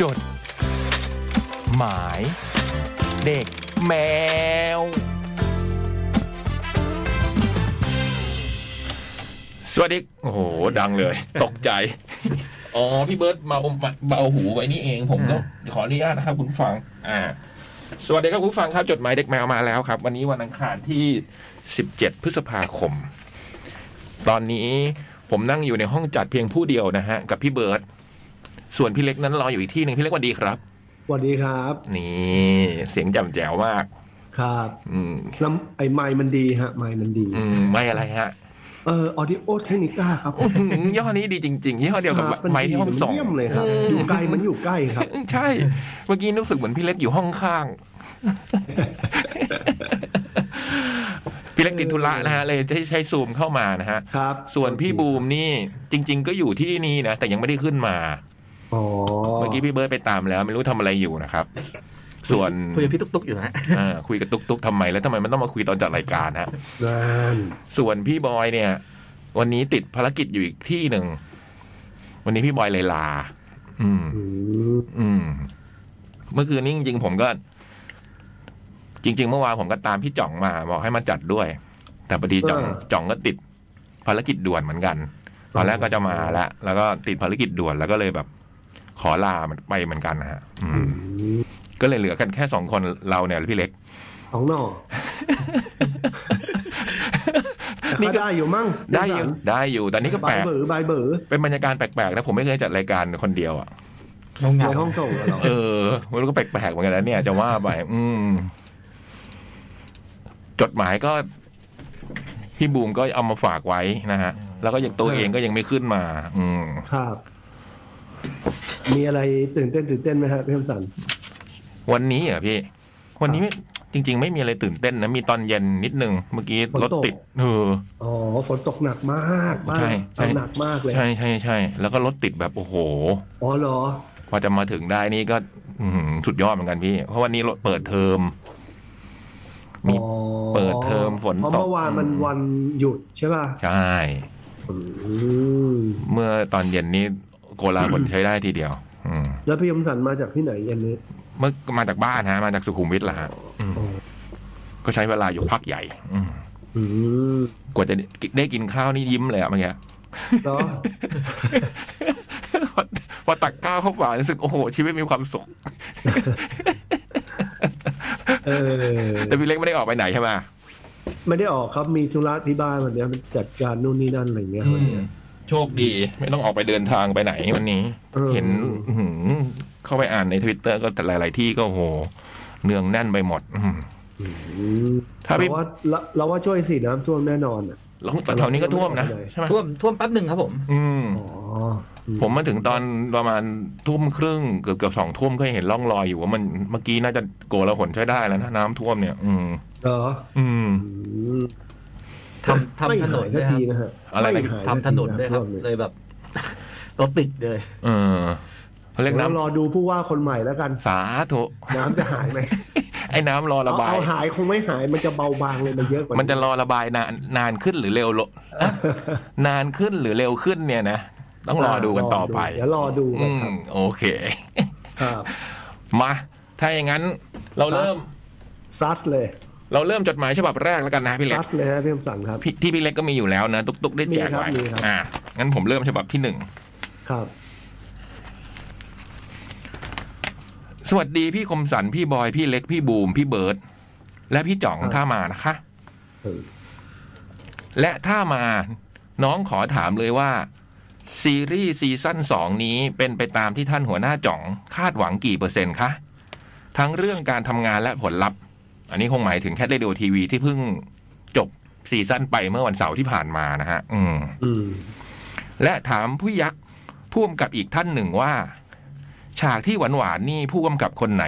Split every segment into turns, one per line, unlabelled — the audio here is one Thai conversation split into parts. จด หมาย เด็กแมว
สวัสดี โอ้โห ดังเลย ตกใจ
อ๋อ พี่เบิร์ตเมาเบาหูไว้นี่เองผมก็ขออนุญาตนะครับคุณผู้ฟัง อ่า สวัสดีครับคุณผู้ฟังครับจดหมายเด็กแมวมาแล้วครับ วันนี้วันอังคารที่ 17 พฤษภาคม ตอนนี้ผมนั่งอยู่ในห้องจัดเพียงผู้เดียวนะฮะ กับพี่เบิร์ตส่วนพี่เล็กนั้นรออยู่อีกที่หนึ่งพี่เล็กสวัสดีครับ
สวัสดีครับ
นี่เสียงแจ่มแจ๋วมาก
ครับ
อืม
แล้วไอ้ไม้มันดีฮะ ไม้มันดี
อืม ไม่อะไรฮะ
เออออดิโอเทคนิก้าครับ
อื้อหือย่ห้อนี้ดีจริงๆยี่ห้อเดียวกับ
ครับน
ไม้ที่ห้อง
ดี
สอง
เยี่ยมเลยครับ อยู่ไกลมันอยู่ใกล้ครับ
อืมใช่ เมื่อกี้รู้สึกเหมือนพี่เล็กอยู่ห้องข้าง พี่เล็กติดธุระนะฮะ เลยใช้ใช้ซูมเข้ามานะฮะ
ครับ
ส่วนพี่บูมนี่จริง ๆ ก็อยู่ที่นี่นะ แต่ยังไม่ได้ขึ้นมา
อ๋อ
เมื่อกี้พี่เบิร์ดไปตามแล้ว ไม่รู้ทำอะไรอยู่นะครับ ส่วน
คุยกับพี่ตุ๊กตุ๊กอยู่ฮะ
เอ่อคุยกับตุ๊กๆทำไมแล้วทำไมมันต้องมาคุยตอนจัดรายการฮะ
นั่น
ส่วนพี่บอยเนี่ย วันนี้ติดภารกิจอยู่อีกที่หนึ่ง วันนี้พี่บอยเลยลา อืม
อืม
อืม เมื่อคืนนี้จริงๆผมก็ จริง ๆ เมื่อวานผมก็ตามพี่จ่องมา บอกให้มาจัดด้วย แต่พอดีจ่องจ่องก็ติดภารกิจด่วนเหมือนกัน ตอนแรกก็จะมาละแล้วก็ติดภารกิจด่วนแล้วก็เลยแบบ ขอลามันไปเหมือนกันนะฮะอืม ก็เลยเหลือกันแค่สองคนเราเนี่ยพี่เล็ก
ของหน่อแต่
นี่
ก็
ก็
ได้อยู่มั่ง
ได้อยู่ได้อยู่แต่นี่ก็
บา
แปล
ย
ก
เบอร์บายเบอร์
เป็นบรรยากาศแปลกๆนะผมไม่เคยจัดรายการคนเดียวอ่ะ
ในห้องส่งอะเหรอ
เออมันก็แปลกๆเหมือนกันนะเนี่ยจะว่าไปอืม จดหมายก็ พี่บูมก็เอามาฝากไว้นะฮะ แล้วก็ยังตัวเองก็ยังไม่ขึ้นมา อืม
ครับ มีอะไรตื่นเต้นตื่นเต้นไหมฮะพี่คมสัน
วันนี้เหรอ่ะพี่ วันนี้ไม่จริง ๆ ไม่มีอะไรตื่นเต้นนะ มีตอนเย็นนิดนึง เมื่อกี้รถติดเออ
อ๋อฝนตกหนักมากบ้าน
ใช่ใช่
เอาหนักมากเลย
ใช่ใช่ใช่แล้วก็รถติดแบบโอ้โห
อ๋อเหรอ
กว่าจะมาถึงได้นี่ก็ อือหือสุดยอดเหมือนกันพี่ เพราะวันนี้รถเปิดเทอมมี
อ๋อ
เปิดเทอมฝน
เพราะ
ตก
เมื่อวานมันวันหยุดใช่ป่ะ
ใช่
อืม
เมื่อตอนเย็นนี้โกลาหลใช้ได้ทีเดียว อืม
แล้วพี่ยมสันมาจากที่ไหนเย็นนี้
เมื่อมาจากบ้านฮะ มาจากสุขุมวิทแหละฮะอืมก็ใช้เวลาอยู่พักใหญ่ อืม
อืม
กว่าจะได้ได้กินข้าวนี่ยิ้มเลยอะเมื่อกี้
เหรอ
พอพอตักข้าวเข้าปากรู้สึกโอ้โห ชีวิตมีความสุข
เออ
แต่พี่เล็กไม่ได้ออกไปไหนใช่ไหม
ไม่ได้ออกครับมีธุระที่บ้านวันเนี้ยมันจัดการนู่นนี่นั่นอะไรเงี้ยวันเนี้ย
โชคดี ไม่ต้องออกไปเดินทางไปไหนวันนี้
เออ
เห็นอื้อหือเข้าไปอ่านในทวิตเตอร์ก็แต่หลาย ๆ ที่ก็โอ้โห เนืองแน่นไปหมด อืม
อืม
ถ้าพี่
เราว่าเราเราว่าช่วยสีน้ำท่วมแน่นอนอะ
แล้วแถวนี้ก็ท่วมนะใช่ไหม
ท่วมท่วมแป๊บหนึ่งครับผม
อืม
อ๋อ
ผมมาถึงตอนประมาณทุ่มครึ่งเกือบเกือบสองทุ่มก็เห็นร่องรอยอยู่ว่ามันเมื่อกี้น่าจะโกลาหลใช้ได้แล้วนะน้ำท่วมเนี่ย อืม
เหรอ
อืม
อืม
ทำทำ
ไม่
ถน
หา
น
ย
ด้
สั
ว
ก
ยค
ที
รับ
นะฮะ
อะไรนะ
ม่หาย
ทำถนนด้วยครั
สักทีำท่
บ
วม
เล
เนี่ย
ยแบบ รถติดเลย
เออเขาเรียกน้ำ
เรารอดูผู้ว่าคนใหม่แล้วกัน
สาธุ
น้ำจะหายไหม
ไอ้น้ำรอระบาย
เอาเอาหายคงไม่หายมันจะเบาบางเลยมันเยอะกว่า
มันจะ
นี้
รอระบายนานนานขึ้นหรือเร็วลงอะ นานขึ้นหรือเร็วขึ้นเนี่ยนะ ต้องรอดูกันต่อไป
เดี๋ยวรอดูกั
อื
น
ม
ครับ
โอเค
ครับ
มาถ้าอย่างนั้น เราเริ่ม
ซัดเลย
เราเริ่มจดหมายฉบับแรกแล้วกันนะพี่เล็ก
ซัดเลยฮะพี่คมสันครับ
พี่ที่พี่เล็กก็มีอยู่แล้วนะ ตุ๊กตุ๊กได้แจกไว้
มีครับมีครับ
อ่างั้นผมเริ่มฉบับที่หนึ่ง
ครับ
สวัสดีพี่คมสันพี่บอย พี่เล็ก พี่บูม พี่เบิร์ดและพี่จ่อง
ครับ
ถ้ามานะคะ
เออ
และถ้ามาน้องขอถามเลยว่า ซีรีส์ซีซั่นสองนี้เป็นไปตามที่ท่านหัวหน้าจ่อง คาดหวังกี่เปอร์เซ็นต์คะทั้งเรื่องการทำงานและผลลัพธ์ อันนี้คงหมายถึงแคทเรดิโอทีวีที่เพิ่งจบซีซั่นไปเมื่อวันเสาร์ที่ผ่านมานะฮะ อืม
อืม
และถามผู้ยักษ์ผู้กำกับอีกท่านหนึ่งว่า ฉากที่หวานหวานๆนี่ผู้กำกับคนไหน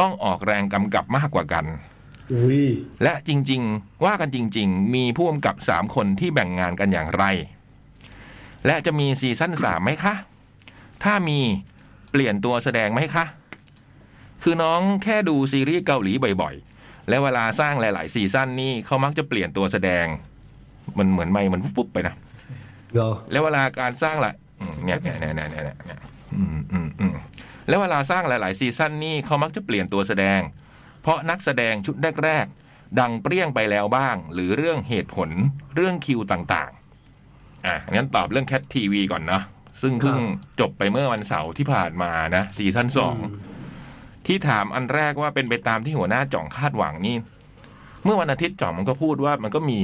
ต้องออกแรงกำกับมากกว่ากัน
อุ้ย
และจริงๆ ว่ากันจริง ๆ มีผู้กำกับสามคนที่แบ่งงานกันอย่างไร และจะมีซีซั่นสามไหมคะ ถ้ามีเปลี่ยนตัวแสดงไหมคะ คือน้องแค่ดูซีรีส์เกาหลีบ่อยๆ และเวลาสร้างหลาย ๆ ซีซั่นนี่เขามักจะเปลี่ยนตัวแสดง มันเหมือนไม่มันปุ๊บๆไปนะ
เหรอ
แล้วเวลาการสร้างละอืมเนี่ยเนี่ยเนี่ยเนี่ยเนี่ยเนี่ยอืมอืมอืม และเวลาสร้างหลาย ๆ ซีซั่นนี่เขามักจะเปลี่ยนตัวแสดง เพราะนักแสดงชุดแรก ๆ ดังเปรี้ยงไปแล้วบ้าง หรือเรื่องเหตุผลเรื่องคิวต่างๆ อ่ะงั้นตอบเรื่องแคททีวีก่อนเนาะซึ่งเพิ่ง
ครั
จบไปเมื่อวันเสาร์ที่ผ่านมานะซีซั่นสอง ที่ถามอันแรกว่าเป็นไปตามที่หัวหน้าจ่องคาดหวังนี่ เมื่อวันอาทิตย์จ่องมันก็พูดว่ามันก็มี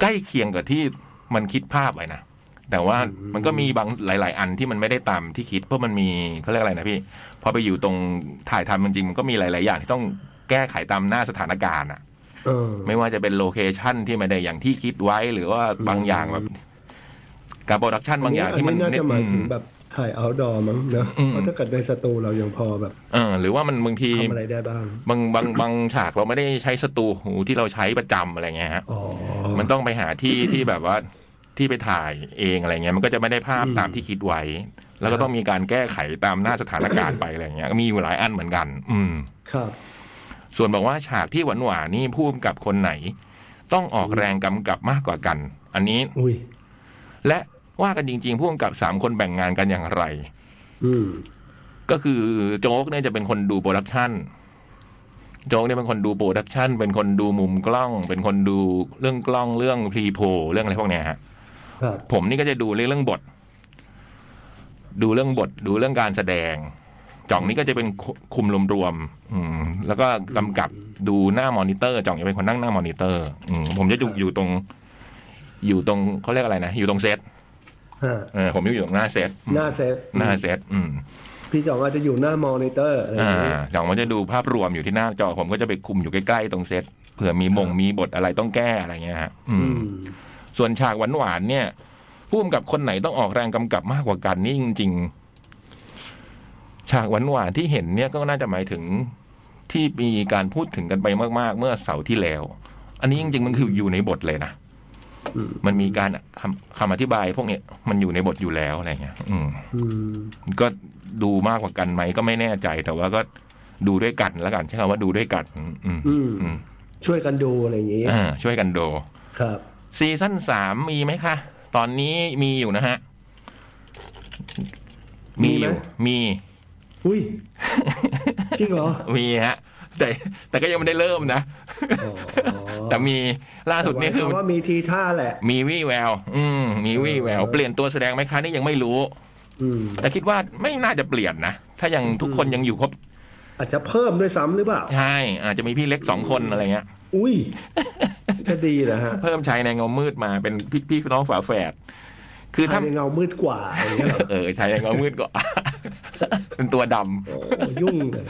ใกล้เคียงกับที่มันคิดภาพไว้นะ แต่ว่า
อืม
มันก็มีบางหลาย ๆ อันที่มันไม่ได้ตามที่คิด เพราะมันมีเขาเรียกอะไรนะพี่ พอไปอยู่ตรงถ่ายทำจริงๆมันก็มีหลาย ๆ อย่างที่ต้องแก้ไขตามหน้าสถานการณ์อะ
เออ
ไม่ว่าจะเป็นโลเคชันที่ไม่ได้อย่างที่คิดไว้หรือว่าบางอย่างแบบการโปรดักชันบางอย่างที่มัน
อัน่าจะหมายถึงแบบถ่าย outdoor มั้งนะ
อืม
เพราะถ้าเกิดในสตูเรายังพอแบบ
เออหรือว่ามันบางที
ทำอะไรได้บ้าง
บางบางบางฉากเราไม่ได้ใช้สตูหูที่เราใช้ประจำอะไรเงี้ยฮะ
อ๋อ
มันต้องไปหาที่ที่แบบว่าที่ไปถ่ายเองอะไรเงี้ยมันก็จะไม่ได้ภาพ
อืม
ตามที่คิดไว้ แล้วก็ต้องมีการแก้ไขตามหน้าสถานการณ์ไปอะไรเงี้ยก็มีอยู่หลายอันเหมือนกัน อืม
ครับ
ส่วนบอกว่าฉากที่หวานหวานๆนี่พูดกับคนไหน ต้องออกแรงกำกับมากกว่ากัน อันนี้
อุ้ย
และว่ากันจริงๆพูดกับสามคนแบ่งงานกันอย่างไร
อืม
ก็คือโจ๊กเนี่ยจะเป็นคนดูโปรดักชันโจ๊กเนี่ยเป็นคนดูโปรดักชันเป็นคนดูมุมกล้อง เป็นคนดูเรื่องกล้องเรื่องพรีโพเรื่องอะไรพวกเนี้ยฮะ
ครับ
ผมนี่ก็จะดูเรื่องบท ดูเรื่องบท ดูเรื่องการแสดงจ่องนี่ก็จะเป็นคุคุมรวมๆอืม แล้วก็กำกับดูหน้ามอนิเตอร์จ่องจะเป็นคนนั่งหน้ามอนิเตอร์ อืมผมจะอยู่อยู่ตรง อยู่ตรงเขาเรียกอะไรนะอยู่ตรงเซต
อ่า
เออผมอยู่ตรงหน้าเซตอืม
หน้าเซต
หน้าเซตอืม
พี่จองอาจจะอยู่หน้ามอนิเตอร์อะไรอย่าง
อ่า
เงี้ย
จ่องมันจะดูภาพรวมอยู่ที่หน้าจอผมก็จะไปคุมอยู่ใกล้ๆตรงเซตเผื่อมีมงมีบทอะไรต้องแก้อะไรเงี้ยฮะอื
อื
ม
ม
ส่วนฉากหวานๆเนี่ยผู้กำกับคนไหนต้องออกแรงกำกับมากกว่ากันนี่จริง ๆ ฉากหวานๆที่เห็นเนี่ยก็น่าจะหมายถึงที่มีการพูดถึงกันไปมากๆ เมื่อเสาร์ที่แล้ว อันนี้จริง ๆ มันคืออยู่ในบทเลยนะ
อืม
มันมีการคำคำอธิบายพวกเนี้ยมันอยู่ในบทอยู่แล้วอะไรเงี้ยอืม
อืม
ก็ดูมากกว่ากันไหมก็ไม่แน่ใจ แต่ว่าก็ดูด้วยกันแล้วกันใช่คำว่าดูด้วยกัน อืม
อืม
อืม
ช่วยกันดูอะไรอย่างงี้
อ่าช่วยกันดู
ครับ
ซีซั่นสามมีไหมคะ ตอนนี้มีอยู่นะฮะ มีอยู่มี
อุ้ย จริงเหรอ
มีฮะ แต่แต่ก็ยังไม่ได้เริ่มนะ
อ๋อ
แต่มีล่าสุดนี่คือ
แต่ว่ามีทีท่าแหละ
มีวี่แวว อืม มีวี่แวว เปลี่ยนตัวแสดงไหมคะนี่ยังไม่รู้
อืม
แต่คิดว่าไม่น่าจะเปลี่ยนนะ ถ้ายังทุกคนยังอยู่ครบ
อาจจะเพิ่มด้วยซ้ำหรือเปล่า
ใช่อาจจะมีพี่เล็กสองคนอะไรเงี้ย
อุ้ยก็ดีนะฮะ
เพิ่มชายในเงามืดมาเป็นพี่พี่น้องฝาแฝด คือ
ภา
ถ้าย
ในเงามืดกว่าอย่างเงี้ยเหรอ
เออชายในเงามืดก็ เป็นตัวดำ
โอ้ยุ่งเลย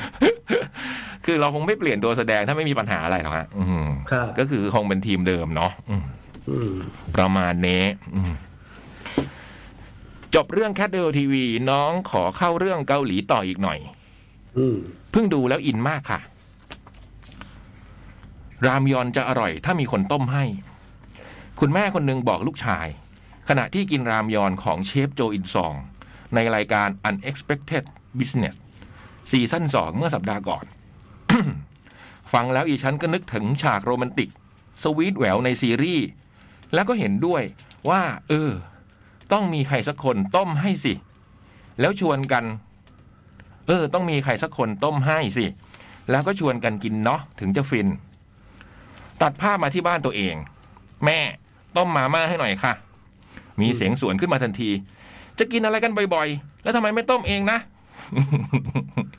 คือเราคงไม่เปลี่ยนตัวแสดงถ้าไม่มีปัญหาอะไรหรอกฮะอืม
ครับ
ก็คือคงเป็นทีมเดิมเนาะอืม
อืม
ประมาณนี้อืมจบเรื่องแคทเดลทีวีน้องขอเข้าเรื่องเกาหลีต่ออีกหน่อย
อืม
เพิ่งดูแล้วอินมากค่ะ รามยอนจะอร่อยถ้ามีคนต้มให้ คุณแม่คนหนึ่งบอกลูกชาย ขณะที่กินรามยอนของเชฟโจอินซอง ในรายการ Unexpected Business ซีซั่น2เมื่อสัปดาห์ก่อน ฟังแล้วอีฉันก็นึกถึงฉากโรแมนติก สวีทแหววในซีรีส์ แล้วก็เห็นด้วยว่า เออ ต้องมีใครสักคนต้มให้สิ แล้วชวนกัน เออ ต้องมีใครสักคนต้มให้สิ แล้วก็ชวนกันกินเนาะถึงจะฟิน ตัดภาพมาที่บ้านตัวเอง แม่ ต้มมาม่าให้หน่อยค่ะ มีเสียงสวนขึ้นมาทันที จะกินอะไรกันบ่อยๆ แล้วทำไมไม่ต้มเองนะ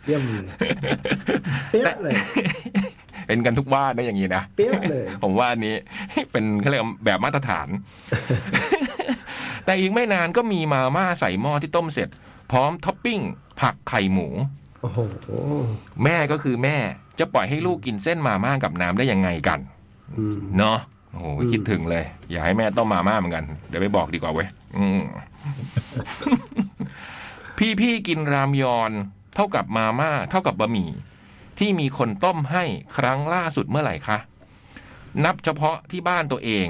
เยี่ยมเลย เปี้ยะเลย
เป็นกันทุกบ้านนะอย่างนี้นะ
เปี้ยะเลย
ผมว่าอันนี้ เป็นเขาเรียกว่าแบบมาตรฐาน แต่อีกไม่นานก็มีมาม่าใส่หม้อที่ต้มเสร็จ พร้อมท็อปปิ้ง ผักไข่หมู
โอ้โห
แม่ก็คือแม่จะปล่อยให้ลูกกินเส้นมาม่ากับน้ำได้ยังไงกัน
อืม
เนาะโอ้โห
อืม
คิดถึงเลย อย่าให้แม่ต้มมาม่าเหมือนกัน เดี๋ยวไปบอกดีกว่าเว้ยอื ม พี่พี่กินรามยอน เท่ากับมาม่า เท่ากับบะหมี่ที่มีคนต้มให้ครั้งล่าสุดเมื่อไหร่คะ นับเฉพาะที่บ้านตัวเอง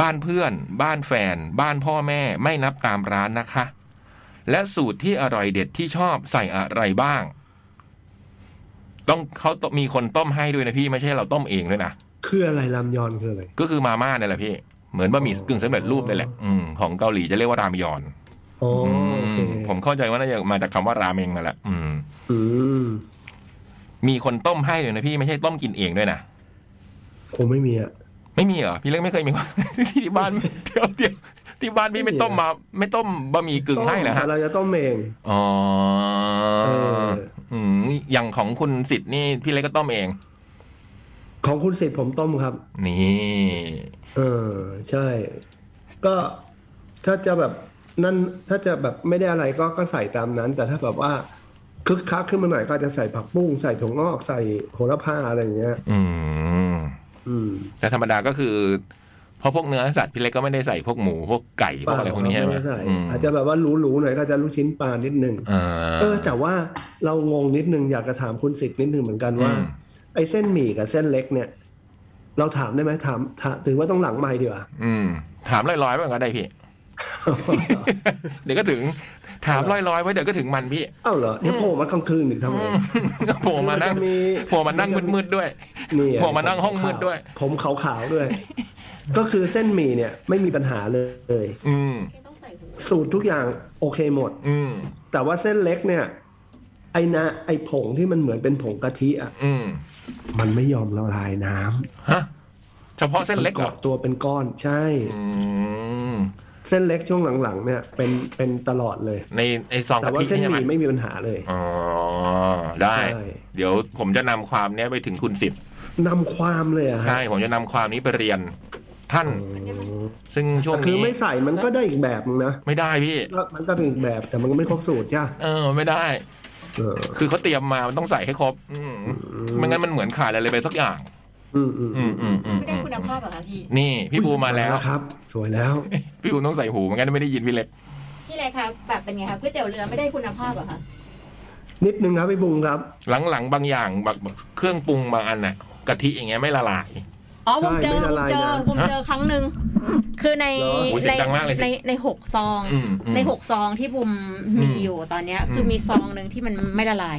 บ้านเพื่อน บ้านแฟน บ้านพ่อแม่ไม่นับตามร้านนะคะ และสูตรที่อร่อยเด็ดที่ชอบใส่อะไรบ้าง ต้องเขาต้องมีคนต้มให้ด้วยนะพี่ไม่ใช่เราต้มเองด้วยนะ
คืออะไรลำยอนคืออะไร
ก็คือมาม่าเนี่ยแหละพี่ เหมือนบะหมี่กึ่งสำเร็จรูปเลยแหละอืมของเกาหลีจะเรียกว่ารามยอน
อ๋อ
อืม
เค
อืมผมเข้าใจว่าน่าจะมาจากคำว่าราเมงนั่นแหละอืม
อืม
มีคนต้มให้เลยนะพี่ไม่ใช่ต้มกินเองด้วยนะ
คงไม่มีอ่ะ
ไม่มีเหรอพี่เล็กไม่เคยมี ที่บ้านเดียวเดียวที่บ้านพี่
ไม่
ไม่
มี
ต้มมา ไม่ต้มบะหมี่กึ่งให้นะฮะ
เราจะต้มเอง
อ๋อ
เออ
อืมอย่างของคุณสิทธิ์นี่พี่เล็กก็ต้มเอง
ของคุณเสร็จผมต้มครับ
นี่
เออใช่ ก็ถ้าจะแบบนั่นถ้าจะแบบไม่ได้อะไรก็ก็ใส่ตามนั้น แต่ถ้าแบบว่าคึกคักขึ้นมาหน่อยก็อาจจะใส่ผักบุ้งใส่ถั่วงอกใส่โหระพาอะไรอย่างเงี้ย
อืม
อืม
แต่ธรรมดาก็คือเพราะพวกเนื้อสัตว์พี่เล็กก็ไม่ได้ใส่พวกหมูพวกไก่พวกอะไรพวกนี้ใช่ไหม
ด้ใส่
อืม
อาจจะแบบว่าหรูๆหน่อยก็จะลูกชิ้นปลานิดนึง
เออ
เออ แต่ว่าเรางงนิดนึงอยากจะถามคุณสิทธิ์นิดนึงเหมือนกันว่า
อืม
ไอ้เส้นหมี่กับเส้นเล็กเนี่ย เราถามได้ไหมถามถามถือว่าต้องหลังไมค์ ดีกว่า
อืม ถามลอยๆไว้ก่อนก็ได้พี่ เดี๋ยวก็ถึงถามลอยๆไว้เดี๋ยวก็ถึงมันพี่
เอ้าเหรอเดี๋ยวโผล่มากลางคืนหนึ่งทำไง
โผล่มานั่ง
จะมี
โผล่มานั่งมืดๆด้วย
นี่
โผล่มานั่งห้องมืดด้วย
ผมขาว ๆด้วย ก็คือเส้นหมี่เนี่ยไม่มีปัญหาเลย
อืม
ต้องใส่หู
สูตรทุกอย่างโอเคหมด
อืม
แต่ว่าเส้นเล็กเนี่ย ไอ้นะไอ้ผงที่มันเหมือนเป็นผงกะทิอ่ะ
อืม
มันไม่ยอมละลายน้ำ
ฮะ เฉพาะเส้นเล็ก
ก
เหร
อ
อ
ดตัวเป็นก้อนใช่
อืม
เส้นเล็กช่วงหลังๆ เนี่ยเป็นเป็นตลอดเลย
ในไอซอง
แต่
กะ
ว่า
ทิ
เส้น
ใช่
ห
ไหม
มี่ไม่มีปัญหาเลย
อ๋อ ได้
ใช่
เดี๋ยวผมจะนำความเนี้ยไปถึงคุณสิบ
นำความเลยอะฮะ
ใช่ ผมจะนำความนี้ไปเรียน ท่าน ซึ่งช่วง
คือ
นี้
ไม่ใส่มันก็ได้อีกแบบนึงนะ
ไม่ได้พี่
ก็มันก็เป็นอีกแบบแต่มันก็ไม่ครบสูตรจ้ะ
เออ ไม่ได้
เออ
คือเขาเตรียมมามันต้องใส่ให้ครบ อืม
ม
ไม่งั้นมันเหมือนขาดอะไรไปสักอย่าง
อืมอืม
อืมอืมอืม
ไม่ได้คุณภาพเหรอคะพี่
นี่พี่ภูมาแล้ว
ครับ สวยแล้ว
พี่ภูต้องใส่หูไม่งั้นไม่ได้ยินพี่เล็ก
พี่เล็กคะแบบเป็นไงคะก๋วยเตี๋ยวเรือไม่ได้คุณภาพเหรอคะ
นิดนึงครับพี่บุงครับ
หลังๆบางอย่างแบบเครื่องปรุงบางอันน่ะกะทิอย่างเงี้ยไม่ละลาย
อ๋อผมเจอ
ใช่ไม่ละ
ผม
ลาย
เจอ
นะ
ผมเจอครั้งหนึ่งคือใน
เหรอ
โอ้ยเสี
ใน
ยงดังมากเลยสิ
ในในหกซอง
อืมอืม
ในหกซองที่บุม
อื
มี
ม
อยู่ตอนเนี้ย คืออ
ม
มีซองหนึ่งที่มันไม่ละลาย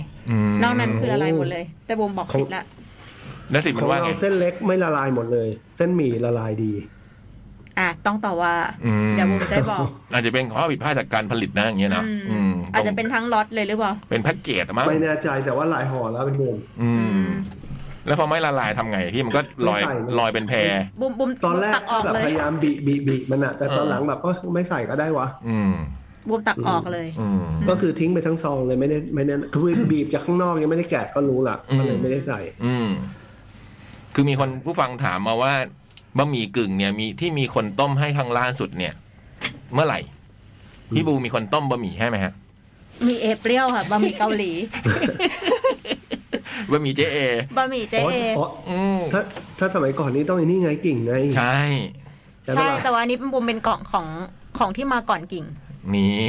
ม
นอกนั้นคือละลายหมดเลย แต่บุมบอกสิทธิ์ละ
แล้วสิ
ข
มัน
อง
ว่า
เรา
ไง
เส้นเล็กไม่ละลายหมดเลย เส้นหมี่ละลายดี
อ่ะต้องต่อว่า
อืม
เดี๋ยวบุมจะได้บอก
อาจจะเป็นข้อผิดพลาดจากการผลิตนะอย่างเงี้ยนะ
อื
ม
มอาจจะเป็นทั้งล็อตเลยหรือเปล่า
เป็นแพ็กเกจมั้ง
ไม่แน่ใจแต่ว่าหลายห่อแล้วพี่บุง
อืม แล้วพอไม่ละลายทำไงพี่มันก็ลอย
ไม่ใส่เลย
ลอยเป็นแพ
บุมบุม
ตอนแรก
ตักอ
ก็
อก
แบบ
เล
พ
ย
ยายามบีบบีบบีบมันอะแต่ตอนหลังแบบเอ้ยไม่ใส่ก็ได้วะ
อืม
บุมตักออกเลย
อืม
ก็คือทิ้งไปทั้งซองเลยไม่ได้ไม่ได้คือบีบจากข้างนอกยังไม่ได้แกะก็รู้ละ
อืม
ก็เลยไม่ได้ใส่
อืม คือมีคนผู้ฟังถามมาว่าบะหมี่กึ่งเนี่ยมีที่มีคนต้มให้ครั้งล่าสุดเนี่ย เมื่อไหร่พี่บูมีคนต้มบะหมี่ให้ไหมฮะ
มีเอเปรี้ยวค่ะบะหมี่เกาหลี
บะหมี่เจเอบ
ะหมี่เจเอ
อ๋อ
อืม
ถ้าถ้าสมัยก่อนนี้ต้องไอ้นี่ไงกิ่งไง
ใช่
ไหม
ใช่
ล่ะ
แต่ว่าอันนี้บุมเป็นกล่องของของที่มาก่อนกิ่ง
นี่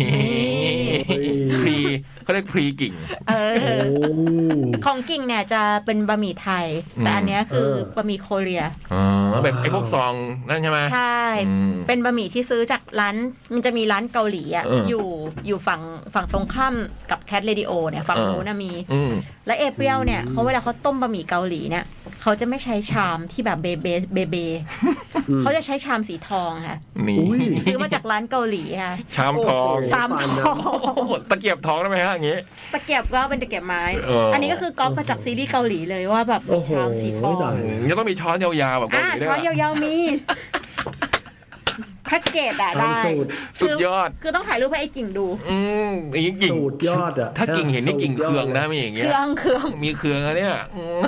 พ
เฮ้ย
รีเขาเรียกพรีกิ่ง
เอ
โอ้
อ ของกิ่งเนี่ยจะเป็นบะหมี่ไทย
อืม
แต่อันเนี้ยคือ
เออ
บะหมี่โคเรีย
อ๋อแบบไอ้พวกซองนั่นใช่ไหม
ใช่
อืม
เป็นบะหมี่ที่ซื้อจากร้าน มันจะมีร้านเกาหลีอ่ะ
เอออ
อยู่อยู่ฝั่งฝั่งตรงข้ามกับแคทเรดิโอเนี่ยฝั่ง
เออ
นู้นนะมี
อืม
และเอเปรียวเนี่ยเขาเวลาเขาต้มบะหมี่เกาหลีเนี่ยเขาจะไม่ใช้ชามที่แบบเบเบเบเบ
อืม
เขาจะใช้ชามสีทองค่ะ
นี่
อุ้ย
ซื้อมาจากร้านเกาหลีค่ะ
ชามทอง
ชามทอง
ตะเกียบทองได้ไหมฮะอย่างงี้
ตะเกียบก็เป็นตะเกียบไม้
เอออั
อันนี้ก็คือก๊อปมาจากซีรีส์เกาหลีเลยว่าแบบ
โอ้
มี
โห
ชามสีทอง
ตาย
ยังต้องมีช้อนยาวๆแบบเกา
อ่า
หลีด้
ช้
ว
อย น
อะ
ยาวๆมีแพ็กเกจอะ
ตาม
ได้
สูตร
สุดยอด
คือคือต้องถ่ายรูปให้ไอ้กิ่งดู
อืมอย่างงี้กิ่ง
สูตรยอดอะ
ถ้ากิ่งเห็นนี่กิ่ง
สูตรยด
เคืองนะมีอย่าง
เค
เงี้ย
รื่องเครื่อง
มีเคืองอะเนี่ยอืม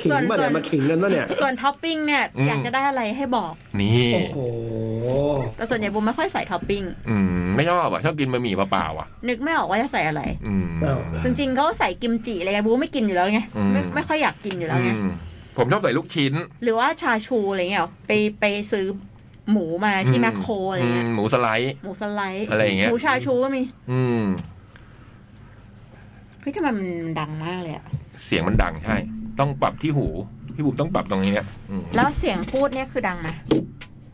ขิงมา
ส่
เนี่
วย น
มาขิงกันวะเนี่ย
ส่วนท็อปปิ้งเนี่ย
อืม
อยากจะได้อะไรให้บอก
นี่
โอ้โห
แต่ส่วนใหญ่บุมไม่ค่อยใส่ท็อปปิ้ง
อืมไม่ชอบอ่ะชอบกินบะหมี่เปล่าๆอ่ะ
นึกไม่ออกว่าจะใส่อะไร
อืม
อ้าว
จริงๆเขาใส่กิมจิอะไรกันบูไม่กินอยู่แล้วไง
อืม
ไม่ไม่ค่อยอยากกินอยู่แล้ว
อื
ไง
มผมชอบใส่ลูกชิ้น
หรือว่าชาชูอะไรเงี้ยหรอไปไปซื้อหมูมาที่
อืม
แมคโครอะไรเงี้ย
อืมหมูสไลด์
หมูสไลด์
อะไรอย่างเงี้ย
หมูชาชูก็มี
อืม
เฮ้ยทำไมมันดังมากเลยอะ
เสียงมันดังใช่ ต้องปรับที่หู พี่บุ๋มต้องปรับตรงนี้เนี่ยอืม
แล้วเสียงพูดเนี่ยคือดังไหม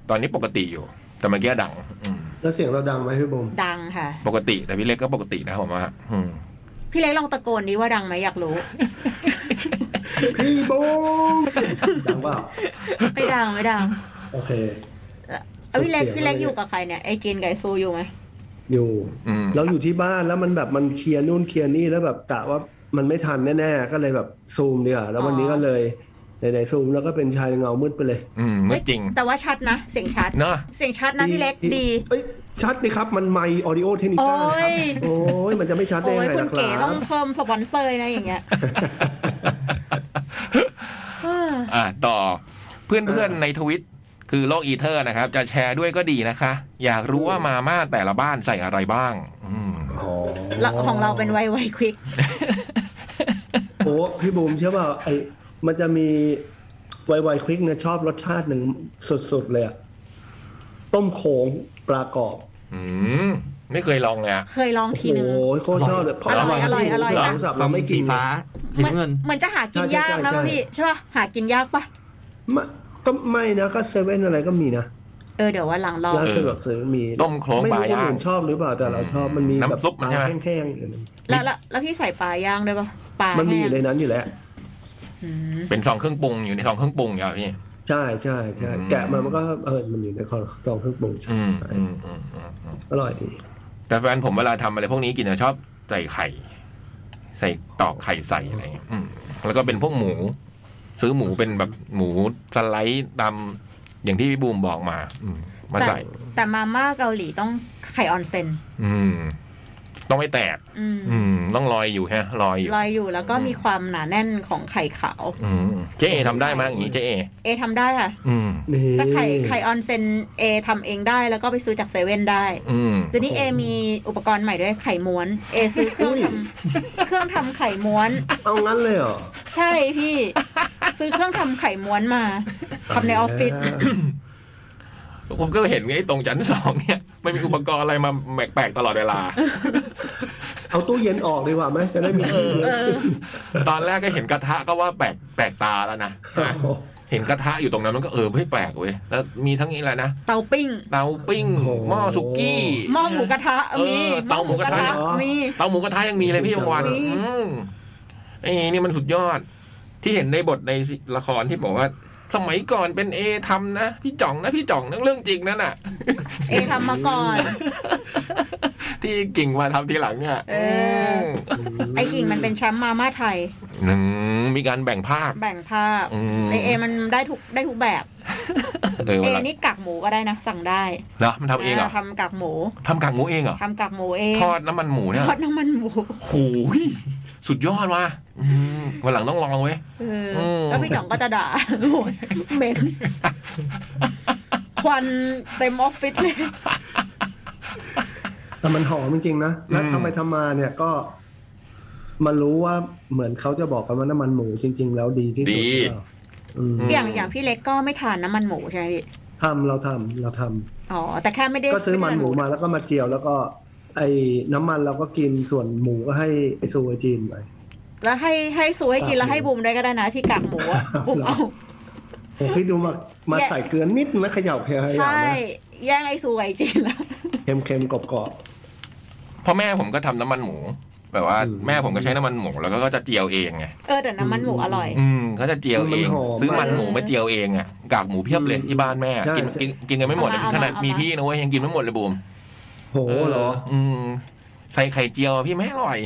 ตอนนี้ปกติอยู่ แต่เมื่อกี้ดังอืม
แล้วเสียงเราดังไหมพี่บม
ดังค่ะ
ปกติ แต่พี่เล็กก็ปกตินะผมว่าอืม
พี่เล็กลองตะโกนดิว่าดังไหมอยากรู้
พี่บมดังเปล่า
ไม่ดังไม่ดัง
โอเค
เอาพี่เล็ก
สุดเสียง
พี่เล็ก
เลย
อยู่กับใครเนี่ยไอจีนไกบไอ้ซูอยู่ไหม
อยู่
อืม
เราอยู่ที่บ้านแล้วมันแบบมันเคลียร์นู่นเคลียร์นี่แล้วแบบกะว่ามันไม่ทันแน่ๆ ก็เลยแบบซูมดีกว่าแล้ววันนี้ก็เลยไหนๆซูมแล้วก็เป็นชายเงามืดไปเลย
อืม
เฮ้
ไม่
ย
จริง
แต่ว่าชัดนะ เสียงชัด
เนอะ
เสียงชัดนะพี่เล็กดี
เอ้ยชัดดีครับมันไมออดิโอเทคนิคนะครับ
โอ้ย
โอ้ยมันจะไม่ชัดได้
โอ้
ยัง
ย
ไง
คุณ
ล่ะค
เก๋
รั
ต้อบ งเพิ่มสปอนเซอร์นะอย่างเงี้ยเออ
อ่ะต่อเพื่อนๆในทวิตคือโลกอีเทอร์นะครับ จะแชร์ด้วยก็ดีนะคะ อยากรู้ว่ามาม่าแต่ละบ้านใส่อะไรบ้าง อืม
อ๋อ
แล้วของเราเป็นไวไวควิก
โอ้พี่บูมเชื่อป่าไอ้มันจะมีไวไวควิกเนี่ยชอบรสชาติหนึ่งสุดๆเลยอะต้มโขงปลากรอบ
อืม ไม่เคยลองเลยอะ
เคยลองทีนึง
โอ้ยโคตรชอบเลย
อร่อยอร่อยอร่อย
เาสับเราไม่กิ
สี
น
ฟ้าสีน้ำเงิน
เหมือนจะหากินยาก
ใช่ใช่
นะ
ใช่
พี่ใช่ป่ะหากินยากป่ะ
ไม่ก็ไม่นะก็เซเว่นอะไรก็มีนะ
เออเดี๋ยววันหลังลอง
ร้านสะดวกซื้อมี
ต้มโคลง
ไม่
ปลา
รู้คน
ย่าง
อื่นชอบหรือเปล่าแต่เราชอบมันมีแบบ
น้ำซุปมันใช่ไหม
แห้งๆอยู่ในนั้น
แล้วแล้วแล้วพี่ใส่ปลาย่างด้วยป่ะปลา
มันมีอง
แห้
ยู่ในนั้นอยู่แล้ว
อืม
เป็นซองเครื่องปรุงอยู่ในซองเครื่องปรุงอย่างเงี้ยพี่
ใช่ใช่ใช่
อืม
แกะมามันก็เออมันอยู่ในคอซองเครื่องปรุงใช่
อืมอืมอืมอืมอืม
อร่อยดี
แต่แฟนผมเวลาทำอะไรพวกนี้กินจะชอบใส่ไข่ ใส่ตอกไข่ใส่อะไรเงี้ยอืมแล้วก็เป็นพวกหมู ซื้อหมูเป็นแบบหมูสไลด์ตามอย่างที่พี่บูมบอกมา อืมมา
แต่
ใส่
แต่มาม่าเกาหลีต้องไข่ออนเซน
อืม ต้องไม่แตก
อืม
อืม ต้องลอยอยู่ฮะลอยอยู่
ลอยอยู่แล้วก็มีความหนาแน่นของไข่ขาว
อืมเจ๊เอทำได้ไหมอย่างงี้เจ๊เอ
เอทำได้ค่ะ
อืม
นี่
แต่ไข่ไข่ออนเซนเอทำเองได้แล้วก็ไปซื้อจากเซเว่นได้
อืม
เดี๋ยวนี้เอมีอุปกรณ์ใหม่ด้วยไข่ม้วน เอซื้อเครื่องทำเครื่องทำไข่ม้วน
เอางั้นเลยเหรอ
ใช่พี่ ซื้อเครื่องทำไข่ม้วนมาทำในออฟฟิศ
ผมก็เห็นไอ้ตรงชั้นสองเนี่ย มันมีอุปกรณ์อะไรมาแปลกๆตลอดเวลา
เอาตู้เย็นออกดีกว่าไหมจะได้มีที่เยอะ
ตอนแรกก็เห็นกระทะก็ว่าแปลกแปลกตาแล้ว นะ
โอ้
เห็นกระทะอยู่ตรงนั้นมันก็เออเฮ้ยแปลกเว้ยแล้วมีทั้งนี้แหละไรนะ
เตาปิ้ง
เตาปิ้ง
โอ้โห
หม้อสุกี้
หม้อหมูกระทะมี
เออเตาหมูกระทะ
ม้อมี
เตาหมูกระทะยังมีเลยพี่บางวัน
มี
อืมไอ้นี่มันสุดยอด ที่เห็นในบทในละครที่บอกว่า สมัยก่อนเป็นเอทำนะพี่จ่องนะพี่จ่องนั่นเรื่องจริงนั่นน่ะ
เอทำมาก่อน
ที่กิ่งมาทำทีหลังเนี่ย
เออ ไอ้กิ่งมันเป็นแชมป์มาม่าไทย
หนึ่งมีการแบ่งภาค
แบ่งภาพ
อืม
ในเอมันได้ทุกได้ทุกแบบ
เออ
เอ
วันหลัง
นี่กากหมูก็ได้นะสั่งได้
เหรอมันทำเองเหรอ
ทำกากหมู
ทำกากหมูเองเหรอ
ทำกากหมูเอง
ทอดน้ำมันหมูเนี่ย
ทอดน้ำมันหมู
โหยสุดยอดว่ะอืมวันหลังต้องลองเว้ย
เออ
ม
แล้วพี่จ่องก็จะด่า โอ้ยเหม็นควันเต็มออฟฟิศ เลย
แต่มันหอมจริงๆนะ แล้วทำไปทำมาเนี่ยก็ มันรู้ว่าเหมือนเขาจะบอกกันว่าน้ำมันหมูจริง ๆ แล้วดีที่สุด
ดี
หรือเปล่าอืม
อย่างอย่างพี่เล็กก็ไม่ทานน้ำมันหมูใช่ไหมพี่
ทำเราทำเราท
อ๋อ แต่แค่ไม่ได้
ำก็ซื้อมันหมูมาแล้วก็มาเจียว แล้วก็ ไอ้น้ำมันเราก็กินส่วนหมูก็ให้ไอ้ซูเวอร์จีนไป
แล้วให้ให้สูให้กิน
กากหมู
แล้วให้บูมด้วยก็ได้นะที่กากหมู อะ
ครับ
บูมเอา
ผมคิดดูมามา
แยะ
ใส่เกลือนิดนะเขย่าเขย่า
ใช่
นะ
แย่งไอ้สูไอจีนแล้ว
เค็มเค็มๆกรอบกรอบ
พ่อแม่ผมก็ทำน้ำมันหมูแบบว่า
อืม
แม่ผมก็ใช้น้ำมันหมูแล้วก็ก็จะเจียวเองไง
เออแต่น้ำมันหมูอร่อย
อืมเขาจะเจียวเอง
มันหอม
ซื้อมันหมูมาเจียวเองอ่ะกากหมูเพียบเลย
อืม
ที่บ้านแม่
ใช่
กินกิ
ใช่
นกินกันไม่หมดเลย
เอามา
ขนาด
เอามามี
มีพี่นะเว้ยยังกินไม่หมดเลยบูม
โหเหรอ
อืม ใส่ไข่เจียวอะพี่ไม่อร่อย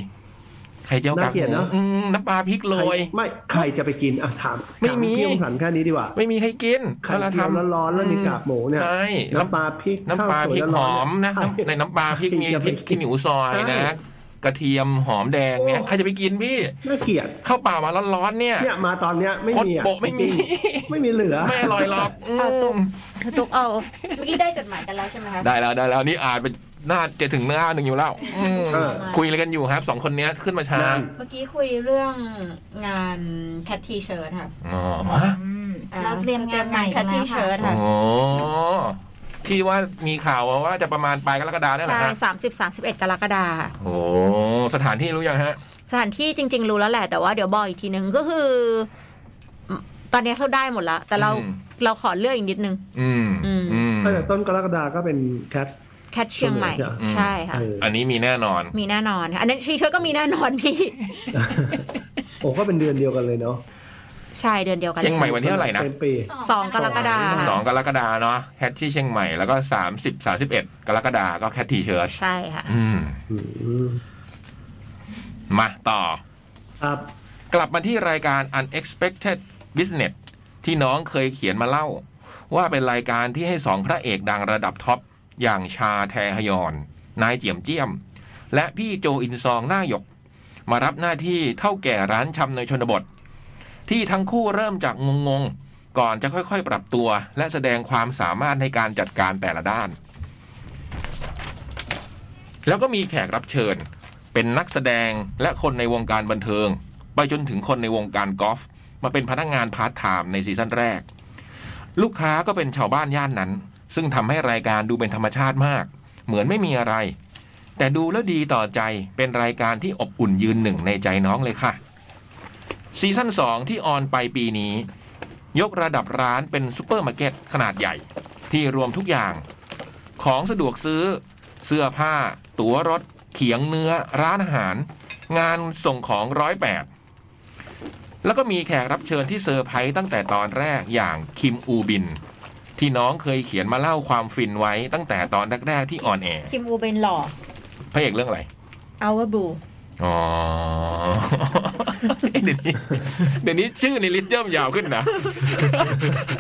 ไข่เจียวกาก
น่าเกลี
ห
ยด
มู
เนอะ
อืมน้ำปลาพริกโร
ใคร
ย
ไม่ใครจะไปกินอ่ะถาม
ไม่มี
ถาพี่องสันแค่นี้ดีกว่า
ไม่มีใครกิน
ไข่เจียวร้อนๆแล้วมีกากหมูเนี่ย
ใช่น้ำ
น้ำปลาพริก
น้ำปลาพริกหอมนะ
ข้าวสวย
ใน
ร้อๆเย
น้ำปลาพริกมี
ใครจะ
พ
ไป
ริกขี้หนูซอยนะ
ใช่
กระเทียมหอมแดงเนี่ย
โอ้
ใครจะไปกินพี่
น่าเกลียด
ข้าวเปล่ามาร้อนๆเนี่ย
เนี่ยมาตอนเนี้ยไม่มีอ่ะ
โคตรโปะไม่มี
จริงๆไม่มีเหลือ
ไม่อร่อยหรอกอืม
เอาตุ๊กตุ๊กเอาเมื่อกี้ได้จดหมายกันแล้วใช่ไหมคะ
ได้แล้วได้แล้วนี่อ่านไปหน้าจะถึงหน้าหนึ่งอยู่แล้วอืม
เออ
คุยอะไรกันอยู่ครับสองคนเนี้ยขึ้นมาช้า
นั่น
เมื่อกี้คุยเรื่องงานแคททีเชิร์ตค่ะ
อ๋อ
เราเตรียมงานใหม่
แค
กัน
ท
แล้
ที
วค่ะ
เชิร์ต
อ๋
ค่ะ
อที่ว่ามีข่าวว่าจะประมาณปลายกรกฎาเนี่ยแห
ใช่
ละฮะ
สามสิบสามสิบเอ็ดกรกฎาคม
โอ้สถานที่รู้ยังฮะ
สถานที่จริง ๆ รู้แล้วแหละแต่ว่าเดี๋ยวบอกอีกทีนึงก็คืออืมตอนนี้เขาได้หมดแล้ว แต่เรา
อืม
เราขอเลือกอีกนิดนึง
อืม
อืม
อืม
ตั้งแต่ต้นกรกฎาก็เป็นแคท
แคทเชียงใหม่
เสนอใช่ไหม
ใช่ค่ะ
เออ
อันนี้มีแน่นอน
มีแน่น อนค่ะอันนั้นชีเชิร์ตก็มีแน่นอนพี่
โอ้ก็เป็นเดือนเดียวกันเลยเนาะ
ใช่เดือนเดียวกัน
เชียงใหม่วันที่เท่าไหร่นะ
เต็มปี
สองกรกฎาคม
สองกรกฎาเนาะแคทที่เชียงใหม่แล้วก็สามสิบสาสิบเอ็ดกรกฎาก็แคททีเชิร์ช
ใช่ค่ะ
อืม
อืม
มาต่อ
ครับ
กลับมาที่รายการ unexpected business ที่น้องเคยเขียนมาเล่า ว่าเป็นรายการที่ให้สองพระเอกดังระดับท็อป อย่างชาแทฮยอน นายเจียมเจียม และพี่โจอินซองหน้าหยก มารับหน้าที่เท่าแก่ร้านชำในชนบท ที่ทั้งคู่เริ่มจากงงๆ ก่อนจะค่อยๆ ปรับตัว และแสดงความสามารถในการจัดการแต่ละด้าน แล้วก็มีแขกรับเชิญ เป็นนักแสดงและคนในวงการบันเทิง ไปจนถึงคนในวงการกอล์ฟมาเป็นพนักงานพาร์ทไทม์ในซีซั่นแรก ลูกค้าก็เป็นชาวบ้านย่านนั้น ซึ่งทำให้รายการดูเป็นธรรมชาติมาก เหมือนไม่มีอะไร แต่ดูแล้วดีต่อใจเป็นรายการที่อบอุ่นยืนหนึ่งในใจน้องเลยค่ะซีซั่น2 ที่ออนไปปีนี้ ยกระดับร้านเป็นซูเปอร์มาร์เก็ตขนาดใหญ่ ที่รวมทุกอย่าง ของสะดวกซื้อ เสื้อผ้า ตั๋วรถ เขียงเนื้อ ร้านอาหาร งานส่งของร้อยแปด แล้วก็มีแขกรับเชิญที่เซอร์ไพรส์ตั้งแต่ตอนแรกอย่างคิมอูบิน ที่น้องเคยเขียนมาเล่าความฟินไว้ตั้งแต่ตอนแรกๆที่ออนแอร์
คิมอูเป็นหล่อ
พระเอกเรื่องอะไร
Our Blue
อ๋อ เดี๋ยวนี้เดี๋ยวนี้ชื่อในลิสต์เย่อมยาวขึ้นนะ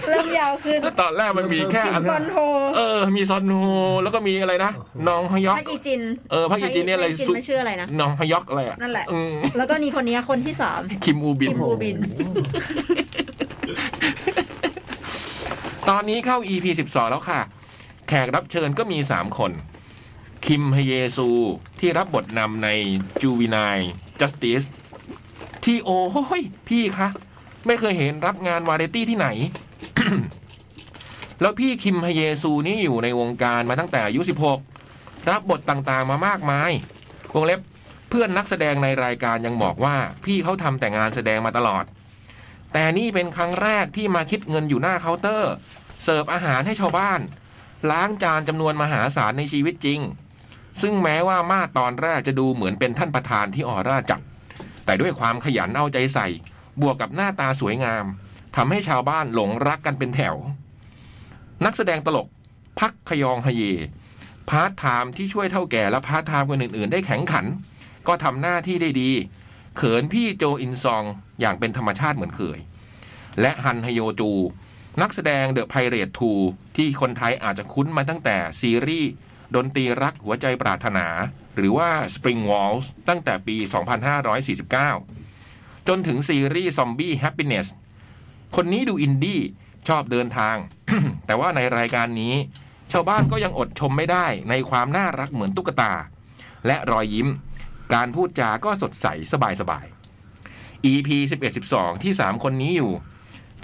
เริ่มยาวขึ้น
ตอนแรกมันมี แค่อัน
ซอนโฮ
เออ มีซอนโฮแล้วก็มีอะไรนะน้องฮยอก
พักอีจิน
เออพักอีจินเนี่ยอะไร
พักจิน
สุ
ไม่ชื่ออะไรนะ
น้องฮยอกอะไรอ่ะ
นั่นแหละ
อืม
แล้วก็นี่คนนี้คนที่สาม
คิมอูบิน
คิมอูบิน
ตอนนี้เข้า EP 12 แล้วค่ะ แขกรับเชิญก็มี 3 คน คิมฮเยซูที่รับบทนำในจูวินายจัสติสที่โอ้โห้ยพี่คะ ไม่เคยเห็นรับงานวาไรตี้ที่ไหน แล้วพี่คิมฮเยซูนี่อยู่ในวงการมาตั้งแต่อายุ 16 รับบทต่างๆมามากมาย วงเล็บเพื่อนนักแสดงในรายการยังบอกว่า พี่เขาทำแต่งานแสดงมาตลอด แต่นี่เป็นครั้งแรกที่มาคิดเงินอยู่หน้าเคาน์เตอร์ เสิร์ฟอาหารให้ชาวบ้าน ล้างจานจำนวนมหาศาลในชีวิตจริง ซึ่งแม้ว่ามาตอนแรกจะดูเหมือนเป็นท่านประธานที่ออร่าจับ แต่ด้วยความขยันเอาใจใส่ บวกกับหน้าตาสวยงามทำให้ชาวบ้านหลงรักกันเป็นแถว นักแสดงตลก พักขยองฮเย พาร์ทไทม์ที่ช่วยเท่าแก่และพาร์ทไทม์คนอื่น ๆ ได้แข็งขัน ก็ทำหน้าที่ได้ดี เขินพี่โจอินซองอย่างเป็นธรรมชาติเหมือนเคย และฮันฮโยจู นักแสดงเดอะไพเรตทูที่คนไทยอาจจะคุ้นมาตั้งแต่ซีรีส์ ดนตรีรักหัวใจปรารถนา หรือว่า Spring Walls ตั้งแต่ปี 2549 จนถึงซีรีส์ Zombie Happiness คนนี้ดูอินดี้ ชอบเดินทาง แต่ว่าในรายการนี้ ชาวบ้านก็ยังอดชมไม่ได้ในความน่ารักเหมือนตุ๊กตา และรอยยิ้ม การพูดจาก็สดใสสบายๆ EP 11-12 ที่ 3 คนนี้อยู่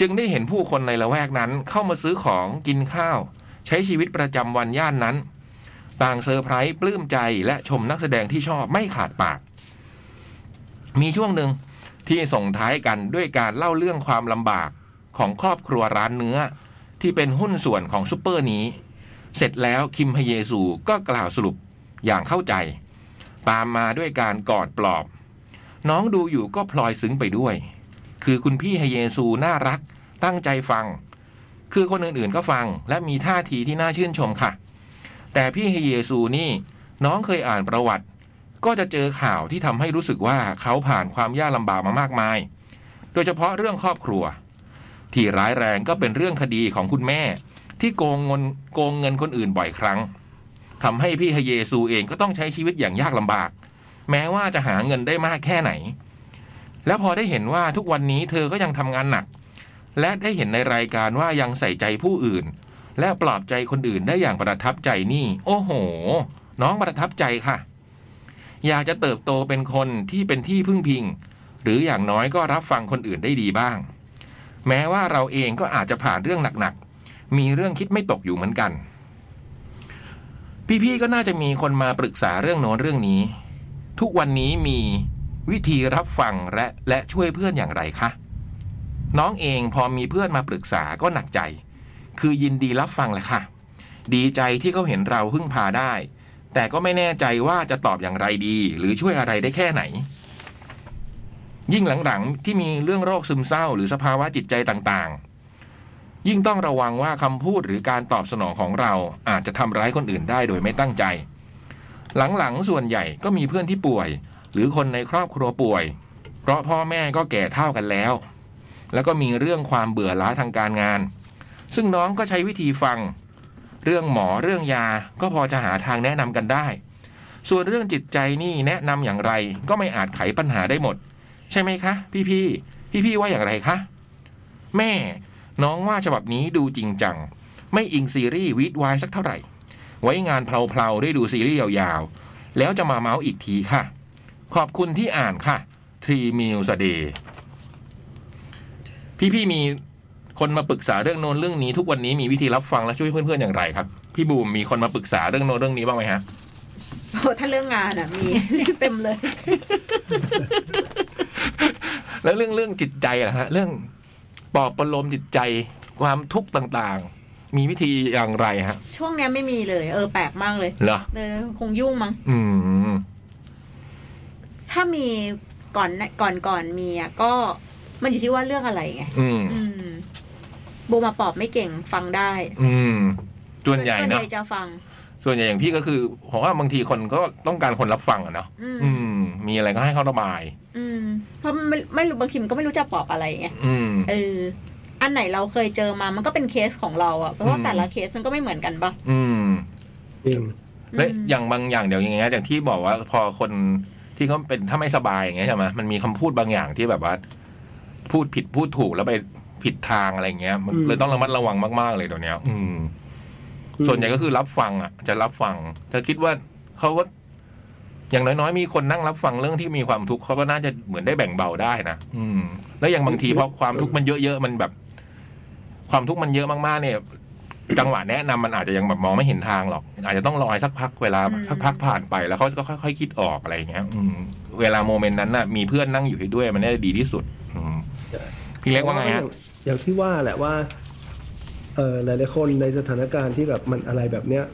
จึงได้เห็นผู้คนในละแวกนั้นเข้ามาซื้อของกินข้าว ใช้ชีวิตประจำวันย่านนั้น ต่างเซอร์ไพรส์ปลื้มใจและชมนักแสดงที่ชอบไม่ขาดปาก มีช่วงหนึ่งที่ส่งท้ายกันด้วยการเล่าเรื่องความลำบากของครอบครัวร้านเนื้อ ที่เป็นหุ้นส่วนของซุปเปอร์นี้ เสร็จแล้วคิมฮเยซูก็กล่าวสรุปอย่างเข้าใจ ตามมาด้วยการกอดปลอบ น้องดูอยู่ก็พลอยซึ้งไปด้วย คือคุณพี่ฮเยซูน่ารัก ตั้งใจฟัง คือคนอื่นๆก็ฟัง และมีท่าทีที่น่าชื่นชมค่ะ แต่พี่ฮเยซูนี่น้องเคยอ่านประวัติ ก็จะเจอข่าวที่ทำให้รู้สึกว่าเขาผ่านความยากลำบากมามากมาย โดยเฉพาะเรื่องครอบครัว ที่ร้ายแรงก็เป็นเรื่องคดีของคุณแม่ ที่โกงเงินโกงเงินคนอื่นบ่อยครั้งทำให้พี่ฮเยซูเองก็ต้องใช้ชีวิตอย่างยากลำบาก แม้ว่าจะหาเงินได้มากแค่ไหน แล้วพอได้เห็นว่าทุกวันนี้เธอก็ยังทำงานหนัก และได้เห็นในรายการว่ายังใส่ใจผู้อื่น และปลอบใจคนอื่นได้อย่างประทับใจนี่ โอ้โห น้องประทับใจค่ะ อยากจะเติบโตเป็นคนที่เป็นที่พึ่งพิง หรืออย่างน้อยก็รับฟังคนอื่นได้ดีบ้าง แม้ว่าเราเองก็อาจจะผ่านเรื่องหนักๆ มีเรื่องคิดไม่ตกอยู่เหมือนกัน พี่ๆก็น่าจะมีคนมาปรึกษาเรื่องโน้นเรื่องนี้ ทุกวันนี้มีวิธีรับฟังและและช่วยเพื่อนอย่างไรคะ น้องเองพอมีเพื่อนมาปรึกษาก็หนักใจ คือยินดีรับฟังแหละค่ะ ดีใจที่เขาเห็นเราพึ่งพาได้ แต่ก็ไม่แน่ใจว่าจะตอบอย่างไรดี หรือช่วยอะไรได้แค่ไหน ยิ่งหลังๆ ที่มีเรื่องโรคซึมเศร้าหรือสภาวะจิตใจต่างๆ ยิ่งต้องระวังว่าคำพูดหรือการตอบสนองของเราอาจจะทำร้ายคนอื่นได้โดยไม่ตั้งใจ หลังๆ ส่วนใหญ่ก็มีเพื่อนที่ป่วย หรือคนในครอบครัวป่วย เพราะพ่อแม่ก็แก่เท่ากันแล้ว แล้วก็มีเรื่องความเบื่อล้าทางการงาน ซึ่งน้องก็ใช้วิธีฟัง เรื่องหมอเรื่องยาก็พอจะหาทางแนะนำกันได้ ส่วนเรื่องจิตใจนี่แนะนำอย่างไรก็ไม่อาจไขปัญหาได้หมด ใช่ไหมคะ พี่พี่พี่พี่ๆว่าอย่างไรคะ แม่ น้องว่าฉบับนี้ดูจริงจัง ไม่อิงซีรีส์วิดวายสักเท่าไหร่ ไว้งานเพลาๆได้ดูซีรีส์ยาวๆ แล้วจะมาเมาส์อีกทีค่ะ ขอบคุณที่อ่านค่ะทรีมิวสเดย์พี่พี่ๆมีคนมาปรึกษาเรื่องโน้นเรื่องนี้ทุกวันนี้มีวิธีรับฟังและช่วยเพื่อนๆอย่างไรครับ พี่บูมมีคนมาปรึกษาเรื่องโน้นเรื่องนี้บ้างไหมฮะ
โอ้ถ้าเรื่องงานอ่ะ มี เต็มเลย
แล้วเรื่องเรื่องจิตใจล่ะฮะเรื่องปลอบประโลมจิตใจความทุกข์ต่างๆ มีวิธีอย่างไรฮะ
ช่วงเนี้ยไม่มีเลยเออแปลกมากเลย
เหรอ
เออคงยุ่งมั้ง
อืม
ถ้ามีก่อนก่อนก่อนมีอ่ะก็มันอยู่ที่ว่าเรื่องอะไรไง
อืม
อืมโบมาปอบไม่เก่งฟังได้
อืมส่วนใหญ่
ส่วน
เนาะ
ใหญ่จะฟัง
ส่วนใหญ่อย่างพี่ก็คือผมว่าบางทีคนก็ต้องการคนรับฟังอะเนาะ
อืม
อืม มีอะไรก็ให้เขาระบาย
อืมเพราะไม่ไม่รู้บางทีมันก็ไม่รู้จะปอบอะไรไง
อืม
เอออันไหนเราเคยเจอมามันก็เป็นเคสของเราอ่ะเพราะว่า
อืม
แต่ละเคสมันก็ไม่เหมือนกันปะ
อืม
จริง
และ
อืม
อย่างบางอย่างเดี๋ยวอย่างเงี้ยอย่างที่บอกว่าพอคนที่เขาเป็นถ้าไม่สบายอย่างเงี้ยใช่ไหมมันมีคำพูดบางอย่างที่แบบว่า พูดผิดพูดถูกแล้วไปผิดทางอะไรเงี้ยมัน
อืม
เลยต้องระมัดระวังมากๆเลยเดี๋ยวเนี้ย อืม ส่วนใหญ่ก็คือรับฟังอ่ะ จะรับฟังจะคิดว่าเขาก็อย่างน้อยๆมีคนนั่งรับฟังเรื่องที่มีความทุกข์เขาก็น่าจะเหมือนได้แบ่งเบาได้นะอืม แล้วอย่างบางทีพอความทุกข์มันเยอะๆมันแบบ ความทุกข์มันเยอะมากๆเนี่ย จังหวะแนะนำมันอาจจะยังแบบมองไม่เห็นทางหรอก อาจจะต้องรอให้สักพักเวลาสักพักผ่านไปแล้วเขาก็ค่อยๆคิดออกอะไรอย่างเงี้ย อืม เวลาโมเมนต์นั้นน่ะมีเพื่อนนั่งอยู่ให้ด้วยมันน่าจะดีที่สุด อืมพี่เล็กว่าไงฮะ
อย่างที่ว่าแหละว่า เออหลายๆคนในสถานการณ์ที่แบบมันอะไรแบบเนี้ย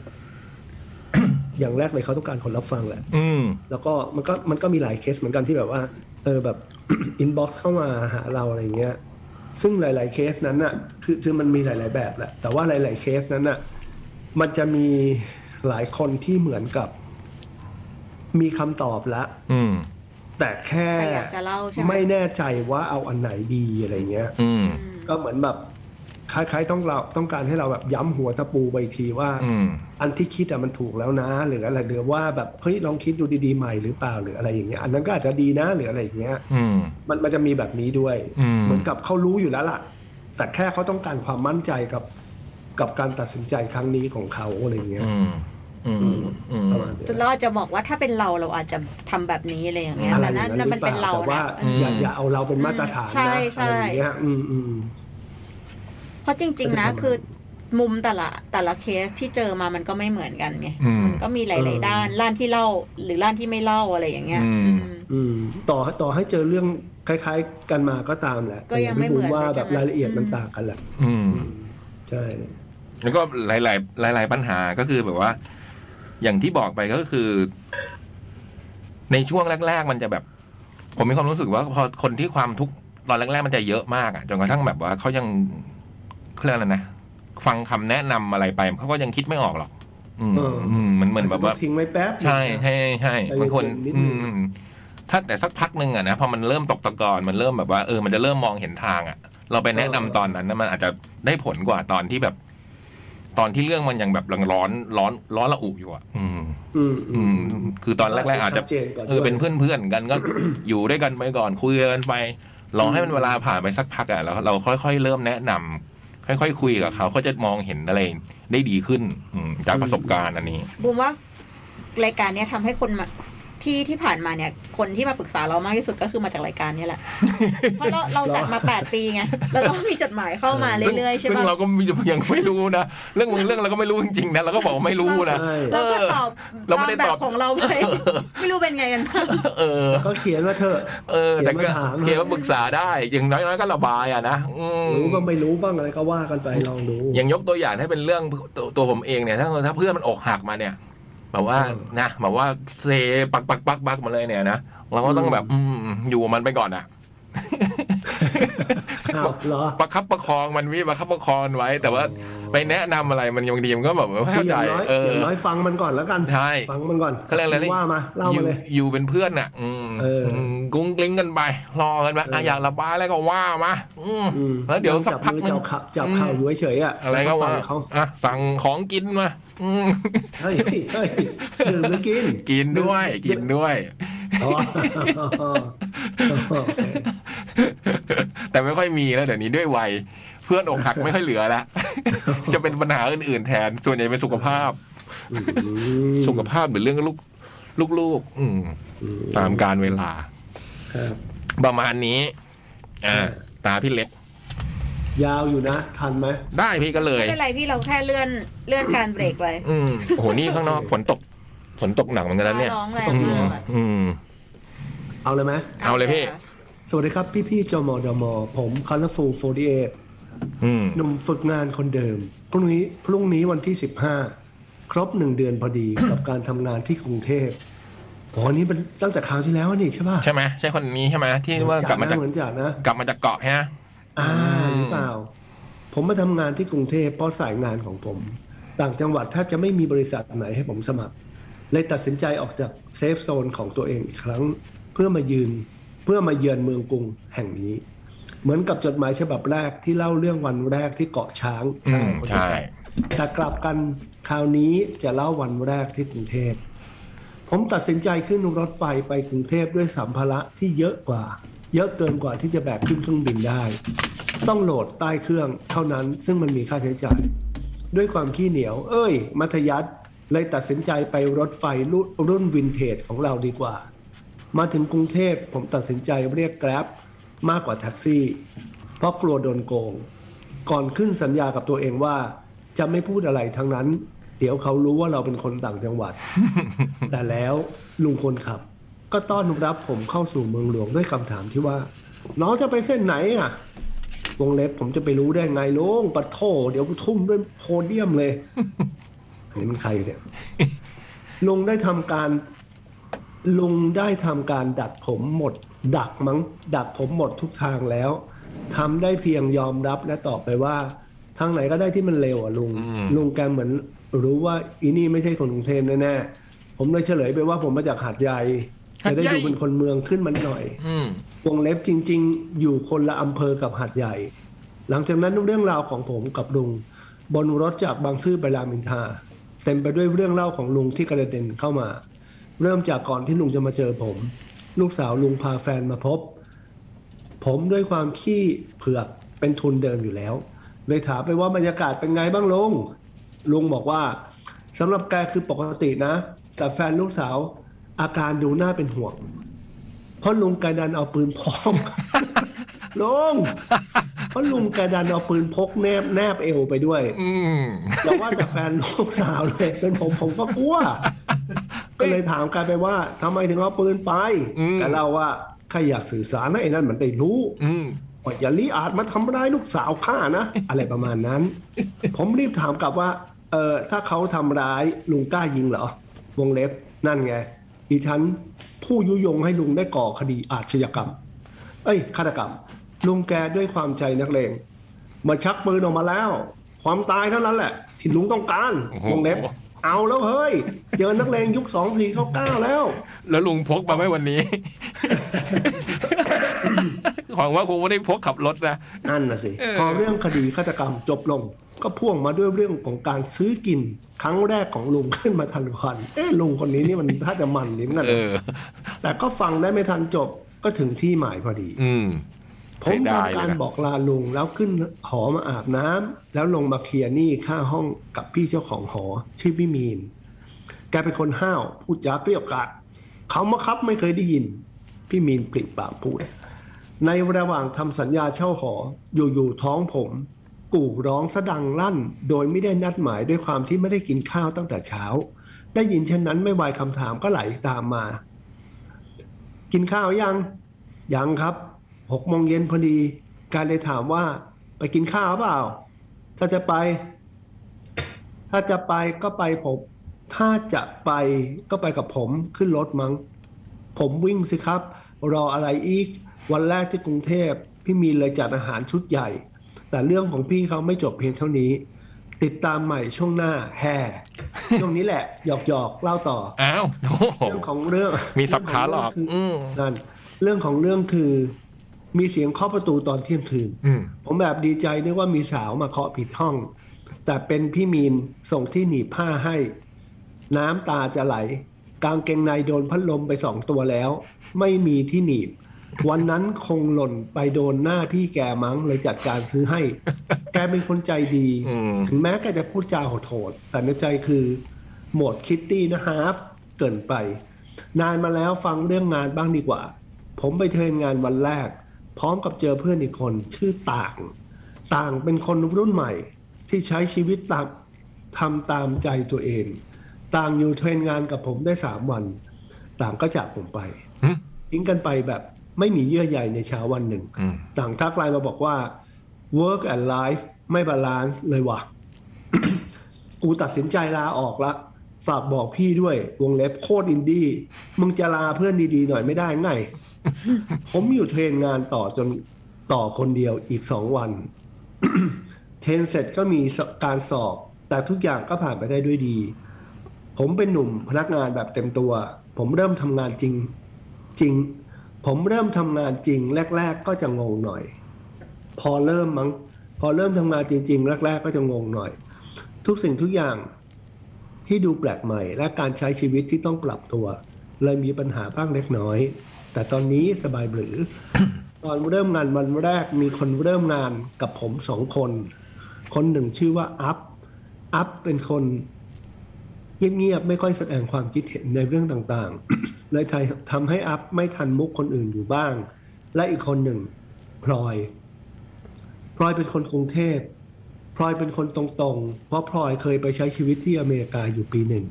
อย่างแรกเลยเขาต้องการคนรับฟังแหละ
อืม
แล้วก็มันก็มันก็มีหลายเคสเหมือนกันที่แบบว่า เออแบบ อินบ็อกซ์เข้ามาหาเราอะไรเงี้ย ซึ่งหลาย ๆ เคสนั้นน่ะ คือคือมันมีหลาย ๆ แบบแหละ แต่ว่าหลาย ๆ เคสนั้นน่ะ มันจะมีหลายคนที่เหมือนกับ มีคำตอบละ
อืม
แต่แค่
แต่อยากจะเล่าใช่ไหม
ไม่แน่ใจว่าเอาอันไหนดีอะไรเงี้ย
อืม
อืม
ก็เหมือนแบบคล้ายๆต้องเราต้องการให้เราแบบย้ำหัวตะปูไปอีกทีว่า
อืม
อันที่คิดอะมันถูกแล้วนะ หรืออะไรหรือว่าแบบเฮ้ยลองคิดดูดีๆใหม่หรือเปล่าหรืออะไรอย่างเงี้ยอันนั้นก็อาจจะดีนะหรืออะไรอย่างเงี้ย
อืม
มันมันจะมีแบบนี้ด้วย
อืม
เหมือนกับเขารู้อยู่แล้วล่ะ แต่แค่เขาต้องการความมั่นใจกับกับการตัดสินใจครั้งนี้ของเขาอะไรอย่างเงี้ย
อืม อืม อืม
ประมาณเนี้ย
เราอาจจะบอกว่าถ้าเป็นเราเราอาจจะทำแบบนี้อะไรอย่างเงี้ย
อะไร
แต่
อ
นั่
ย่านงนั้น
นั่น
ห
มั
รือ
น
เป
เป็น
ล่า
เรา
แต่ว่า
นะเออ
อย่าอย่าเอาเราเป็นมาตรฐาน
ใช่
นะ
ใช่
อะไรอย่างเงี้ยอืมอืม
เพราะจริง ๆ นะ
ก็จะประมาณ
คือมุมแต่ละแต่ละเคสที่เจอมามันก็ไม่เหมือนกันไง
อืม
มันก็มีหลายๆด้านด้านที่เล่าหรือด้านที่ไม่เล่าอะไรอย่างเงี้ย
อืม
อืม
อืมต่อต่อให้เจอเรื่องคล้าย ๆ กันมาก็ตามแหละ
ก็ยัง
แต่
ไม่เหมือน
รู้ว่า
เลยใช่
แบบ
ไหม
รายละเอียดมันต่างกันแหละ
อืม
ใช่
แล้วก็หลาย ๆ หลาย ๆ ปัญหาก็คือแบบว่า อย่างที่บอกไปก็คือ ในช่วงแรก ๆ มันจะแบบ ผมมีความรู้สึกว่าพอคนที่ความทุกข์ตอนแรก ๆ มันจะเยอะมากอะจนกระทั่งแบบว่าเขายังเครื่องอะไรนะฟังคำแนะนำอะไรไปเขาก็ยังคิดไม่ออกหรอก อืมอืมมันเหมือนแบบว่า
ต้องทิ้งไว้แป๊บหนึ่ง
ใช่
นะ
ใช่ใช่
ใจเย็นๆ
บางคน
นิดนึ
อื
ง
มถ้าแต่สักพักหนึ่งอะนะพอมันเริ่มตกตะกอนมันเริ่มแบบว่าเออมันจะเริ่มมองเห็นทางอะเราไปแนะนำตอนนั้นนะมันอาจจะได้ผลกว่าตอนที่แบบ ตอนที่เรื่องมันยังแบบร้อนร้อนร้อนระอุอยู่อะอืม
อืม
อื
อื
ม
ม
คือตอนแรก ๆ อาจจะ
ชัดเจนก่อน
เออเป็นเพื่อนๆกันก็ อยู่ด้วยกันไปก่อนคุยกันไปรอให้มันเวลาผ่านไปสักพักอ่ะแล้วเราค่อยๆเริ่มแนะนำค่อยๆคุยกับเขาเขาจะมองเห็นอะไรได้ดีขึ้น อืมจากประสบการณ์อันนี้
บูมว่ารายการเนี้ยทำให้คนมาที่ที่ผ่านมาเนี่ย คนที่มาปรึกษาเรามากที่สุดก็คือมาจากรายการเนี้ยแหละ เพราะเราเราจัดมาแปดปีไงเราก็มีจดหมายเข้ามาเรื่อยๆใช่
ซึ่ง
ปะ
เราก็ยังไม่รู้ นะ เรื่องมึงเรื่องเราก็ไม่รู้จริงๆนะเราก็บอกว่าไม่รู้นะ
ใช่
เราก็ตอบ
เออเราไม่
ตาม
ได้
แบ
ตอ
บบ ของเราไปไม่รู้เป็นไงกันบ้าง
เออ
ก็เขียนว่าเธอะ
เออ แต่ก็
เขียนมาถาม
เขียนมาปรึกษาได้ อย่างน้อยๆก็ระบายอ่ะนะอืม
รู้ก็ไม่รู้บ้างอะไรก็ว่ากันไปลองดู
อย่างยกตัวอย่างให้เป็นเรื่องตัวตัวผมเองเนี่ยถ้าถ้าเพื่อนมันอกหักมาเนี่ยแบบว่า
เออ
นะแบบว่าเซปักปักปักปักมาเลยเนี่ยนะเราก็ต้องแบบ อืมอยู่กับมันไปก่อนอ่ะ
อ้าวเหรอ
ประคับประคองมันวิประคับประคองไว้ แต่ว่าไปแนะนำอะไรมันบางทีมันก็แบบไม่
คือ
เข้า
อ
ใจ
ย่างน้อย
เออ
อย่างน้อยฟังมันก่อนแล้วกัน
ใช่
ฟังมันก่อน
เขาเรียกอะไรนะ
ว่ามาเล่า
อ
มา
ยู่
เลย
อยู่เป็นเพื่อนน่ะ อืม
เอออื
มกุ้งกลิ้งกันไป รอกันไป
เออ
อ่ะ
อ
อยากระบายแล้วก็ว่ามาอืม
อืม
แล้วเดี๋ยวสัก
จับ
พักห
มือ
นึง
จับขาจับ
อืม
เข่าอยู่เฉยๆอ่ะ
อะไรก็
ฟั
ว่าง
เขา
อ่ะสั่งของกินมาอืม
เฮ้ยเฮ้ยดื่มหรือกิน
กินด้วยกินด้วย
อ๋อโอเค
แต่ไม่ค่อยมีแล้วเดี๋ยวนี้ด้วยวัยเพื่อนอกหักไม่ค่อยเหลือละ จะเป็นปัญหาอื่นๆแทน ส่วนใหญ่เป็นสุขภาพ
อืม
สุขภาพหรือเรื่องลูกลูกๆอืม
อื
ตามการเวลา
ครับ
ประมาณนี้ อ่า ตาพี่เล็ก
ยาวอยู่นะ ทันไหม
ได้พี่ก็เลย
ไม่เป็นไรพี่เราแค่เลื่อนเลื่อนการเบรกไป
อืมโอ้โหนี่ข้างนอกฝนตกฝนตกหนักเหมือนกันนะเนี่ย
ร้องแรง
อื
มาม กอะ
อืม
เอาเลยไหม
เอาเลยพี่
สวัสดีครับ พี่พี่ๆจมดม ผมคาร์ลฟู48
อืม
หนุ่มฝึกงานคนเดิม พรุ่งนี้พรุ่งนี้วันที่ 15 ครบหนึ่งเดือนพอดี กับการทำงานที่กรุงเทพอ๋ออันนี้มันตั้งแต่คราวที่แล้วนี่ใช่ป่ะ
ใช่ไหมใช่คนนี้ใช่ไหมที่ว่ากลับมาจาก
เหมือนจากนะ
กลับมาจากเกาะฮะ
อ่า
อืม
หรือเปล่า ผมมาทำงานที่กรุงเทพเพราะสายงานของผม ต่างจังหวัดแทบจะไม่มีบริษัทไหนให้ผมสมัคร เลยตัดสินใจออกจากเซฟโซนของตัวเองอีกครั้ง เพื่อมายืนเพื่อมาเยือนเมืองกรุงแห่งนี้ เหมือนกับจดหมายฉบับแรกที่เล่าเรื่องวันแรกที่เกาะช้าง
อืม
คน
ใช่
เดียว แต่กลับกันคราวนี้จะเล่าวันแรกที่กรุงเทพ ผมตัดสินใจขึ้นรถไฟไปกรุงเทพด้วยสัมภาระที่เยอะกว่า เยอะเกินกว่าที่จะแบกขึ้นเครื่องบินได้ ต้องโหลดใต้เครื่องเท่านั้นซึ่งมันมีค่าใช้จ่าย ด้วยความขี้เหนียว เอ้ย มัธยัสถ์เลยตัดสินใจไปรถไฟรุ่นรุ่นวินเทจของเราดีกว่า มาถึงกรุงเทพผมตัดสินใจเรียกแกร็บมากกว่าแท็กซี่ เพราะกลัวโดนโกง ก่อนขึ้นสัญญากับตัวเองว่า จะไม่พูดอะไรทั้งนั้น เดี๋ยวเขารู้ว่าเราเป็นคนต่างจังหวัด แต่แล้วลุงคนขับ ก็ต้อนรับผมเข้าสู่เมืองหลวงด้วยคำถามที่ว่า น้องจะไปเส้นไหนอ่ะ วงเล็บผมจะไปรู้ได้ไงลุงปะโถเดี๋ยวกูทุ่มด้วยโพเดียม เลย อันนี้มันใครเนี่ย ลุงได้ทำการ ลุงได้ทำการดัดผมหมด ดักมัง้งดักผมหมดทุกทางแล้วทำได้เพียงยอมรับและตอบไปว่า ทางไหนก็ได้ที่มันเร็วอ่ะลุง
อืม
ลุงแกเหมือนรู้ว่าอีนี่ไม่ใช่คนกรุงเทพแน่ๆผมเลยเฉลยไปว่าผมมาจากหาดใหญ่จะได้ดูเป็นคนเมืองขึ้นมันหน่อย
อืม
วงเล็บจริงๆ อยู่คนละอำเภอกับหัดใหญ่ หลังจากนั้นเรื่องราวของผมกับลุง บนรถจากบางซื่อไปรามอินทราเต็มไปด้วยเรื่องเล่าของลุงที่กระเด็นเข้ามา เริ่มจากก่อนที่ลุงจะมาเจอผม ลูกสาวลุงพาแฟนมาพบ ผมด้วยความขี้เผือกเป็นทุนเดิมอยู่แล้ว เลยถามไปว่าบรรยากาศเป็นไงบ้างลุงลุงบอกว่าสำหรับแกคือปกตินะ แต่แฟนลูกสาวอาการดูน่าเป็นห่วง เพราะลุงแกดันเอาปืนพก ลุงเพราะลุงแกดันเอาปืนพกแนบแนบเอวไปด้วย
อืม
เราว่าจะแฟนลูกสาวเลยเป็นผมผมก็กลั ว ก็เลยถามกันไปว่าทำไมถึงเอาปืนไป
อืม
แต่เราว่าใครอยากสื่อสารให้ไอ้นั่นมันได้รู้
อืม
ว่าอย่าลีอาจมาทำร้ายลูกสาวข้านะ อะไรประมาณนั้น ผมรีบถามกลับว่า เออถ้าเขาทำร้ายลุงกล้ายิงเหรอ วงเล็บนั่นไงดิฉันผู้ยุยงให้ลุงได้ก่อคดีอาชญากรรม เอ้ยฆาตกรรม ลุงแกด้วยความใจนักเลงมาชักปืนออกมาแล้ว ความตายเท่านั้นแหละ ที่ลุงต้องการ
โอ้โห
วงเล็บ เอาแล้วเฮ้ย เจอนักเลงยุคสองสี่เขาเก้าแล้ว
แล้วลุงพกมาไหมวัน นี้ หวังว่าคงไม่ได้พกขับรถนะ
นั่นน่ะสิ
เออ
พอเรื่องคดีฆาตกรรมจบลง ก็พ่วงมาด้วยเรื่องของการซื้อกิน ครั้งแรกของลุงขึ้นมาทันควันเอ๊ะลุงคนนี้นี่มัน ถ้าจะมันลิ้นกัน
เออ
แต่ก็ฟังได้ไม่ทันจบก็ถึงที่หมายพอดี
อืม
ผ
เสี
ม
ยดายเลยนะ
ทำการบอกลาลุงแล้วขึ้นหอมาอาบน้ำแล้วลงมาเคลียร์หนี้ค่าห้องกับพี่เจ้าของหอ ชื่อพี่มีน แกเป็นคนห้าวพูดจาเกลี้ยกล่อมเขามาครับไม่เคยได้ยิน พี่มีนปริปากพูด ในระหว่างทำสัญญาเช่าหอ อยู่ๆท้องผม กู่ร้องสะดังลั่น โดยไม่ได้นัดหมายด้วยความที่ไม่ได้กินข้าวตั้งแต่เช้า ได้ยินเช่นนั้นไม่ไวายคำถามก็ไหลตามมา กินข้าวยัง ยังครับ หกโมงเย็นพอดี การเลยถามว่า ไปกินข้าวเปล่า ถ้าจะไป ถ้าจะไปก็ไปผม ถ้าจะไปก็ไปกับผมขึ้นรถมั้ง ผมวิ่งสิครับ รออะไรอีก วันแรกที่กรุงเทพพี่มีนเลยจัดอาหารชุดใหญ่ แต่เรื่องของพี่เขาไม่จบเพียงเท่านี้ ติดตามใหม่ช่วงหน้าแฮ่ช่วงนี้แหละหยอกหยอกๆเล่าต่อ
อ้าว โอ้โห
เรื่องของเรื่อง
มีสับขาหลอก
เรื่องขง
อืม
เรื่งคือนั่นเรื่องของเรื่องคือ มีเสียงเคาะประตูตอนเที่ยงคืน
อืม
ผมแบบดีใจนึกว่ามีสาวมาเคาะผิดห้อง แต่เป็นพี่มีนส่งที่หนีบผ้าให้ น้ำตาจะไหล กางเกงในโดนพัดลมไปสองตัวแล้ว ไม่มีที่หนีบ วันนั้นคงหล่นไปโดนหน้าพี่แกมั้งเลยจัดการซื้อให้ แกเป็นคนใจดี
อืม
ถึงแม้แกจะพูดจาโหดโหดๆแต่ในใจคือ โหมดคิตตี้นะฮาฟเกินไป นานมาแล้วฟังเรื่องงานบ้างดีกว่า ผมไปเทรนงานวันแรก พร้อมกับเจอเพื่อนอีกคนชื่อต่าง ต่างเป็นคนรุ่นใหม่ที่ใช้ชีวิตตามทำตามใจตัวเอง ต่างอยู่เทรนงานกับผมได้สามวัน ต่างก็จากผมไป
หึ
ทิ้งกันไปแบบไม่มีเยื่อใยในเช้าวันหนึ่ง
อืม
ต่างทักไลน์มาบอกว่า work and life ไม่บาลานซ์เลยว่ะ กูตัดสินใจลาออกละ ฝากบอกพี่ด้วยวงเล็บโคตรอินดี้มึงจะลาเพื่อนดีๆหน่อยไม่ได้ไง ผมอยู่เทรนงานต่อจนต่อคนเดียวอีกสองวัน เทรนเสร็จก็มีการสอบ แต่ทุกอย่างก็ผ่านไปได้ด้วยดี ผมเป็นหนุ่มพนักงานแบบเต็มตัว ผมเริ่มทำงานจริงจริง ผมเริ่มทำงานจริง แรก ๆ ก็จะงงหน่อย พอเริ่มมั้งพอเริ่มทำงานจริง ๆ แรก ๆ ก็จะงงหน่อย ทุกสิ่งทุกอย่างที่ดูแปลกใหม่ และการใช้ชีวิตที่ต้องปรับตัว เลยมีปัญหาบ้างเล็กน้อย แต่ตอนนี้สบายหรือ ตอนเริ่มงานวันแรกมีคนเริ่มงานกับผมสองคน คนหนึ่งชื่อว่าอัพ อัพเป็นคน เงียบๆไม่ค่อยแสดงความคิดเห็นในเรื่องต่างๆ เลยทำให้อัพไม่ทันมุกคนอื่นอยู่บ้าง และอีกคนหนึ่งพลอย พลอยเป็นคนกรุงเทพพลอยเป็นคนตรงๆ เพราะพลอยเคยไปใช้ชีวิตที่อเมริกาอยู่ปีหนึ่ง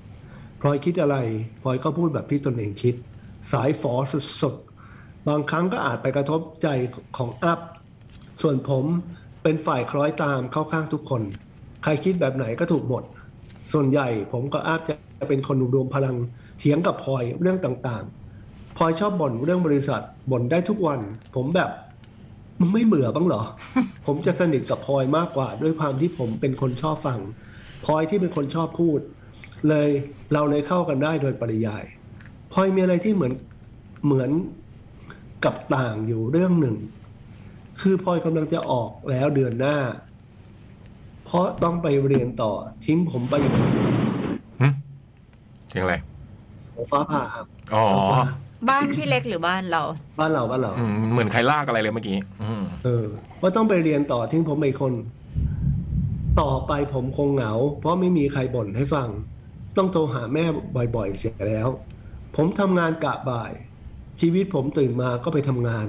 พลอยคิดอะไรพลอยก็พูดแบบที่ตนเองคิด สายฝอสุดๆบางครั้งก็อาจไปกระทบใจของอัพ ส่วนผมเป็นฝ่ายคล้อยตามเข้าข้างทุกคน ใครคิดแบบไหนก็ถูกหมด ส่วนใหญ่ผมก็อาจจะเป็นคนรวมพลังเถียงกับพลอยเรื่องต่างๆพลอยชอบบ่นเรื่องบริษัทบ่นได้ทุกวัน ผมแบบมึงไม่เบื่อบ้างเหรอ ผมจะสนิทกับพลอยมากกว่า ด้วยความที่ผมเป็นคนชอบฟังพลอยที่เป็นคนชอบพูด เลยเราเลยเข้ากันได้โดยปริยายพลอยมีอะไรที่เหมือนเหมือนกับต่างอยู่เรื่องหนึ่ง คือพลอยกำลังจะออกแล้วเดือนหน้า เพราะต้องไปเรียนต่อทิ้งผมไปอย่าง
เสียงอะไร
ฟ้าผ่าครับ
อ๋อ
บ้านพี่เล็กหรือบ้านเรา
บ้านเราบ้านเรา
อืม เหมือนใครลากอะไรเลยเมื่อกี้ อืม
เออว่าต้องไปเรียนต่อทิ้งผมไปคน ต่อไปผมคงเหงา เพราะไม่มีใครบ่นให้ฟัง ต้องโทรหาแม่บ่อยๆเสียแล้ว ผมทำงานกะบ่าย ชีวิตผมตื่นมาก็ไปทำงาน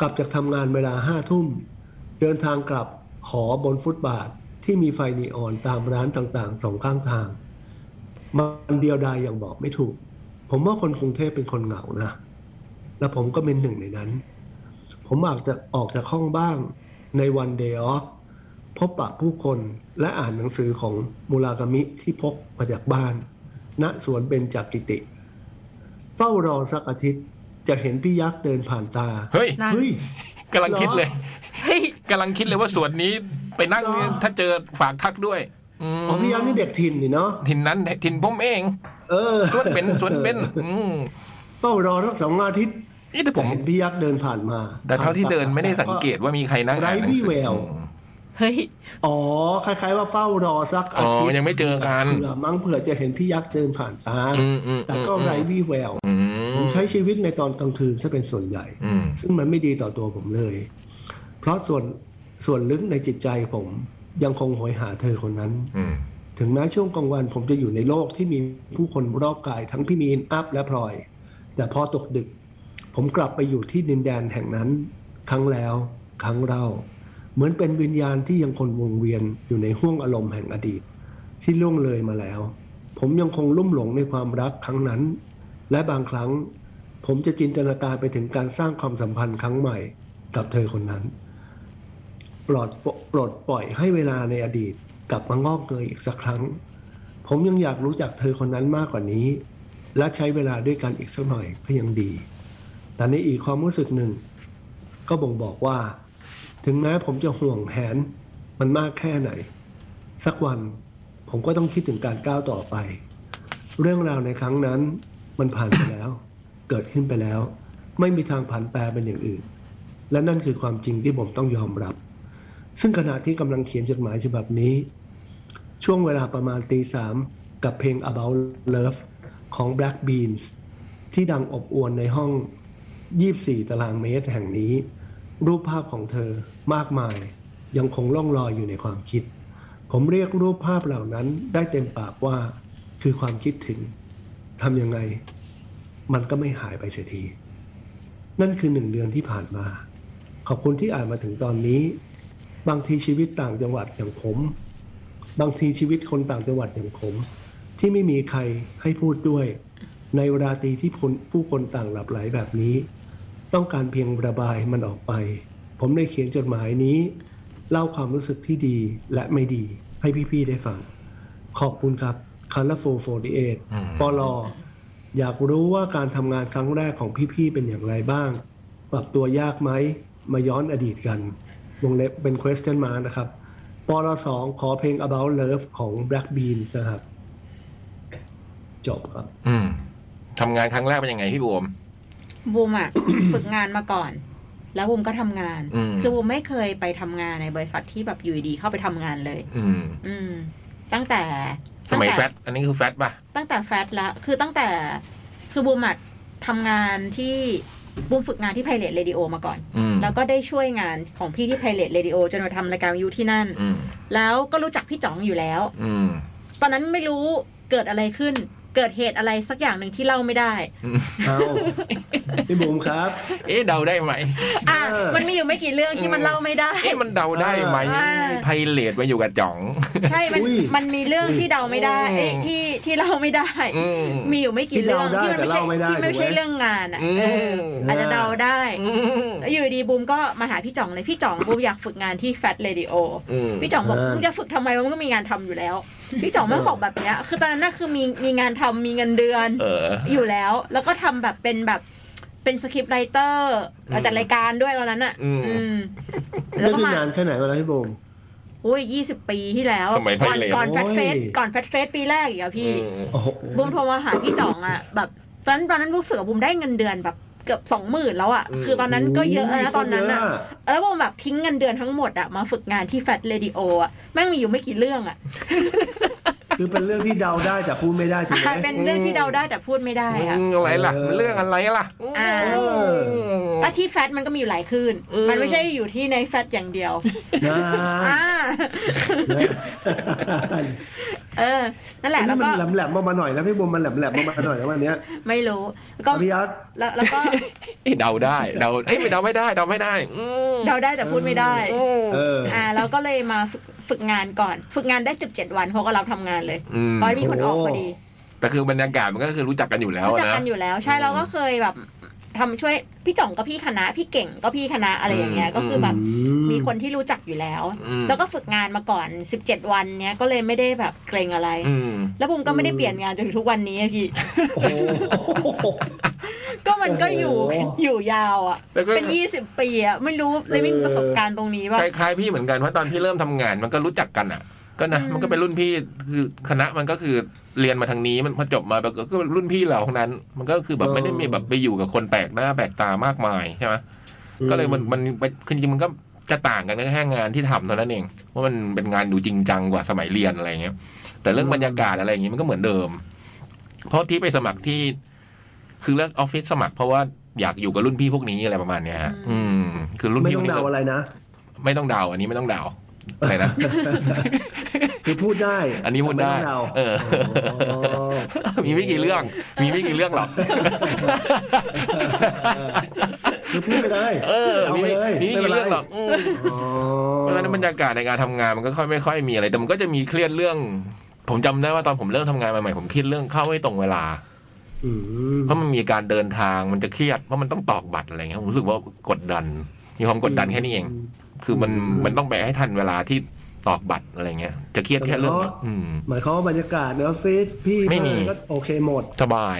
กลับจากทำงานเวลาห้าทุ่ม เดินทางกลับหอบนฟุตบาทที่มีไฟนีออนตามร้านต่างๆสองข้างทาง มันเดียวดายอย่างบอกไม่ถูก ผมว่าคนกรุงเทพเป็นคนเหงานะ และผมก็เป็นหนึ่งในนั้น ผมอาจจะออกจากห้องบ้างในวัน day off พบปะผู้คนและอ่านหนังสือของมูรากามิที่พกมาจากบ้าน ณสวนเบญจกิติ เฝ้ารอสักอาทิตย์ จะเห็นพี่ยักษ์เดินผ่านตา
เฮ้ย
นั่น
เฮ้ย
กำลังคิด เลยกำลังคิดเลยว่าสวนนี้ไปนั่ง
เหรอ
ถ้าเจอฝากทักด้วย อืม
อ๋อพี่ยักษ์นี่เด็กถิ่นนี่เนาะ
ถิ่นนั้นถิ่นผมเอง
เออ
สวนเป็น สวนเป็นอืม
เฝ้ารอทั้งสองอาทิตย์
นี่แต่ผ
จะ
ม
เห็นพี่ยักษ์เดินผ่านมา
แต่เท่าที่เดินไม่ได้สังเกต
แต่
ว่ามีใครนั่งอ่านหนัง
ไร้วี่
สือ
แวว
อืม
เฮ้ย
อ๋อคล้ายๆว่าเฝ้ารอสักอาทิต
อ๋อ
ย์
ยังไม่เจอกัน
เผื่อมั้งเผื่อจะเห็นพี่ยักษ์เดินผ่านตา
อืมอืม
แต่
อืม
ก็ไร้วี่แวว
อื
ผม มใช้ชีวิตในตอนกลางคืนซะเป็นส่วนใหญ่
อืม
ซึ่งมันไม่ดีต่อตัวผมเลย เพราะส่วนส่วนลึกในจิตใจผมยังคงหอยหาเธอคนนั้น
อืม
ถึงแม้ช่วงกลางวันผมจะอยู่ในโลกที่มีผู้คนรอบกายทั้งพี่มีนอัพและพลอย แต่พอตกดึก ผมกลับไปอยู่ที่ดินแดนแห่งนั้น ครั้งแล้ว ครั้งเรา เหมือนเป็นวิญญาณที่ยังคงวงเวียนอยู่ในห้วงอารมณ์แห่งอดีต ที่ล่วงเลยมาแล้ว ผมยังคงลุ่มหลงในความรักครั้งนั้น และบางครั้ง ผมจะจินตนาการไปถึงการสร้างความสัมพันธ์ครั้งใหม่กับเธอคนนั้น ปลดปลดปล่อยให้เวลาในอดีต กลับมางอกเงยอีกสักครั้ง ผมยังอยากรู้จักเธอคนนั้นมากกว่านี้ และใช้เวลาด้วยกันอีกสักหน่อยก็ยังดี แต่ในอีกความรู้สึกหนึ่ง ก็บ่งบอกว่า ถึงแม้ผมจะห่วงแหนมันมากแค่ไหน สักวันผมก็ต้องคิดถึงการก้าวต่อไป เรื่องราวในครั้งนั้นมันผ่านไปแล้ว เกิดขึ้นไปแล้ว ไม่มีทางผันแปรเป็นอย่างอื่น และนั่นคือความจริงที่ผมต้องยอมรับ ซึ่งขณะที่กำลังเขียนจดหมายฉบับนี้ ช่วงเวลาประมาณตีสามกับเพลง About Love ของ Black Beans ที่ดังอบอวนในห้อง 24 ตารางเมตรแห่งนี้ รูปภาพของเธอมากมาย ยังคงล่องลอยอยู่ในความคิด ผมเรียกรูปภาพเหล่านั้นได้เต็มปากว่า คือความคิดถึงทำยังไง มันก็ไม่หายไปเสียที นั่นคือหนึ่งเดือนที่ผ่านมา ขอบคุณที่อ่านมาถึงตอนนี้ บางทีชีวิตต่างจังหวัดอย่างผม บางทีชีวิตคนต่างจังหวัดอย่างผม ที่ไม่มีใครให้พูดด้วย ในเวลาตรีที่ผู้ผู้คนต่างหลับไหลแบบนี้ ต้องการเพียงระบายมันออกไป ผมได้เขียนจดหมายนี้ เล่าความรู้สึกที่ดีและไม่ดีให้พี่ๆได้ฟัง ขอบคุณครับคันละโฟ48ปลออยากรู้ว่าการทำงานครั้งแรกของพี่ๆเป็นอย่างไรบ้าง ปรับตัวยากไหม มาย้อนอดีตกัน วงเล็บเป็น question mark นะครับปลอสองขอเพลง about love ของ black beans นะครับ จบครับ
อืมทำงานครั้งแรกเป็นยังไงพี่บวม
บูมอ่ะ ฝึกงานมาก่อน แล้วบูมก็ทำงาน
อืม
คือบูมไม่เคยไปทำงานในบริษัทที่แบบอยู่ดีๆเข้าไปทำงานเลย
อืม
อืม ตั้งแต่
สมัย
ตั้ง
แฟตอันนี้คือแฟตป่ะ
ตั้งแต่แฟตแล้วคือตั้งแต่คือบูมอ่ะทำงานที่บูมฝึกงานที่ไพเรตเรดิโอมาก่อน
อืม
แล้วก็ได้ช่วยงานของพี่ที่ไพเรตเรดิโอจนมาทำรายการวิทยุที่นั่น
อืม
แล้วก็รู้จักพี่จ๋องอยู่แล้ว
อืม
ตอนนั้นไม่รู้เกิดอะไรขึ้น เกิดเหตุอะไรสักอย่างหนึ่งที่เล่าไม่ได้
เอา พี่บุ๋มครับ
เอ๊ะเดาได้ไหม
อ่ะ
เออ
มันมีอยู่ไม่กี่เรื่องที่มันเล่าไม่ได้
เอ๊ะมันเดาได้ไหม
อ่า
ไพเลตมาอยู่กับจ่อง
ใช่ มัน
อุ้ย
มันมีเรื่องที่เดาไม่ได้เอ้ย
อืม
ที่ที่เล่าไม่ได้
อืม
มีอยู่ไม่กี่เรื่อง
ที่
ที่มั
เดาได้แต่เล่า
ไม่ใช่
ไม่ได้
ที่ไม่ใช่
ถูกไหม
เรื่องงานอ่ะ
อื
เออ
ม
อาจจะเดาได้
อืม
แล้วอยู่ดีบูมก็มาหาพี่จ่องเลยพี่จ่องบูมอยากฝึกงานที่แฟตเรดิโอ
อืม
พี่จ่องบอก
อ่ามึ
มึงจะฝึกทำไมวะมึงก็มีงานทำอยู่แล้ว พี่จ่องไม่งบอกแบบเนี้ยคือตอนนั้นน่ะคือมีมีงานทำมีเงินเดือน
เออ
อยู่แล้วแล้วก็ทำแบบเป็นแบบเป็นสคริปต์ไรเตอร์
อืม
จัดรายการด้วยตอนนั้นอ่ะ
อืม
อืมแล้ว
นี่
ก็
คื
มาน
อานแค่ไหนมาแล้วพี่บุ๋ม
อุ้ยยี่สิบปีที่แล้ว
สมัยไพ
ก่อน
เรต
ก่อนแฟตเฟส
โอ้ย
ก่อนแฟตเฟสปีแรกอีกอะพี่
อืม
โอ้โห
บุมโทรมาหาพี่จ่องอ่ะแบบตอนนั้นตอนนั้นรู้สึกว่าบุมได้เงินเดือนแบบเกือบสองหมื่นแล้วอ่ะคือตอนนั้นก็เยอะนะตอนนั้น
เย
อ่ะ แล้วบุมแบบทิ้งเงินเดือนทั้งหมดอ่ะมาฝึกงานที่แฟตเรดิโออ่ะแม่งมีอยู่ไม่กี่เรื่อง อ่ะ
คือเป็นเรื่องที่เดาได้แต่พูดไม่ได้ถูกไหม
เป็นเรื่องที่เดาได้แต่พูดไม่ได้อ่ะ
อืมอะไรล่ะมันเรื่องอะไรล่ะ
อ่า
อืม
ว่าที่แฟตมันก็มีอยู่หลายคืน
อืม
มันไม่ใช่อยู่ที่ในแฟตอย่างเดียว
นะ
อ่า เออ นั่นแหละ
อัน
แล้
นี้มั
ว
น
ก็
แหลมแหลมๆออกมาหน่อยนะพี่บุ๋มมันแหลมแหลมๆออกมาหน่อยนะวันเนี้ย
ไม่รู้แล้วก็
อภิยัต
แล้วแล้วก็
เอ๊ะเดาได้เดาเอ้ยไม่เดาไม่ได้เดาไม่ได้อืม
เดาได้แต่พูดไม่ได้
อืม
เออ
อ่า เราก็เลยมาฝึกฝึกงานก่อน ฝึกงานได้สิบเจ็ดวันเขาก็รับทำงานเลย
อืม
เพราะมีคนออกพอดี
แต่คือบรรยากาศมันก็คือรู้จักกันอยู่แล้ว
รู้จัก
นะ
กันอยู่แล้ว ใช่เราก็เคยแบบทำช่วยพี่จ่องก็พี่คณะ พี่เก่งก็พี่คณะอะไรอย่างเงี้ย
อืม
ก็คือแบบมีคน นที่รู้จักอยู่แล้ว
อืม
แล้วก็ฝึกงานมาก่อน 17 วันเนี้ยก็เลยไม่ได้แบบเกรงอะไร
อืม
แล้วบุมก็ไม่ได้เปลี่ยนงานจนถึงทุกวันนี้อะพี่
โอ้โห
ก็มันก็อยู่
โอ้โห
อยู่ยาวอ่ะ
แล้วก็
เป็นยี่สิบปีอ่ะ ไม่รู้เลยไม่มีประสบการณ์ตรงนี้ว่า
คล้ายๆพี่เหมือนกันเพราะตอนพี่เริ่มทำงานมันก็รู้จักกันอ่ะ ก็นะ
อืม
มันก็เป็นรุ่นพี่คือคณะมันก็คือเรียนมาทางนี้มันพอจบมาก็ก็รุ่นพี่เราทั้งนั้น มันก็คือแบบ
เออ
ไม่ได้มีแบบไปอยู่กับคนแปลกหน้าแปลกตามากมายใช่ไหมก็เลยมันมันมันคือจริงๆมันก็จะต่างกันแค่งานที่ทำเท่านั้นเองว่ามันเป็นงานดูจริงจังกว่าสมัยเรียนอะไรอย่างเงี้ย แต่เรื่องบรรยากาศอะไรอย่างงี้มันก็เหมือนเดิม เพราะที่ไปสมัครที่ คือเลือกออฟฟิศสมัคร เพราะว่าอยากอยู่กับรุ่นพี่พวกนี้อะไรประมาณเนี้ยฮะอืม คือรุ่น
ไม่
พี่พว
ต้อก ง
นี้ก็
เดาอะไรนะ
ไม่ต้องเดาอันนี้ไม่ต้องเดาอะไร นะ
คือพูดได้
อันนี้พูดได้
แต่ม่ต้องเดา
เออ
อ๋อ
มีไม่กี่เรื่อง มีไม่กี่เรื่องหรอก
คือพูดไปเลย
เออ
เอา
มีไม่
ไปเลย
มีไม่กี่เรื่องหรอกอืม
อ๋อ
เพราะฉะนั้นบรรยากาศในการทำงานมันก็ค่อยไม่ค่อยมีอะไร แต่มันก็จะมีเครียดเรื่อง ผมจำได้ว่าตอนผมเริ่มทำงานใหม่ๆผมเครียดเรื่องเข้าไม่ตรงเวลา
อืม
เพราะมันมีการเดินทางมันจะเครียดเพราะมันต้องตอกบัตรอะไรเงี้ยผมรู้สึกว่ากดดัน มีความกดดันแค่นี้เอง คือมันมันต้องไปให้ทันเวลาที่ตอกบัตรอะไรเงี้ย จะเครียดแค่เรื่อง
แต่ว่า
อืม
หมายความว่าบรรยากาศในออฟฟิศพี่
ไม่มี
าก็โอเคหมด
สบาย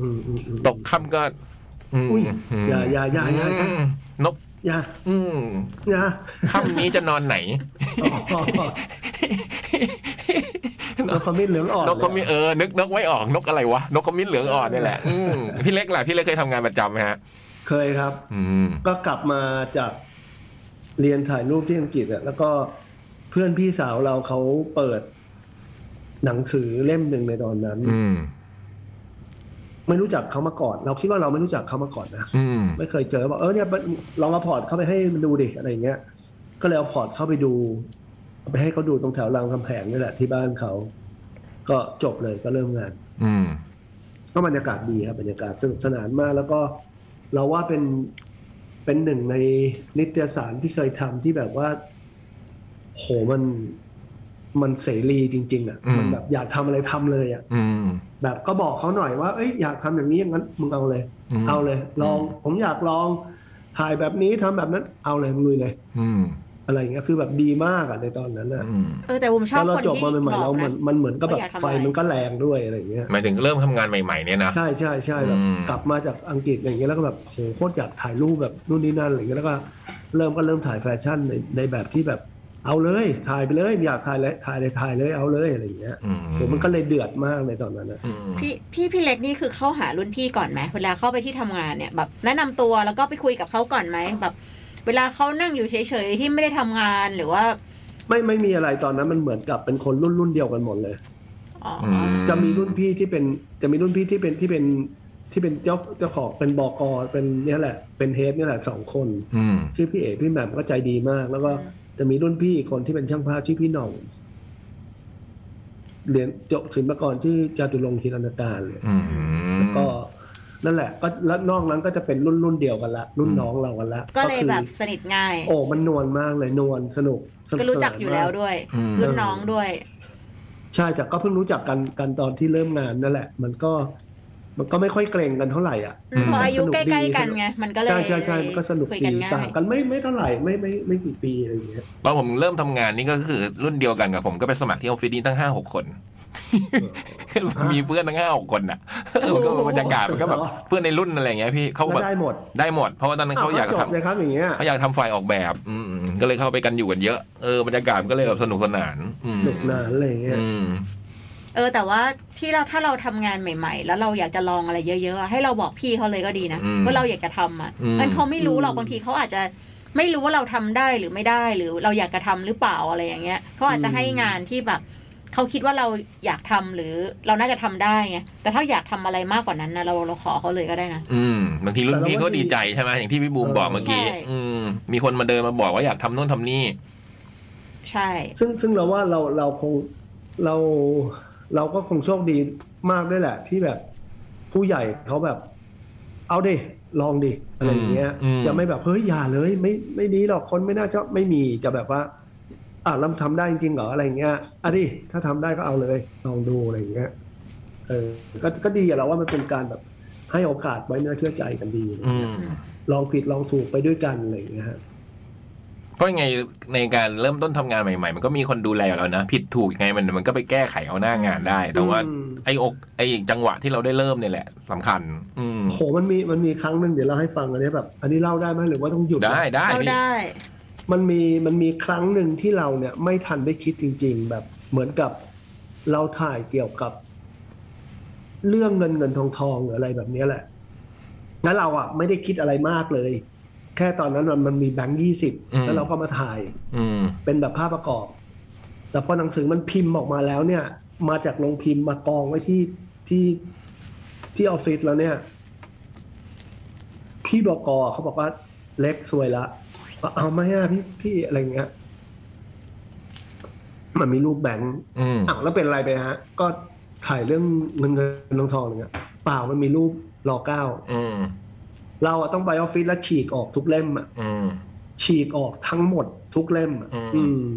อืมอืมอืม
ตกค่ำก็ม
อุ๊ยอย่าอย่าอย่าอย่า
มนก
อย่า
อืม
อย่า
ค่ำนี้จะนอนไหน
อ๋อแล้วคอมมิตเหลืองอ่อน
นกก็มีเออนึกนึกไว้ออกนกอะไรวะนกขมิ้นเหลืองอ่อนนี่แหละอืมพี่เล็กล่ะพี่เล็กเคยทำงานประจำไหมฮะ
เคยครับ
อืม
ก็กลับมาจากเรียนถ่ายรูปที่อังกฤษอะแล้วก็เพื่อนพี่สาวเราเขาเปิด หนังสือเล่มหนึ่งในตอนนั้น
อืม
ไม่รู้จักเขามาก่อน เราคิดว่าเราไม่รู้จักเขามาก่อนนะ
อืม
ไม่เคยเจอบอกเออเนี่ยลองเอาพอร์ตเข้าไปให้มันดูดิอะไรอย่างเงี้ย ก็เลยเอาพอร์ตเข้าไปดูเอาไปให้เขาดูตรงแถวรามคำแหงนี่แหละที่บ้านเขา ก็จบเลยก็เริ่มงาน
อืม
ก็บรรยากาศดีครับบรรยากาศสนุกสนานมาก แล้วก็เราว่าเป็นเป็นหนึ่งในนิตยสารที่เคยทำที่แบบว่าโหมันมันเสรีจริง ๆ อ่ะ
อืม
มันแบบอยากทำอะไรทำเลยอ่ะ
อืม
แบบก็บอกเขาหน่อยว่าเอ้ยอยากทำอย่างนี้อย่างนั้นมึงเอาเลย
อืม
เอาเลย ลองผมอยากลองถ่ายแบบนี้ทำแบบนั้นเอาเลยมึงลุยเลย
อืม
อะไรอย่างเงี้ยคือแบบดีมากอ่ะในตอนนั้นอ่ะ
อืม
เออแต่ผมชอบ
แล้วเรา
คน
จบ
ที่
มาใหม่ๆ
บ
เรา
อก
เหมื
นะ
อนมันเหมือนก็แบบ
ว่าอยากทำอะไร
ไฟมันก็แรงด้วยอะไรอย่างเงี้ย
หมายถึงเริ่มทำงานใหม่ ๆ เนี่ยนะ
ใช่ใช่ใช่แบบ
อืม
กลับมาจากอังกฤษอะไรอย่างเงี้ยแล้วก็แบบโหโคตรอยากถ่ายรูปแบบนู่นนี่นั่นอะไรอย่างเงี้ยแล้วก็เริ่มก็เริ่มถ่ายแฟชั่นในในแบบที่แบบ เอาเลยถ่ายไปเลยอยากถ่ายเลยถ่ายเลยถ่ายเลยเอาเลยอะไรอย่างเงี้ย
อืม
โหมันก็เลยเดือดมากเลยตอนนั้นนะ
อืม
พี่พี่พี่เล็กนี่คือเข้าหารุ่นพี่ก่อนไหมเวลาเข้าไปที่ทำงานเนี่ยแบบแนะนำตัวแล้วก็ไปคุยกับเขาก่อนไหมแบบ เวลาเขานั่งอยู่เฉยๆที่ไม่ได้ทำงานหรือว่า
ไม่ไม่มีอะไรตอนนั้นมันเหมือนกับเป็นคนรุ่นรุ่นเดียวกันหมดเลย
อ๋อ
อื
จะมีรุ่นพี่ที่เป็นจะมีรุ่นพี่ที่เป็นที่เป็นที่เป็นเจ้าเจ้าของเป็นบอกอเป็นเนี่ยแหละเป็นเฮดเนี่ยแหละสองคน
อืม
ชื่อพี่เอกพี่แหม่มก็ใจดีมาก แล้วก็จะมีรุ่นพี่อีกคนที่เป็นช่างภาพชื่อพี่หน่องเรียนจบศิลปากรชื่อจาตุรงค์ธีรนการเลย
อืม
ก็นั่นแหละ ก็แล้วนอกนั้นก็จะเป็นรุ่นรุ่นเดียวกันละ รุ่น
อืม
น้องเรากันละ
ก็เลย
คือ
แบบสนิทง่าย
โอ้มันนวลมากเลยนวลสนุกสนุ
ก็รู้จักอยู่แล้ว
สนานมา
ด้วย
อืม
รุ่นน้องด้วย
กใช่แต่ก็เพิ่งรู้จักกันกันตอนที่เริ่มงานนั่นแหละ มันก็ มันก็ไม่ค่อยเกรงกันเท่าไหร่อ่ะ
อืม
พออายุ
สนุกดี
ใกล้ๆกันไงมันก็เลย
ใช่ใช่ใช่มันก็สนุก
คุย
ดี
กันง่า
ต่าง
ย
กันไม่ไม่เท่าไหร่ไม่ไม่ไม่กี่ปีอะไรอย่างเงี้ย
ตอนผมเริ่มทำงานนี่ก็คือรุ่นเดียวกันกับผมก็ไปสมัครที่ออฟฟิศนี่ตั้งห้าหกค น มีเพื่อนตั้งห้าหกคนอ่ะ เออมันก็บรรยากาศมันก็แบบเพื่อนในรุ่นอะไรอย่างเงี้ยพี่เขาแบบ
ได้หมด
ได้หมด เพราะว่าตอนนั้นเขาอยาก
จ
ทำ
บเลยครับอย่างเงี้ย
เขาอยากทำฝ่ายออกแบบอืมอืมก็เลยเข้าไปกันอยู่กันเยอะเออบรรยากาศมันก็เลยแบบสนุกสนานอืม
หนุกหนานอะไรอย่างเงี้ย
อืม
เออแต่ว่าที่เราถ้าเราทำงานใหม่ ๆ แล้วเราอยากจะลองอะไรเยอะๆอะให้เราบอกพี่เขาเลยก็ดีนะ
อืม
ว่าเราอยากจะทำอ่ะ
อืม
มันเขาไม่รู้หรอกบางทีเขาอาจจะไม่รู้ว่าเราทำได้หรือไม่ได้หรือเราอยากจะทำหรือเปล่าอะไรอย่างเงี้ยเขาอาจจะให้งานที่แบบเขาคิดว่าเราอยากทำหรือเราน่าจะทำได้ไงแต่ถ้าอยากทำอะไรมากกว่านั้นนะเราเราขอเขาเลยก็ได้นะ
อืมบางทีรุ่นพี่ก็ดีใจใช่ไหมอย่างที่พี่บูมบอกเมื่อกี้
ใช่
อืมมีคนมาเดินมาบอกว่าอยากทำโน่นทำนี่
ใช่
ซึ่งซึ่งเราว่าเราเราคงเราเราก็คงโชคดีมากด้วยแหละ ที่แบบผู้ใหญ่เขาแบบ เอาดิลองดิอะไรอย่างเงี้ย
อืม
จะไม่แบบเฮ้ยอย่าเลย ไม่ไม่ดีหรอกคนไม่น่าจะไม่มีจะแบบว่า อ่ะเราทำได้จริงเหรออะไรอย่างเงี้ยอ่ะดิถ้าทำได้ก็เอาเลย ลองดูอะไรอย่างเงี้ยเออก็ก็ดีอะเราว่ามันเป็นการแบบให้โอกาสไว้เนื้อเชื่อใจกันดี
อืม
ลองผิดลองถูกไปด้วยกันอะไรอย่างเงี้ยฮะ
เพราะยังไงในการเริ่มต้นทำงานใหม่ ๆ มันก็มีคนดูแลอยู่แล้วนะผิดถูกยังไงมันมันก็ไปแก้ไขเอาหน้างานได้ แต่ว่า
อืม
ไอ้อกไอ้จังหวะที่เราได้เริ่มเนี่ยแหละสำคัญ อืม
โหมันมีมันมีครั้งหนึ่งเดี๋ยวเราให้ฟังอันนี้แบบ อันนี้เล่าได้ไหมหรือว่าต้องหยุดนะ
ได้ได้
เรา
พี่
ได้
มันมีมันมีครั้งหนึ่งที่เราเนี่ยไม่ทันได้คิดจริง ๆ แบบเหมือนกับเราถ่ายเกี่ยวกับ เรื่องเงินเงินทองทองหรืออะไรแบบเนี้ยแหละแล้วเราอ่ะไม่ได้คิดอะไรมากเลย แค่ตอนนั้นมันมันมีแบงค์ยี่สิบแล้วเราก็มาถ่าย
อืม
เป็นแบบภาพประกอบ แต่พอหนังสือมันพิมพ์ออกมาแล้วเนี่ย มาจากโรงพิมพ์มากองไว้ที่ที่ที่ออฟฟิศแล้วเนี่ย พี่บกเขาบอกว่าเล็กซวยละว่าเอาไหมอะพี่พี่อะไรเงี้ย มันมีรูปแบงค์
อืม
อ้าวแล้วเป็นอะไรไปฮะ ก็ถ่ายเรื่องเงินเงินทองทองอะไรเงี้ยเปล่ามันมีรูปรอเก้า
อืม
เราอะต้องไปออฟฟิศแล้วฉีกออกทุกเล่มอะ
อืม
ฉีกออกทั้งหมดทุกเล่มอะ
อืม
อืม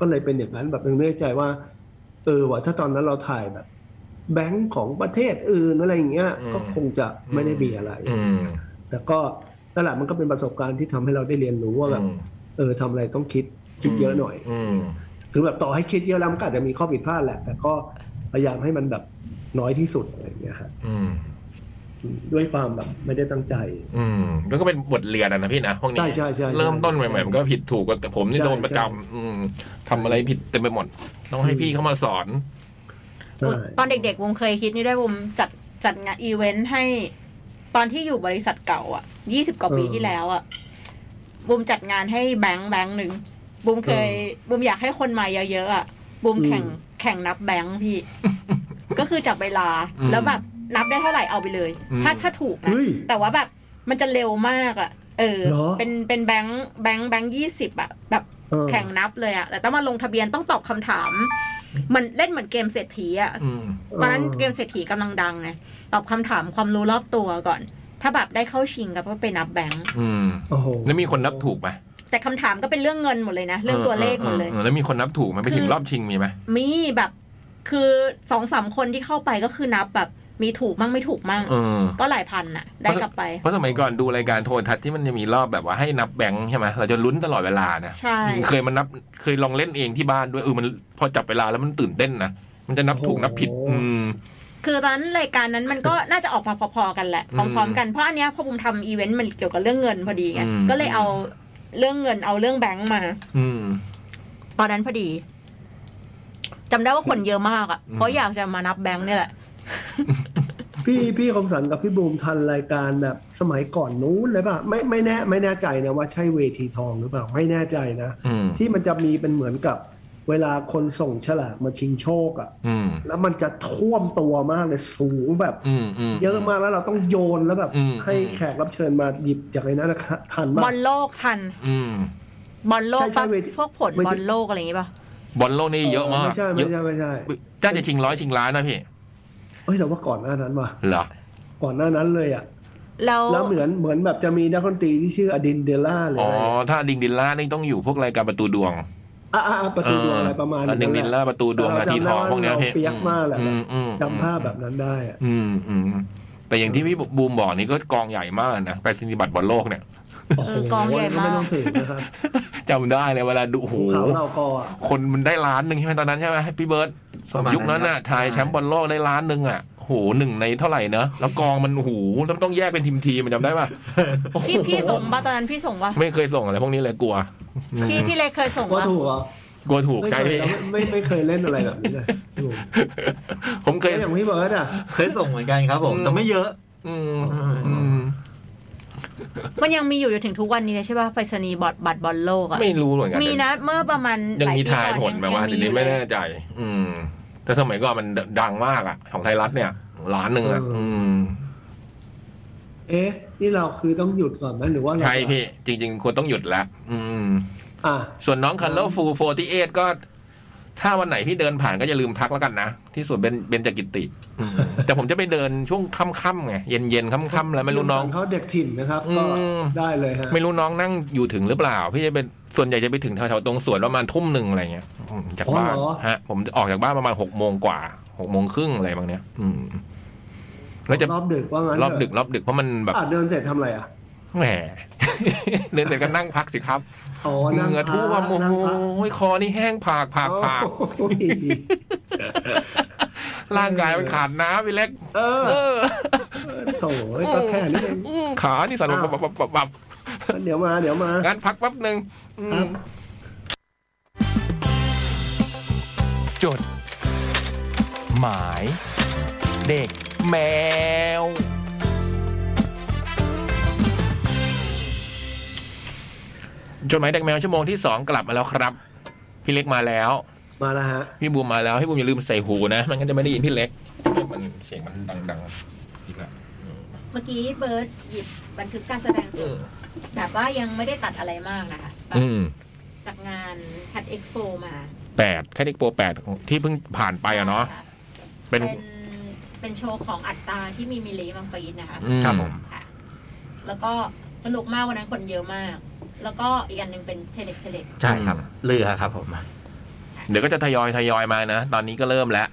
ก็เลยเป็นอย่างนั้นแบบนึกในใจว่า เออว่ะถ้าตอนนั้นเราถ่ายแบบ แบงค์ของประเทศอื่นอะไรอย่างเงี้ย ก็คงจะไม่ได้มีอะไร
อืม
แต่ก็นั่นแหละมันก็เป็นประสบการณ์ที่ทำให้เราได้เรียนรู้ว่าแบบเออทำอะไรต้องคิดคิดเยอะหน่อย
อืม
คือแบบต่อให้คิดเยอะแล้วมันก็อาจจะมีข้อผิดพลาดแหละ แต่ก็พยายามให้มันแบบน้อยที่สุดอะไรอย่างเงี้ยครับ
อืม
ด้วยความแบบ ไม่ได้ตั้งใจ
อืมแล้วก็เป็นบทเรียนอะนะพี่นะพวกนี้
ใช่ใช่ใช่ใช่
เริ่มต้นใหม่ๆมันก็ผิดถูกแต่ผมนี่
ใช่
โดนประจ
ใช่
ำอืมทำอะไรผิดเต็มไปหมด ต้องให้พี่เข้ามาสอน
ใช่
ตอนเด็กๆวงเคยคิดนี่ด้วยวงจัดจัดงานอีเวนต์ให้ ตอนที่อยู่บริษัทเก่าอ่ะยี่สิบกว่าปีที่แล้วอ่ะบุมจัดงานให้แบงค์แบงค์หนึ่งบุมเคยบุมอยากให้คนมาเยอะๆอ่ะบุมแข่งแข่งนับแบงค์ พี่ ก็คือจับเวลา
อืม
แล้วแบบนับได้เท่าไหร่เอาไปเลย
อืม
ถ้าถ้าถูกนะ
เฮ้ย
แต่ว่าแบบมันจะเร็วมากอ่ะ เออ
เหรอ
เป็นเป็นแบงค์แบงค์แบงค์ยี่สิบอ่ะแบบ
เออ
แข่งนับเลยอะแต่ต้องมาลงทะเบียนต้องตอบคำถามเหมันเล่นเหมือนเกมเศรษฐีอะ
อืม
ตอนนั้นเกมเศรษฐีกำลังดังไงตอบคำถามความรู้รอบตัวก่อน ถ้าแบบได้เข้าชิงก็ไปนับแบงค์
อืม
โอ้โห
แล้วมีคนนับถูกไหม
แต่คำถามก็เป็นเรื่องเงินหมดเลยนะ เรื่องตัวเลขหมดเลย
ออแล้วมีคนนับถูกไหมไปถึง
คือ
รอบชิงมีไหม
มีแบบคือสองสามคนที่เข้าไปก็คือนับแบบมีถูกมั่งไม่ถูกมั่ง
เออ
ก็หลายพันอะได้กลับไป
เพราะสมัยก่อนดูรายการโทรทัศน์ที่มันจะมีรอบแบบว่าให้นับแบงค์ใช่ไหมเราจะลุ้นตลอดเวลานะ
ใช่
เคยมันนับเคยลองเล่นเองที่บ้านด้วยเออมันพอจับเวลาแล้วมันตื่นเต้นนะมันจะนับถูกนับผิด อืม
คือตอนนั้นรายการนั้น มันก็น่าจะออกมาพอๆกันแหละพร้อมๆกันเพราะอันเนี้ยพอบุมทำอีเวนต์มันเกี่ยวกับเรื่องเงินพอดีไง
อืม
ก็เลยเอาเรื่องเงินเอาเรื่องแบงค์มา
อืม
ตอนนั้นพอดีจำได้ว่าคนเยอะมากอะ่ะ
อืม
เพราะอยากจะมานับแบงค์เนี่ยแหละ
พี่พี่คมสันกับพี่บูมทันรายการแบบสมัยก่อนนู้นเลยป่ะไม่ไม่แน่ไม่แน่ใจนะว่าใช่เวทีทองหรือเปล่าไม่แน่ใจนะ
อืม
ที่มันจะมีเป็นเหมือนกับเวลาคนส่งฉลากมาชิงโชคอะ่ะ
อืม
แล้วมันจะท่วมตัวมากเลยสูงแบบ
อืมอืม
เยอะมากแล้วเราต้องโยนแล้วแบบ
อืม
ให้แขกรับเชิญมาหยิบจากในนั้นนะคะทัน
บ
มาก
อลโลกทัน
อืม
บอลโลก
ใช่ใช่
ปะ
เวที
พวกผล
เวที
บอลโลกอะไรอย่างงี้ป่ะ
บอลโลกนี่เยอะมาก
ไม่ใช่
เย
ไม่
อะ
ใช่ไม่ใช่
น่าจะชิงร้อยชิงล้านนะพี่
เอ้ยแต่ว่าก่อนหน้านั้นว่ะ
เหรอ
ก่อนหน้านั้นเลยอ่ะ
แล้ว
แล้วเหมือนเหมือนแบบจะมีนักดนตรีที่ชื่ออดินเดล่าหรือ
อ๋อ
อะไร
ถ้าดิงดินล่านี่ต้องอยู่พวกรายการประตูดวง
อ่ะอ่ะอ่ะประตูดวงอะไรประมาณ
เออดิงดินล่าประตูดวงนาทีทองพวกเนี้ยพี่
เปียกมากแหละ
อืมอืมอืม
จำภาพแบบนั้นได้อะ
อืมอืมแต่อย่างที่พี่บูมบอกนี่ก็กองใหญ่มากนะไปสนิบัตรบอลโลกเนี่ย
โอ้โห
กองใหญ่มาก
ไม่ต้องสืบนะครับ
จำได้เลยเวลาดูโอ้โห
ภูเขาเรากออะ
คนมันได้ล้านหนึ่งใช่ไหมตอนนั้นใช่ไหมพี่เบิร์ต
ประมาณ
ยุคนั้นน่ะทายแชมป์บอลโลกได้ล้านหนึ่งอ่ะโอ้โหหนึ่งในเท่าไหร่เนอะแล้วกองมันโอ้โหแล้วต้องแยกเป็นทีมทีมันจำได้ป่ะ
พี่พี่ส่งป่ะตอนนั้นพี่ส่งป่ะ
ไม่เคยส่งอะไรพวกนี้เลยกลัวอืม
พี่พี่เล็กเคยส่ง
ว่า
ป่ะ
ถูกเหรอ่ะ
กลัวถูก
ไม่
ใจ
เคย
พี่
เราไม่ไม่ไม่เคยเล่นอะไรแบบนี้เลยถูก
ผมเค
แล้
ยว
อย่างพี่เบิร์ดอ่ะ
เคยส่งเหมือนกันครับผม แต่ไม่เยอะ
อืมอืม
มันยังมีอยู่จนถึงทุกวันนี้เลยใช่ป่ะไปสนีย์บอดบัตรบอลโลกอ่ะ
ไม่รู้เหมือนกัน
มีนะเมื่อประมาณ
ยังมี
หล
ทาย
ปี
ผ
ก่อ
ล
น
แบบว่า
ยั
เดี๋ย
ง
วนี้
อยู่
ไม่
เล
แน่
ย
ใจ อืม แต่สมัยก่อนมันดังมากอ่ะ ของไทยรัฐเนี่ยล้านหนึ่งอ่ะอืม
เอ๊ะ นี่เราคือต้องหยุดก่อนไหมหรือว่าเรา
ใช่พี่จริง ๆ ควรต้องหยุดแล้วอืม
อ่ะ
ส่วนน้องคันเลอร์ฟู48 ก็ ถ้าวันไหนพี่เดินผ่านก็อย่าลืมทักแล้วกันนะ ที่สวนเบนเบนจกิติอืมแต่ผมจะไปเดินช่วงค่ำๆไงเย็นๆค่ำๆแล้วไม่รู้น้อง
เขาเด็กถิ่นนะครับ
อืม
ก็ได้เลยฮะ
ไม่รู้น้องนั่งอยู่ถึงหรือเปล่า พี่จะเป็นส่วนใหญ่จะไปถึงแถวๆตรงสวนประมาณทุ่มหนึ่งอะไรเงี้ยอืมจากบ้านฮะ ผมจะออกจากบ้านประมาณหกโมงกว่าหกโมงครึ่งอะไรบางเนี้ย อืมแล้วจะ
รอบดึกว่างั้น
รอบดึกรอบดึกเพราะมันแบบ
อ่ะเดินเสร็จทำอะไรอ่ะ
แหม เดินเสร็จก็นั่งพักสิครับ
อ๋อ
เห
นั่ง
งื่อ
พั
ท่วม
ก
โอ้
นั่งพัก
โหคอนี่แห้งผากผากผาก
โอ้ย
ร่างกายมันขาดน้ำพี่เล็ก
เออ
เออ
โถยก็แค่นี้เอง
ขานี่สั่นปับปับปับปับปับ
เดี๋ยวมาเดี๋ยวมา
งั้นพักแป๊บหนึ่งอืม
ครับ
จด หมาย เด็กแมว จดหมายเด็กแมวชั่วโมงที่สองกลับมาแล้วครับ พี่เล็กมาแล้ว
มาแล้วฮะ
พี่บูมมาแล้วให้บูมอย่าลืมใส่หูนะไม่งั้นจะไม่ได้ยินพี่เล็กมันเสียงมันดังๆอีกแล้ว
เมื่อกี้เบิร์ดหยิบบันทึกการแสดงส
อื
ด
ม
แบบว่ายังไม่ได้ตัดอะไรมากนะคะแบบ
อืม
จากงานแคดเอ็กซ์โปมา
แปดแคดิกโปรแปดที่เพิ่งผ่านไปอะเนาะ
ค่
เป็น
เป็นเป็นโชว์ของอัตตาที่มีมิลลีมังฟีดนะคะ
อืม
ครับผม
ค่ะ แล้วก็สนุกมากวันนั้นคนเยอะมาก แล้วก็อีกอันหนึ่งเป็นเทเล็กเทเล็ก
ใช่ครับ เรือครับผม
เดี๋ยวก็จะทยอยทยอยมานะ ตอนนี้ก็เริ่มแล้ว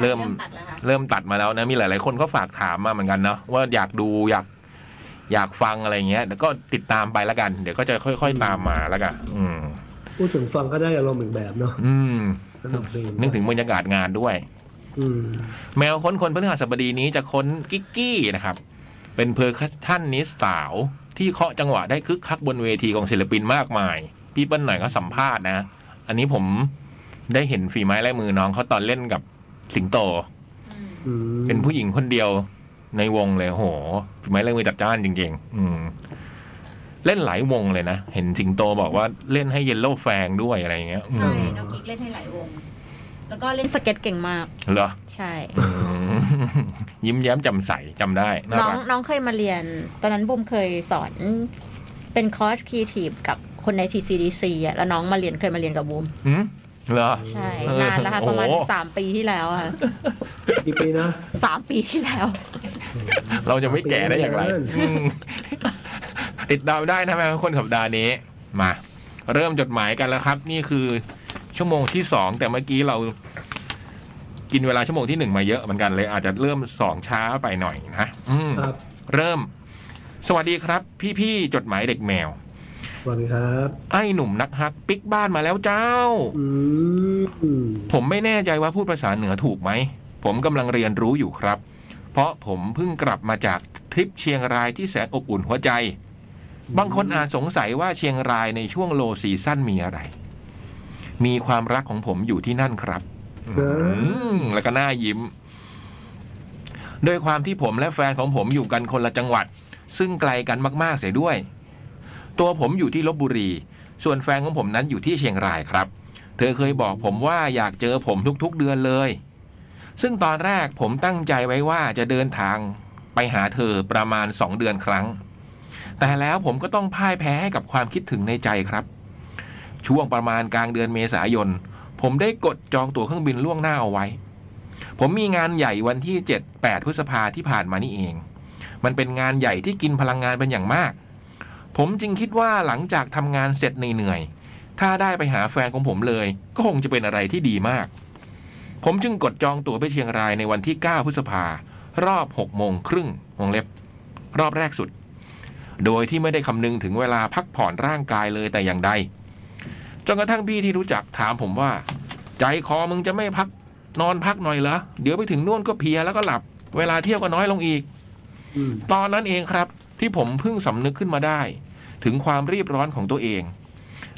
เริ่ม
ตัดแล้วค่ะ
เริ่มตัดมาแล้วนะ มีหลาย ๆ คนก็ฝากถามมาเหมือนกันเนาะว่าอยากดูอยากอยากฟังอะไรอย่างเงี้ยเดี๋ยวก็ติดตามไปแล้วกัน เดี๋ยวก็จะค่อย ๆ ตามมาแล้วกันอืม
พูดถึงฟังก็ได้อารมณ์อีกแบบเนาะ
อืม
สนุกดี
นึกถึงบรรยากาศงานด้วย
อืม
แมวค้นคนพฤหัสบดีนี้จะค้นกิกกี้นะครับ เป็นเพอร์คัชชันนิสสาว ที่เคาะจังหวะได้คึกคักบนเวทีของศิลปินมากมาย พี่เปิ้ลหน่อยก็สัมภาษณ์นะ อันนี้ผมได้เห็นฝีไม้ลายมือน้องเขาตอนเล่นกับสิงโต
อืม
เป็นผู้หญิงคนเดียวในวงเลยโหฝีไม้ลายมือจัดจ้านจริงๆ อืม เล่นหลายวงเลยนะ เห็นสิงโตบอกว่าเล่นให้เยลโล่แฟงด้วยอะไรอย่างเงี้ยอื
ใช่
ม
น้องกิ๊กเล่นให้หลายวง แล้วก็เล่นสเก็ตเก่งมาก
เหรอ
ใช่
อืม ยิ้มแย้มจำใสจำได้น่า
น้อง
รัก
น้องเคยมาเรียน ตอนนั้นบุมเคยสอนเป็นคอร์สครีเอทีฟกับคนใน TCDC อ่ะแล้วน้องมาเรียนเคยมาเรียนกับบุม
หืมเหรอ
ใช่
เออน
านแล้วค่ะประมาณ
โอ้โห
สามปีที่แล้วค่ะ
กี่ปีนะ
สามปีที่แล้ว
เราจะไม่แก่ได้อย่างไรอืม ติดตามได้นะแม่คนสัปดาห์นี้ มา เริ่มจดหมายกันแล้วครับ นี่คือชั่วโมงที่สองแต่เมื่อกี้เรากินเวลาชั่วโมงที่หนึ่งมาเยอะเหมือนกันเลย อาจจะเริ่มสองช้าไปหน่อยนะอืม
ครับ
เริ่ม สวัสดีครับ พี่ๆจดหมายเด็กแมว
สวัสดีครับ
ไอ้หนุ่มนักฮักปิกบ้านมาแล้วเจ้า
อืม
ผมไม่แน่ใจว่าพูดภาษาเหนือถูกไหม ผมกำลังเรียนรู้อยู่ครับ เพราะผมเพิ่งกลับมาจากทริปเชียงรายที่แสนอบอุ่นหัวใจ บางคนอาจสงสัยว่าเชียงรายในช่วงโลซีซั่นมีอะไร มีความรักของผมอยู่ที่นั่นครับ อืมแล้วก็หน้ายิ้ม ด้วยความที่ผมและแฟนของผมอยู่กันคนละจังหวัด ซึ่งไกลกันมากๆเสียด้วย ตัวผมอยู่ที่ลบบุรี ส่วนแฟนของผมนั้นอยู่ที่เชียงรายครับ เธอเคยบอกผมว่าอยากเจอผมทุกๆเดือนเลย ซึ่งตอนแรกผมตั้งใจไว้ว่าจะเดินทางไปหาเธอประมาณสองเดือนครั้ง แต่แล้วผมก็ต้องพ่ายแพ้ให้กับความคิดถึงในใจครับ ช่วงประมาณกลางเดือนเมษายน ผมได้กดจองตั๋วเครื่องบินล่วงหน้าเอาไว้ ผมมีงานใหญ่วันที่ 7 8 พฤษภาที่ผ่านมานี่เอง มันเป็นงานใหญ่ที่กินพลังงานเป็นอย่างมาก ผมจึงคิดว่าหลังจากทำงานเสร็จเหนื่อยๆ ถ้าได้ไปหาแฟนของผมเลย ก็คงจะเป็นอะไรที่ดีมาก ผมจึงกดจองตั๋วไปเชียงรายในวันที่ 9 พฤษภารอบ6โมงครึ่งวงเล็บ รอบแรกสุด โดยที่ไม่ได้คำนึงถึงเวลาพักผ่อนร่างกายเลยแต่อย่างใด จนกระทั่งพี่ที่รู้จักถามผมว่า ใจคอมึงจะไม่พักนอนพักหน่อยเหรอ เดี๋ยวไปถึงนู่นก็เพลียแล้วก็หลับ เวลาเที่ยวก็น้อยลงอีก
อืม
ตอนนั้นเองครับที่ผมเพิ่งสำนึกขึ้นมาได้ ถึงความรีบร้อนของตัวเอง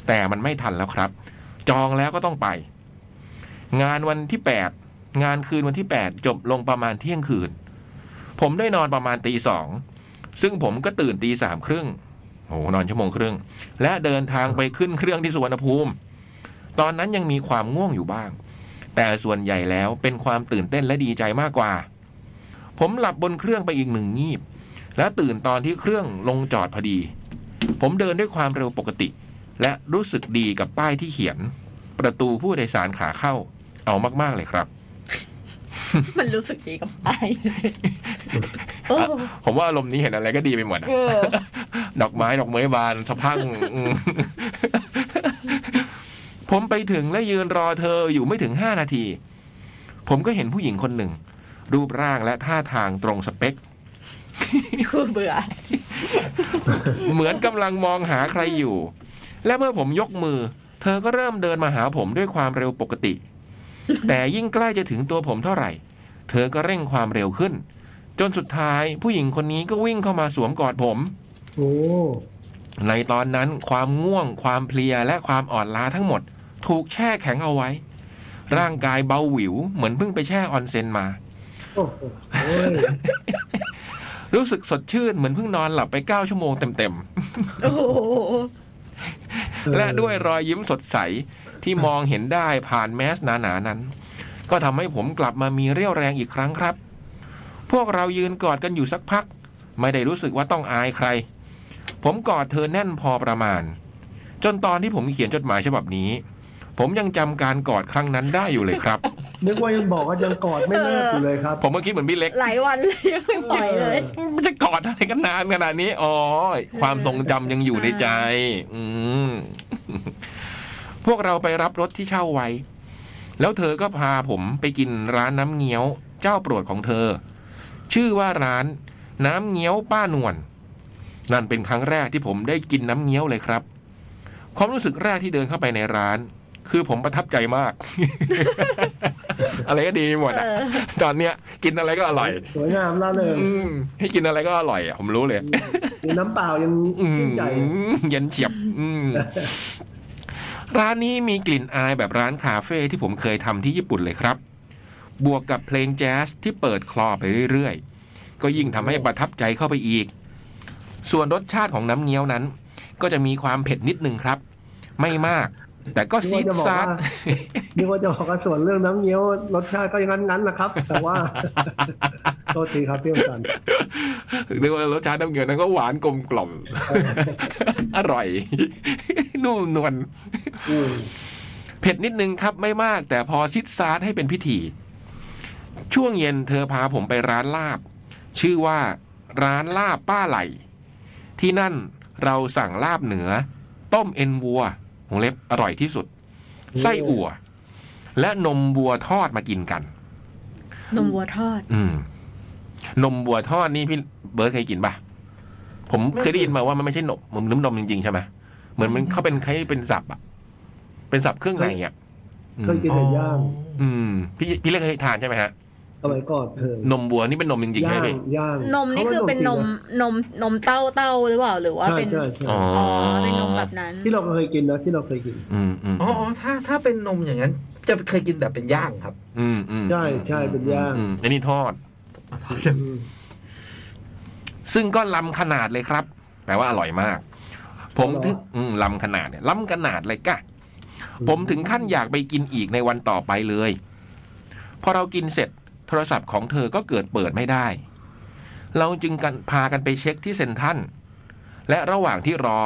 แต่มันไม่ทันแล้วครับ จองแล้วก็ต้องไป งานวันที่ 8 งานคืนวันที่ 8 จบลงประมาณเที่ยงคืน ผมได้นอนประมาณตีสองซึ่งผมก็ตื่นตีสามครึ่งโหนอนชั่วโมงครึ่ง และเดินทางไปขึ้นเครื่องที่สุวรรณภูมิ ตอนนั้นยังมีความง่วงอยู่บ้าง แต่ส่วนใหญ่แล้วเป็นความตื่นเต้นและดีใจมากกว่า ผมหลับบนเครื่องไปอีกหนึ่งงีบ และตื่นตอนที่เครื่องลงจอดพอดี ผมเดินด้วยความเร็วปกติ และรู้สึกดีกับป้ายที่เขียน ประตูผู้โดยสารขาเข้า เอามาก ๆ เลยครับ
มันรู้สึกดีกับไอโอ้
อ่ะ ผมว่าอารมณ์นี้เห็นอะไรก็ดีไปหมดอะ
เออ
ดอกไม้ดอกไม้บานสะพรัง อืมผมไปถึงและยืนรอเธออยู่ไม่ถึงห้านาที ผมก็เห็นผู้หญิงคนหนึ่ง รูปร่างและท่าทางตรงสเปค
คือเบื่อ
เหมือนกำลังมองหาใครอยู่ และเมื่อผมยกมือ เธอก็เริ่มเดินมาหาผมด้วยความเร็วปกติ แต่ยิ่งใกล้จะถึงตัวผมเท่าไหร่ เธอก็เร่งความเร็วขึ้น จนสุดท้ายผู้หญิงคนนี้ก็วิ่งเข้ามาสวมกอดผม
โอ้
ในตอนนั้นความง่วง ความเพลียและความอ่อนล้าทั้งหมด ถูกแช่แข็งเอาไว้ ร่างกายเบาหวิว เหมือนเพิ่งไปแช่ออนเซ็นมา
โอ้โหโอ้ย
รู้สึกสดชื่นเหมือนเพิ่งนอนหลับไป 9 ชั่วโมงเต็ม
โอ้โห
ๆ และด้วยรอยยิ้มสดใสที่มองเห็นได้ผ่านแมสหนาๆนั้น ก็ทำให้ผมกลับมามีเรี่ยวแรงอีกครั้งครับ พวกเรายืนกอดกันอยู่สักพัก ไม่ได้รู้สึกว่าต้องอายใคร ผมกอดเธอแน่นพอประมาณ จนตอนที่ผมเขียนจดหมายฉบับนี้ ผมยังจำการกอดครั้งนั้นได้อยู่เลยครับ
นึกว่ายังบอกว่ายังกอดไม่เลิกอยู่เลยครับ
ผมเมื่อกี้เหมือนพี่เล็ก
หลายวันเลยยังไม่ปล่อยเลย
มันจะกอดอะไรกันนานขนาดนี้ อ๋อ ความทรงจำยังอยู่ในใจ อืม พวกเราไปรับรถที่เช่าไว้ แล้วเธอก็พาผมไปกินร้านน้ำเงี้ยว เจ้าโปรดของเธอ ชื่อว่าร้าน น้ำเงี้ยวป้านวลนั่นเป็นครั้งแรกที่ผมได้กินน้ำเงี้ยวเลยครับ ความรู้สึกแรกที่เดินเข้าไปในร้าน คือผมประทับใจมาก อะไรก็ดีหมดอะตอนเนี้ยกินอะไรก็อร่อย
สวยงามล่าเริง
อืมให้กินอะไรก็อร่อยอะผมรู้เลย
กินน้ำเปล่ายัง
อืม
ชื่นใจ
เย็นเฉียบ อืมร้านนี้มีกลิ่นอายแบบร้านคาเฟ่ที่ผมเคยทำที่ญี่ปุ่นเลยครับ บวกกับเพลงแจ๊สที่เปิดคลอไปเรื่อยๆ ก็ยิ่งทำให้ประทับใจเข้าไปอีก ส่วนรสชาติของน้ำเงี้ยวนั้น ก็จะมีความเผ็ดนิดนึงครับ ไม่มาก แต่ก็ซีดซาด
นึกว่าจะบอกว่า นึกว่าจะบอกว่าส่วนเรื่องน้ำเงี้ยวรสชาติก็ยังนั้นๆแหละครับ แต่ว่า โทษทีครับพี่อมสัน
เรียกว่ารสชาติน้ำเงี้ยวนั้นก็หวานกลมกล่อม อร่อย นุ่มนวล
อืม
เผ็ดนิดนึงครับไม่มากแต่พอซิดซาร์ให้เป็นพิธี ช่วงเย็นเธอพาผมไปร้านลาบ ชื่อว่าร้านลาบป้าไหล ที่นั่นเราสั่งลาบเหนือ ต้มเอ็นวัววงเล็บอร่อยที่สุด ไส้อั่ว และนมวัวทอดมากินกัน
นมวัวทอด
อืม นมวัวทอดนี่พี่เบิร์ดเคยกินปะผมเคยได้ยินมาว่ามันไม่ใช่นมมันน้ำนมจริงๆใช่ไหมเหมือนมันเขาเป็นคล้ายเป็นสับอะเป็นสับเครื่องในอ่ะอืม
เคยกินแต่ย่าง
อืมพี่พี่เล็กเคยทานใช่ไหมฮะ
สมัยก่อนเคย
นมวัวนี่เป็นนมจริงๆ
ย่า
ใช่
ง
ไหม
ย่าง
นมนี่คือเป็นนมนมนมเต้าเต้าหรือเปล่าหรือว่า
ใช่
เป็น
ใช่ใช่
อ๋อ
อ๋อ
อ
เป็นนมแบบนั้น
ที่เราเคยกินนะที่เราเคยกิน
อืมอืม
อ๋ออ๋อถ้าถ้าเป็นนมอย่างนั้น จะเคยกินแบบเป็นย่าง ครับ
อืมอืม
ใช่ใช่เป็นย่าง
อืมอันนี้ทอด
อืม
ซึ่งก็ล้ำขนาดเลยครับ แปลว่าอร่อยมาก ผมถึงอืมล้ำขนาดเนี่ยล้ำขนาดเลยกะ ผมถึงขั้นอยากไปกินอีกในวันต่อไปเลย พอเรากินเสร็จโทรศัพท์ของเธอก็เกิดเปิดไม่ได้ เราจึงกันพากันไปเช็คที่เซ็นทรัลและระหว่างที่รอ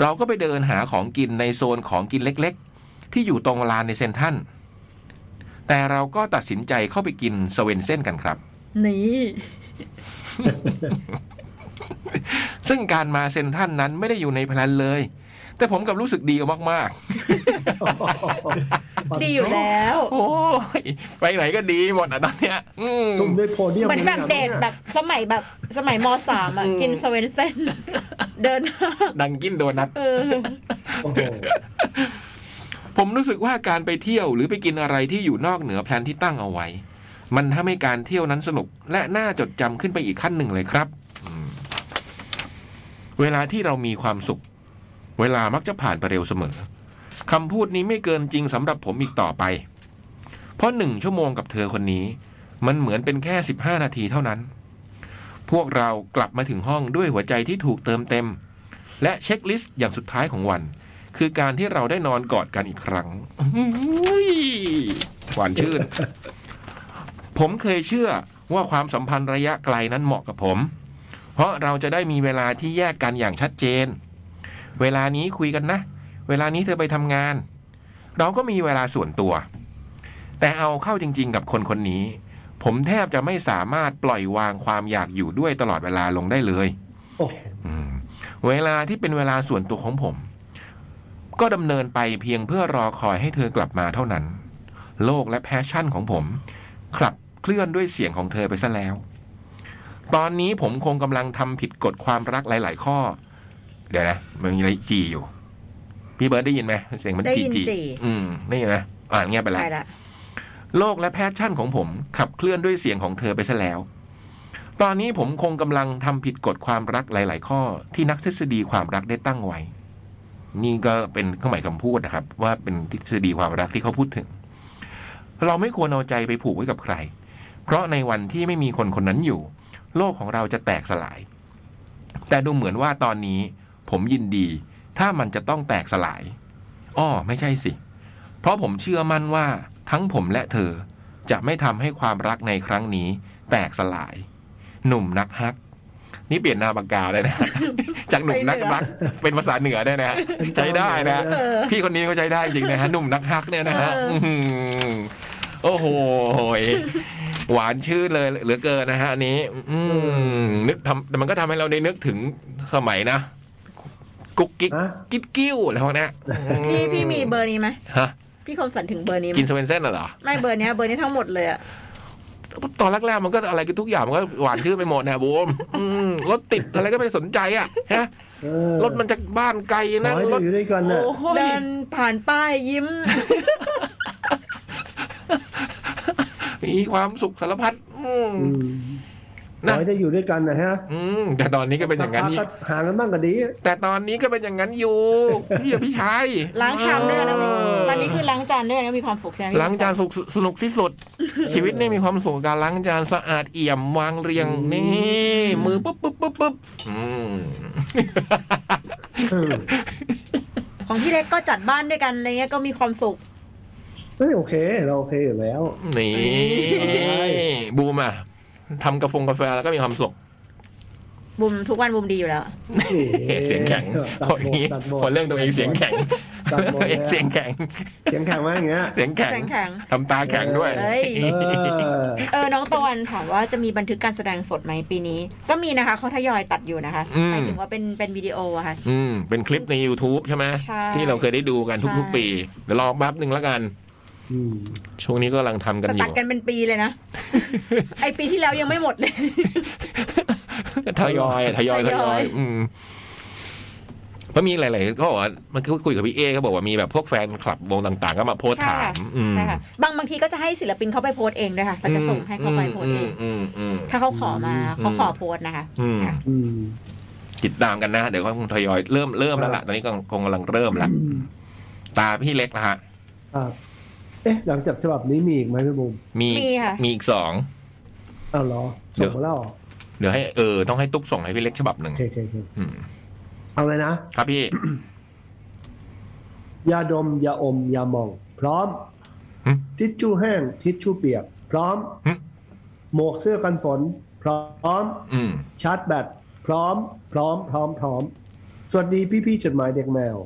เราก็ไปเดินหาของกินในโซนของกินเล็กๆ ที่อยู่ตรงลานในเซ็นทรัลแต่เราก็ตัดสินใจเข้าไปกินสเวนเซ่นกันครับ
นี่
ซึ่งการมาเซ็นทรัลนั้นไม่ได้อยู่ในแพลนเลย แต่ผมกลับรู้สึกดีมาก
ดีอยู่แล้ว
ๆ โอ้ยไปไหนก็ดีหมดอ่ะตอนเนี้ย อืม
ทุ่มด้วยโพเดียม
เหมือนแบบเดทแบบสมัยแบบสมัยมสามอ่ะ
อืม
กินสเวนเซนเดิน
ดังกินโดนัท
เออ
โอ้โห
ผมรู้สึกว่าการไปเที่ยวหรือไปกินอะไรที่อยู่นอกเหนือแผนที่ตั้งเอาไว้ มันทำให้การเที่ยวนั้นสนุก และน่าจดจำขึ้นไปอีกขั้นหนึ่งเลยครับอืมเวลาที่เรามีความสุข เวลามักจะผ่านไปเร็วเสมอคำพูดนี้ไม่เกินจริงสำหรับผมอีกต่อไป เพราะหนึ่งชั่วโมงกับเธอคนนี้ มันเหมือนเป็นแค่ 15 นาทีเท่านั้น พวกเรากลับมาถึงห้องด้วยหัวใจที่ถูกเติมเต็ม และเช็คลิสต์อย่างสุดท้ายของวัน คือการที่เราได้นอนกอดกันอีกครั้ง อุ๊ยหวานชื่น ผมเคยเชื่อว่าความสัมพันธ์ระยะไกลนั้นเหมาะกับผม เพราะเราจะได้มีเวลาที่แยกกันอย่างชัดเจน เวลานี้คุยกันนะ เวลานี้เธอไปทำงาน เราก็มีเวลาส่วนตัว แต่เอาเข้าจริง ๆ กับคนคนนี้ ผมแทบจะไม่สามารถปล่อยวางความอยากอยู่ด้วยตลอดเวลาลงได้เลย
โอ้โห
อืมเวลาที่เป็นเวลาส่วนตัวของผม ก็ดำเนินไปเพียงเพื่อรอคอยให้เธอกลับมาเท่านั้น โลกและแพชชั่นของผมขับเคลื่อนด้วยเสียงของเธอไปซะแล้ว ตอนนี้ผมคงกำลังทำผิดกฎความรักหลาย ๆ ข้อ เดี๋ยวนะ มันมีอะไรจีอยู่ พี่เบิร์ดได้ยินไหมเสียงมัน
ได้
จี
ยิน
จี
จี
อืมได้ยินไหมอ่านเงียบไปแล้ว
ไปละ
โลกและแพชชั่นของผมขับเคลื่อนด้วยเสียงของเธอไปซะแล้ว ตอนนี้ผมคงกำลังทำผิดกฎความรักหลาย ๆ ข้อที่นักทฤษฎีความรักได้ตั้งไว้ นี่ก็เป็นเครื่องหมายคำพูดนะครับ ว่าเป็นทฤษฎีความรักที่เขาพูดถึง เราไม่ควรเอาใจไปผูกไว้กับใคร เพราะในวันที่ไม่มีคนคนนั้นอยู่ โลกของเราจะแตกสลาย แต่ดูเหมือนว่าตอนนี้ ผมยินดี ถ้ามันจะต้องแตกสลายอ้อไม่ใช่สิ เพราะผมเชื่อมั่นว่าทั้งผมและเธอจะไม่ทำให้ความรักในครั้งนี้ แตกสลาย หนุ่มนักฮัก นี่เปลี่ยนนามปากกาเลยนะ จากหนุ่มนักรัก เป็นภาษาเหนือได้นะฮะใช้ได้นะ
เออ
พี่คนนี้ก็ใช้ได้จริงนะฮะ หนุ่มนักฮักเนี่ยนะฮะ
เอออื้
อหือโอ้โหยหวานชื่นเลยเหลือเกินนะฮะอันนี้ อืมนึกทำแต่มันก็ทำให้เราได้นึกถึงสมัยนะ กุ๊กกิ๊ก
นะ
กิ๊กกิ้วอะไรพวกเนี้ย
พี่พี่มีเบอร์นี้ไหม
ฮะ
พี่คมสันถึงเบอร์นี้ไหม
กินสเวนเซ่นน่ะเหรอ
ไม่เบอร์เนี้ยเบอร์นี้ทั้งหมดเลยอ่ะ
ตอนแรกๆมันก็อะไรก็ทุกอย่างมันก็หวานชื่นไปหมดนะโบมอืมรถติดอะไรก็ไม่ได้สนใจอ่ะฮะ
เออ
รถมันจากบ้านไกลนะ
ขอให้
รถ
อยู่ด้วยกันน่ะ
โอ้โห
เดินผ่านป้ายยิ้ม
มีความสุขสารพัดอืม
อืม
นะ
ขอให้ได้อยู่ด้วยกันนะฮะ
อืมแต่ตอนนี้ก็เป็นอย่างนั้น
สักพักก็หากันบ้างก็ ดี
แต่ตอนนี้ก็เป็นอย่างนั้นอยู่ พี่พี่ชาย
ล้างชามด้วยนะ
เออ
ตอนนี้คือล้างจานด้วยนะมีความสุขใช่ไหม
ล้างจานสุขสนุกที่สุด ชีวิตนี่มีความสุขกับการล้างจานสะอาดเอี่ยมวางเรียงนี่ มือปุ๊บปุ๊บปุ๊บปุ๊บอืม
เออ
ของพี่เล็กก็จัดบ้านด้วยกันอะไรเงี้ยก็มีความสุข
เฮ้ยโอเค เราโอเคอยู่แล้ว
นี่บูมอ่ะทำกาแฟกาแฟแล้วก็มีความสุข
บุมทุกวันบุมดีอยู่แล้ว
เสียงแข็ง
ตัด
คน
หมด
นี้
ตัดหมด
คนเรื่องตัวเองเสียงแข็ง
ตัดหมด
เรื่องตัวเองเสียงแข็ง
เสียงแข็งมากอย่างเงี้ย
เสียงแข็ง
เสียงแข็ง
ทำตาแข็งด้วย
เอ้ย
เออ
เออ น้องตะวันถามว่าจะมีบันทึกการแสดงสดไหมปีนี้ ก็มีนะคะเขาทยอยตัดอยู่นะคะ
อืม
หมายถึงว่าเป็นเป็นวิดีโออะค่ะ
อืมเป็นคลิปใน YouTube ใช่ไหม
ใช่
ที่เราเคยได้ดูกันทุก
ใช่
ๆ ปี เดี๋ยวรอแป๊บหนึ่งแล้วกัน
อืม
ช่วงนี้ก็กำลังทำกัน
แต่
อ
ตัด
ยู่
กันเป็นปีเลย นะ ไอปีที่แล้วยังไม่หมดเลย
ทยอยทยอยท
ทย
ยอ
อย ย
อืมเพราะมีหลาย ๆ ก็บอกว่ามันก็คุยกับพี่เอก็บอกว่ามีแบบพวกแฟนคลับวงต่าง ๆ ก็มาโพสต์
ใช่
ถา
ค่ะ
มอืม
ใช่ค่ะ บางบางทีก็จะให้ศิลปินเขาไปโพสต์เองด้วยค่ะเราจะส่งให้เขาไปโพสต์เอง
มอืมอืม
ถ้าเขาขอมา
อืม
เขาขอโพสต์นะคะ
อืม
อืม
ติดตามกันนะ เดี๋ยวก็คงทยอยเริ่มเริ่มแล้วล่ะ
ครับ
ตอนนี้ก็คงกำลังเริ่มแล้วตาพี่เล็กนะฮะ
ครับเอ๊ะ หลังจากฉบับนี้มีอีกไหมพี่บุ๋ม
มี
มีค่ะ
มีอีกสอง
อ้าวเหรอส่งมาแล้วเหรอ
เดี๋ยวให้เออต้องให้ตุ๊กส่งให้พี่เล็กฉบับหนึ่
โอง เคโอเคโอเค
อืม
เอาเลยนะ
ครับพี่
ยาดม ยาอม ยาหมอง พร้อม
หึ
ทิชชู่แห้ง ทิชชู่เปียก พร้อม
หึ
หมวกเสื้อกันฝน พร้อม
อืม
ชาร์จแบตพร้อม พร้อม พร้อม พร้อม สวัสดีพี่ๆจดหมายเด็กแมว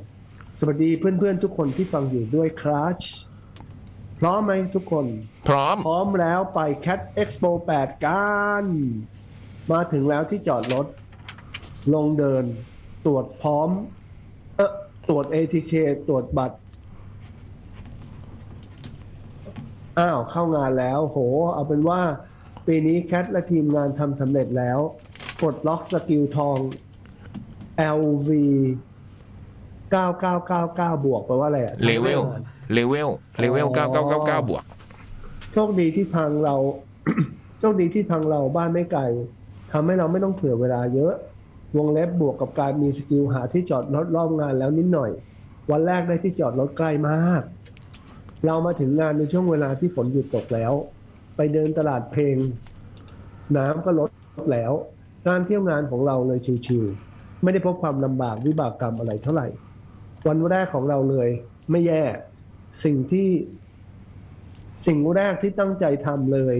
สวัสดีเพื่อนๆทุกคนที่ฟังอยู่ด้วยครัชพร้อมไหมทุกคน
พร้อม
พร้อมแล้วไป Cat Expo 8 กัน มาถึงแล้วที่จอดรถ ลงเดิน ตรวจพร้อม เออตรวจ ATK ตรวจบัตร อ้าว เข้างานแล้ว โห เอาเป็นว่า ปีนี้แคทและทีมงานทำสำเร็จแล้วปลดล็อกสกิลทอง LV 9999 บวกแปลว่าอะไรอะ
เลเวล เลเวล เลเวลเก้าเก้าเก้าเก้าบวก
โชคดีที่ทางเรา โชคดีที่ทางเราบ้านไม่ไกลทำให้เราไม่ต้องเผื่อเวลาเยอะ วงเล็บบวกกับการมีสกิลหาที่จอดรถรอบงานแล้วนิดหน่อย วันแรกได้ที่จอดรถใกล้มาก เรามาถึงงานในช่วงเวลาที่ฝนหยุดตกแล้ว ไปเดินตลาดเพลง น้ำก็ลดแล้ว การเที่ยวงานของเราเลยชิวๆไม่ได้พบความลำบากวิบากกรรมอะไรเท่าไหร่ วันแรกของเราเลย ไม่แย่ สิ่งที่ สิ่งแรกที่ตั้งใจทำเลย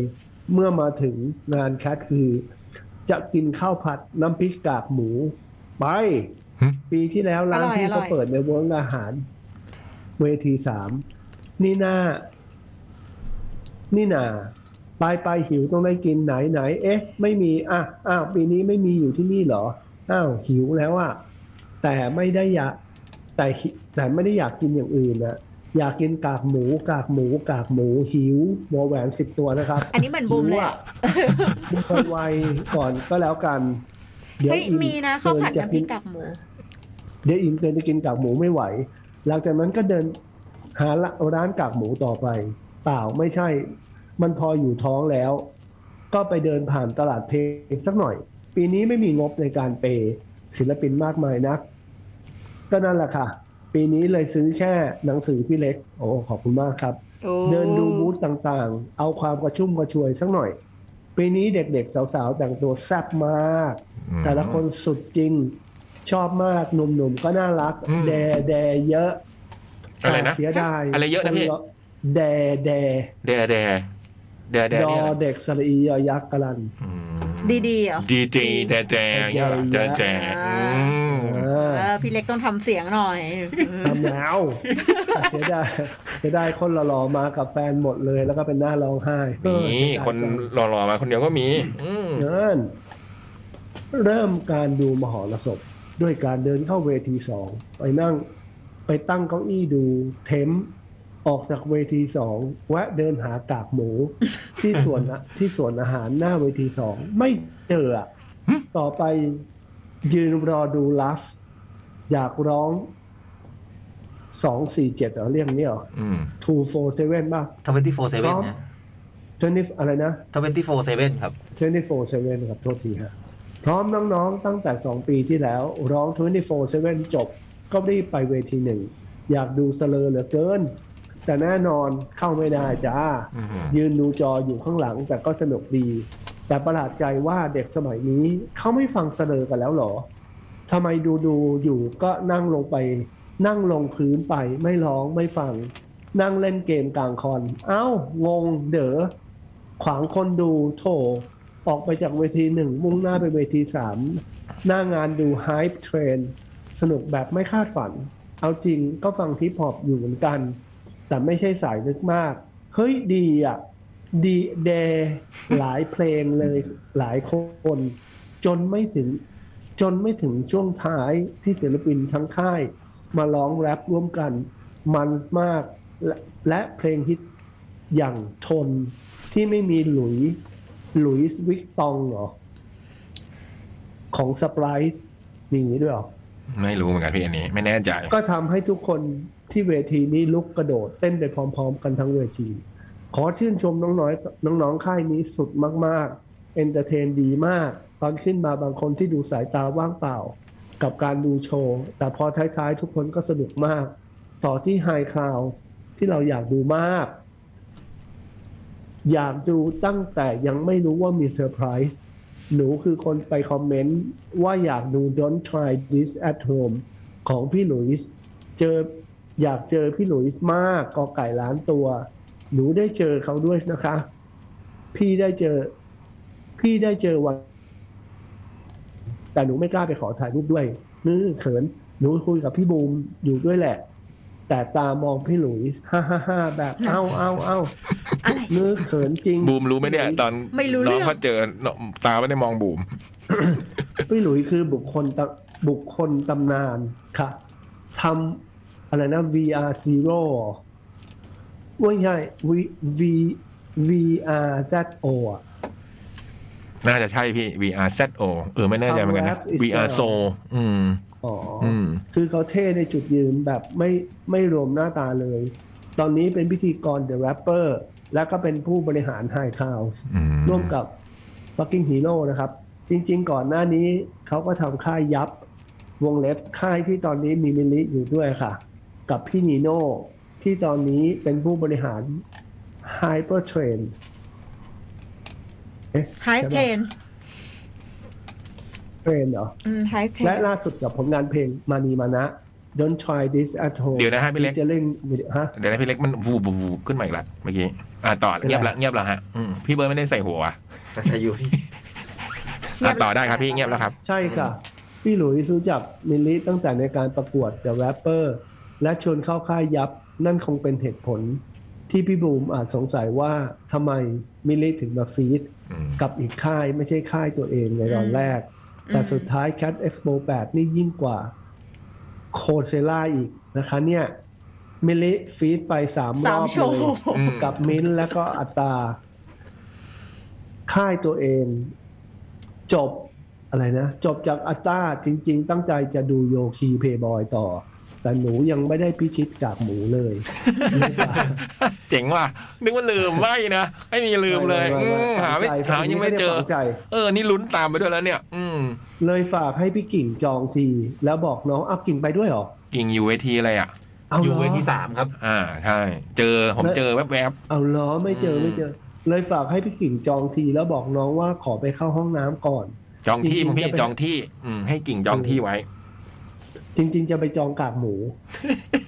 เมื่อมาถึงงานแคทคือ จะกินข้าวผัดน้ำพริกกากหมู ไป
หึ
ปีที่แล้วร้าน
อร่อย
ที่
อร่
เขา
อย
เปิดในวงอาหาร เวทีสามนี่หน้า นี่นาไปไปหิวต้องได้กินไหนไหน เอ๊ะ ไม่มีอ่ะอ้าวปีนี้ไม่มีอยู่ที่นี่เหรออ้าวหิวแล้วอ่ะแต่ไม่ได้อยากแต่หิแต่ไม่ได้อยากกินอย่างอื่นนะอยากกินกากหมู กากหมู กากหมู หิววอแหวนสิบตัวนะครับ
อันนี้เหมือนบุมเลย อะ
บุกไวๆก่อนก็แล้วกัน เดี๋ยว
เฮ้ย
อิ่
มีนะข้าวผัด
เกิจะ
น้ำพริกกากหมู
เดี๋ยวอิ่มเกินจะกินกากหมูไม่ไหว หลังจากนั้นก็เดินหาละร้านกากหมูต่อไป เปล่าไม่ใช่ มันพออยู่ท้องแล้ว ก็ไปเดินผ่านตลาดเพลงสักหน่อย ปีนี้ไม่มีงบในการเปย์ศิลปินมากมายนัก ก็นั่นแหละค่ะ ปีนี้เลยซื้อแค่หนังสือพี่เล็ก โอ้ขอบคุณมากครับ เดินดูบูธต่างๆ เอาความกระชุ่มกระชวยสักหน่อย ปีนี้เด็กๆ สาวๆ แต่งตัวแซ่บมาก
อืม
แต่ละคนสุดจริง ชอบมากหนุ่มๆ ก็น่ารัก
อืม
แดแดเยอะ
อะไรนะ
แต่เสียดาย
อะไรเยอะนะพี่
คแดแด
แดแดแดแด
ดอ
เนี่ยอะไร
เด็กสระอียอยักษ์กะลัน
อืม
ดีๆเหรอ
ดีดีแดแดอย่างเงี้ยเหรอแดแดอืม
อ่า
เออพี่เล็กต้องทำเสียงหน่อย
ทำแล้วแต่เสียดายเสียดายคนหล่อๆ มากับแฟนหมดเลย แล้วก็เป็นหน้าร้องไห้เออ
นี่
เสียดาย
คน
จัง
หล่อๆมาคนเดียวก็มี อืม
เดินเริ่มการดูมหรสพด้วยการเดินเข้าเวทีสองไปนั่งไปตั้งเก้าอี้ดูเทมออกจากเวทีสองแวะเดินหากากหมู ที่ส วนอะที่สวนอาหารหน้าเวทีสองไม่เจออะต่อไปยืนรอดูลัส อยากร้องสองสี่เจ็ดเรียกเนี้ย
อืม
ทูโฟเซเว่นป่ะ
ทเวนตี้โฟร์เซ
พ
เว่
ร้
น
อม
นะ
เทนนิฟอะไรนะ
ทเวนตี้โฟร์เซเว่นครับ
24/7ครับโทษทีฮะพร้อมน้องๆตั้งแต่ 2 ปีที่แล้ว ร้อง 24/7 จบ ก็รีบไปเวทีหนึ่ง อยากดูสเลอเหลือเกิน แต่แน่นอนเข้าไม่ได้จ้า ยืนดูจออยู่ข้างหลังแต่ก็สนุกดี แต่ประหลาดใจว่าเด็กสมัยนี้ เขาไม่ฟังสเลอกันแล้วหรอทำไมดูดูๆอยู่ก็นั่งลงไป นั่งลงพื้นไปไม่ร้องไม่ฟัง นั่งเล่นเกมกลางคอน เอ้างงเด๋อขวางคนดูโถ ออกไปจากเวทีหนึ่งมุ่งหน้าไปเวทีสามหน้างานดู Hype Train สนุกแบบไม่คาดฝัน เอาจริงก็ฟังฮิปฮอปอยู่เหมือนกัน แต่ไม่ใช่สายนึกมาก เฮ้ยดีอ่ะ ดีเดหลายเพลงเลยหลายคน จนไม่ถึง จนไม่ถึงช่วงท้ายที่ศิลปินทั้งค่าย มาร้องแรปร่วมกัน มันมากและและเพลงฮิตอย่างทนที่ไม่มีหลุย หลุยส์วิกตองเหรอ ของสปรายมีอย่างนี้ด้วยเหรอ
ไม่รู้เหมือนกันพี่อันนี้ ไม่แน่ใจ
ก็ทำให้ทุกคนที่เวทีนี้ลุกกระโดดเต้นไปพร้อมๆ กันทั้งเวที ขอชื่นชมน้องน้อยน้องๆ ค่ายนี้สุดมากๆ เอนเตอร์เทนดีมาก ตอนขึ้นมาบางคนที่ดูสายตาว่างเปล่า กับการดูโชว์ แต่พอท้ายๆ ทุกคนก็สนุกมาก ต่อที่ไฮคลาวที่เราอยากดูมาก อยากดูตั้งแต่ยังไม่รู้ว่ามีเซอร์ไพรส์หนูคือคนไปคอมเมนต์ว่าอยากดู Don't Try This at Home ของพี่หลุยส์เจออยากเจอพี่หลุยส์มากกอไก่ล้านตัว หนูได้เจอเขาด้วยนะคะ พี่ได้เจอ พี่ได้เจอวัน แต่หนูไม่กล้าไปขอถ่ายรูปด้วยนึกเขิน หนูคุยกับพี่บูมอยู่ด้วยแหละ แต่ตามองพี่หลุยส์ ฮ่าฮ่าฮ่าแบบเอ้าเอ้าเอ้านึกเขินจริง
บูมรู้ไหมเนี่ยตอน
ไม่รู้เรื่อ
น้อง งเขาเจอน้องตาไม่ได้มองบูม
พี่หลุยคือบุคคลตะบุคคลตำนานค่ะทำอะไรนะ VR Zero เหรอว่าใช่ V V VR ZO อะ
น่าจะใช่พี่ VR ZO เออไม่แน่ใจเหมือนกันนะ
Some rap is
VR
there
So อืม
อ๋ออ
อืม
คือเขาเท่ในจุดยืนแบบไม่ไม่รวมหน้าตาเลย ตอนนี้เป็นพิธีกร The Rapper และก็เป็นผู้บริหาร High House
อืม
ร่วมกับ Fucking Hero นะครับ จริง ๆ ก่อนหน้านี้เขาก็ทำค่ายยับ วงเล็บค่ายที่ตอนนี้มีมิลลิอยู่ด้วยค่ะ กับพี่นีโน่ที่ตอนนี้เป็นผู้บริหาร Hyper Train เอ๊ะ
ไฮ เทน
เทรนเหรอ
ไฮเทน
และล่าสุดกับผลงานเพลงมานีมานะ Don't try this at home
เดี๋ยวนะฮะพี่เล็ก
จะเล่นฮะ
เดี๋ยวนะพี่เล็กมันวูบวูบวูบขึ้นมาอีกละเมื่อกี้อ่ะต่อ
เป็นไร
เงียบละเงียบละฮะอืมพี่เบิร์ดไม่ได้ใส่หัวอ่ะ
ภาษายุย
อ่ะต่อได้ครับพี่เงียบแล้วครับ
ใช่ค่ะ พี่หลุยส์รู้จักมิลลิตั้งแต่ในการประกวด The Rapper และชวนเข้าค่ายยับนั่นคงเป็นเหตุผล ที่พี่บูมอาจสงสัยว่าทำไมมิลลิถึงมาฟีด
อืม
กับอีกค่ายไม่ใช่ค่ายตัวเองในตอนแรก แต่สุดท้าย Cat Expo 8 นี่ยิ่งกว่าโคเซล่าอีกนะคะเนี่ยมิลลิฟีดไปสามร
สา
อ
ม
บ
โช
เล
ว์
ย กับมิ้นท์แล้วก็อัตตราค่ายตัวเอง จบอะไรนะ จบจากอัตตราจริง ๆ ตั้งใจจะดูโยคีเพย์บอยต่อ แต่หนูยังไม่ได้พิชิตจากหมูเลยไม่ฝาก
เจ๋งว่ะนึกว่าลืมไม่นะไม่มีลืมเลยอืมหาไม่หายังไม่เจอ
ฝังใจ
เออ นี่ลุ้นตามไปด้วยแล้วเนี่ย อืม
เลยฝากให้พี่กิ่งจองที แล้วบอกน้องเอากิ่งไปด้วยเหรอ
กิ่งอยู่เวทีอะไรอ่ะ
เอา
อ
เหร
ยู่
อ
เวทีสามครับ
อ่าใช่เจอผมเจอแวบ
เอาเหรอไม่เจอไม่เจอ เลยฝากให้พี่กิ่งจองที แล้วบอกน้องว่าขอไปเข้าห้องน้ำก่อน
ๆจองที่
จริงๆ
มึงพี่
จะเป็น
จองที่อืมให้กิ่งจองที่ไว้
จริง ๆ จะไปจองกากห มู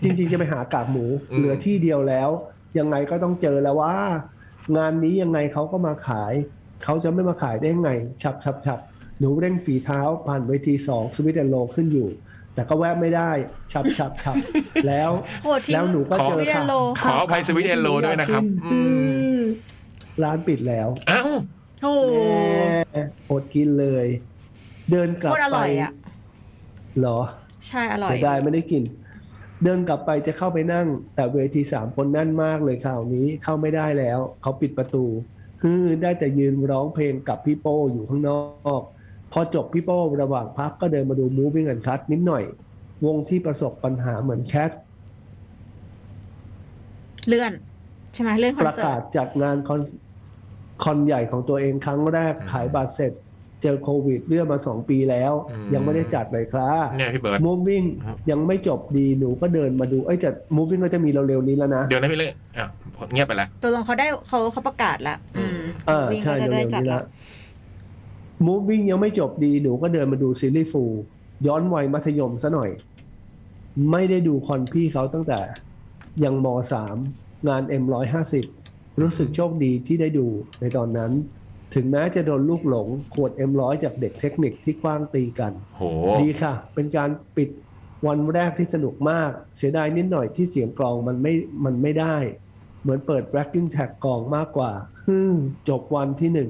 จริง ๆ จะไปหากากหมู
อืม
เหลือที่เดียวแล้ว ยังไงก็ต้องเจอแล้วว่า งานนี้ยังไงเขาก็มาขาย เขาจะไม่มาขายได้ไง ฉับฉับฉับหนูเร่งฝีเท้าผ่านเวทีสองสวิตแอนโลขึ้นอยู่ แต่ก็แวะไม่ได้ ฉับฉับ ฉับแล้ว
โหดทิ้ง
แล้วหนูก็เจอค่ะ
ขอ
ขออภัยสวิตเอนโลด้วยนะครับ อืม
ร้านปิดแล้ว
เอ้าว
โอ้
แม่อดกินเลย เดินกลั
โค
บ
ตรอ
ไป
ร่อยอ่ะ
เหรอ
ใช่อร่อย
เสียดายไม่ได้กิน เดินกลับไปจะเข้าไปนั่ง แต่เวทีสามคนแน่นมากเลยคราวนี้เข้าไม่ได้แล้ว เขาปิดประตูฮือได้แต่ยืนร้องเพลงกับพี่โป้อยู่ข้างนอก พอจบพี่โป้ระหว่างพักก็เดินมาดูมูฟวิ่งกันคัดนิดหน่อย วงที่ประสบปัญหาเหมือนแคท
เลื่อน ใช่ไหมเลื่อนคอ
ป
น
ระ
เสิ
กา
ร์
ศ
ต
จากงานคอน คอนใหญ่ของตัวเองครั้งแรกขายบัตรเสร็จ เจอโควิดเลื่อนมาสองปีแล้ว
อืม
ยังไม่ได้จัดเลยครับ
เนี่ยพี่เบิร์ด
moving
ครับ
ยังไม่จบดีหนูก็เดินมาดูเอ้ยแต่ moving ก็จะมีเร็วๆนี้แล้วนะ
เดี๋ยวนะพี่เล่อ่ะเงียบไปละ
ตัวลงเขาได้เขาเขาประกาศละอืม
เออ
วิ่ง
ใช่
ก็จะ
เร็ว
ได้
ๆ
จัด
นี้
ละ
ละ moving ยังไม่จบดีหนูก็เดินมาดูซีรีส์ฟูลย้อนวัยมัธยมซะหน่อย ไม่ได้ดูคอนพี่เขาตั้งแต่ ยังมสามงาน M150 รู้สึกโชคดีที่ได้ดูในตอนนั้น ถึงแม้จะโดนลูกหลงขวด M100 จากเด็กเทคนิคที่คว้างตีกัน
โห
ดีค่ะ เป็นการปิดวันแรกที่สนุกมาก เสียดายนิดหน่อยที่เสียงกลองมันไม่ มันไม่ได้ เหมือนเปิด backing track กลองมากกว่าฮึ่มจบวันที่หนึ่ง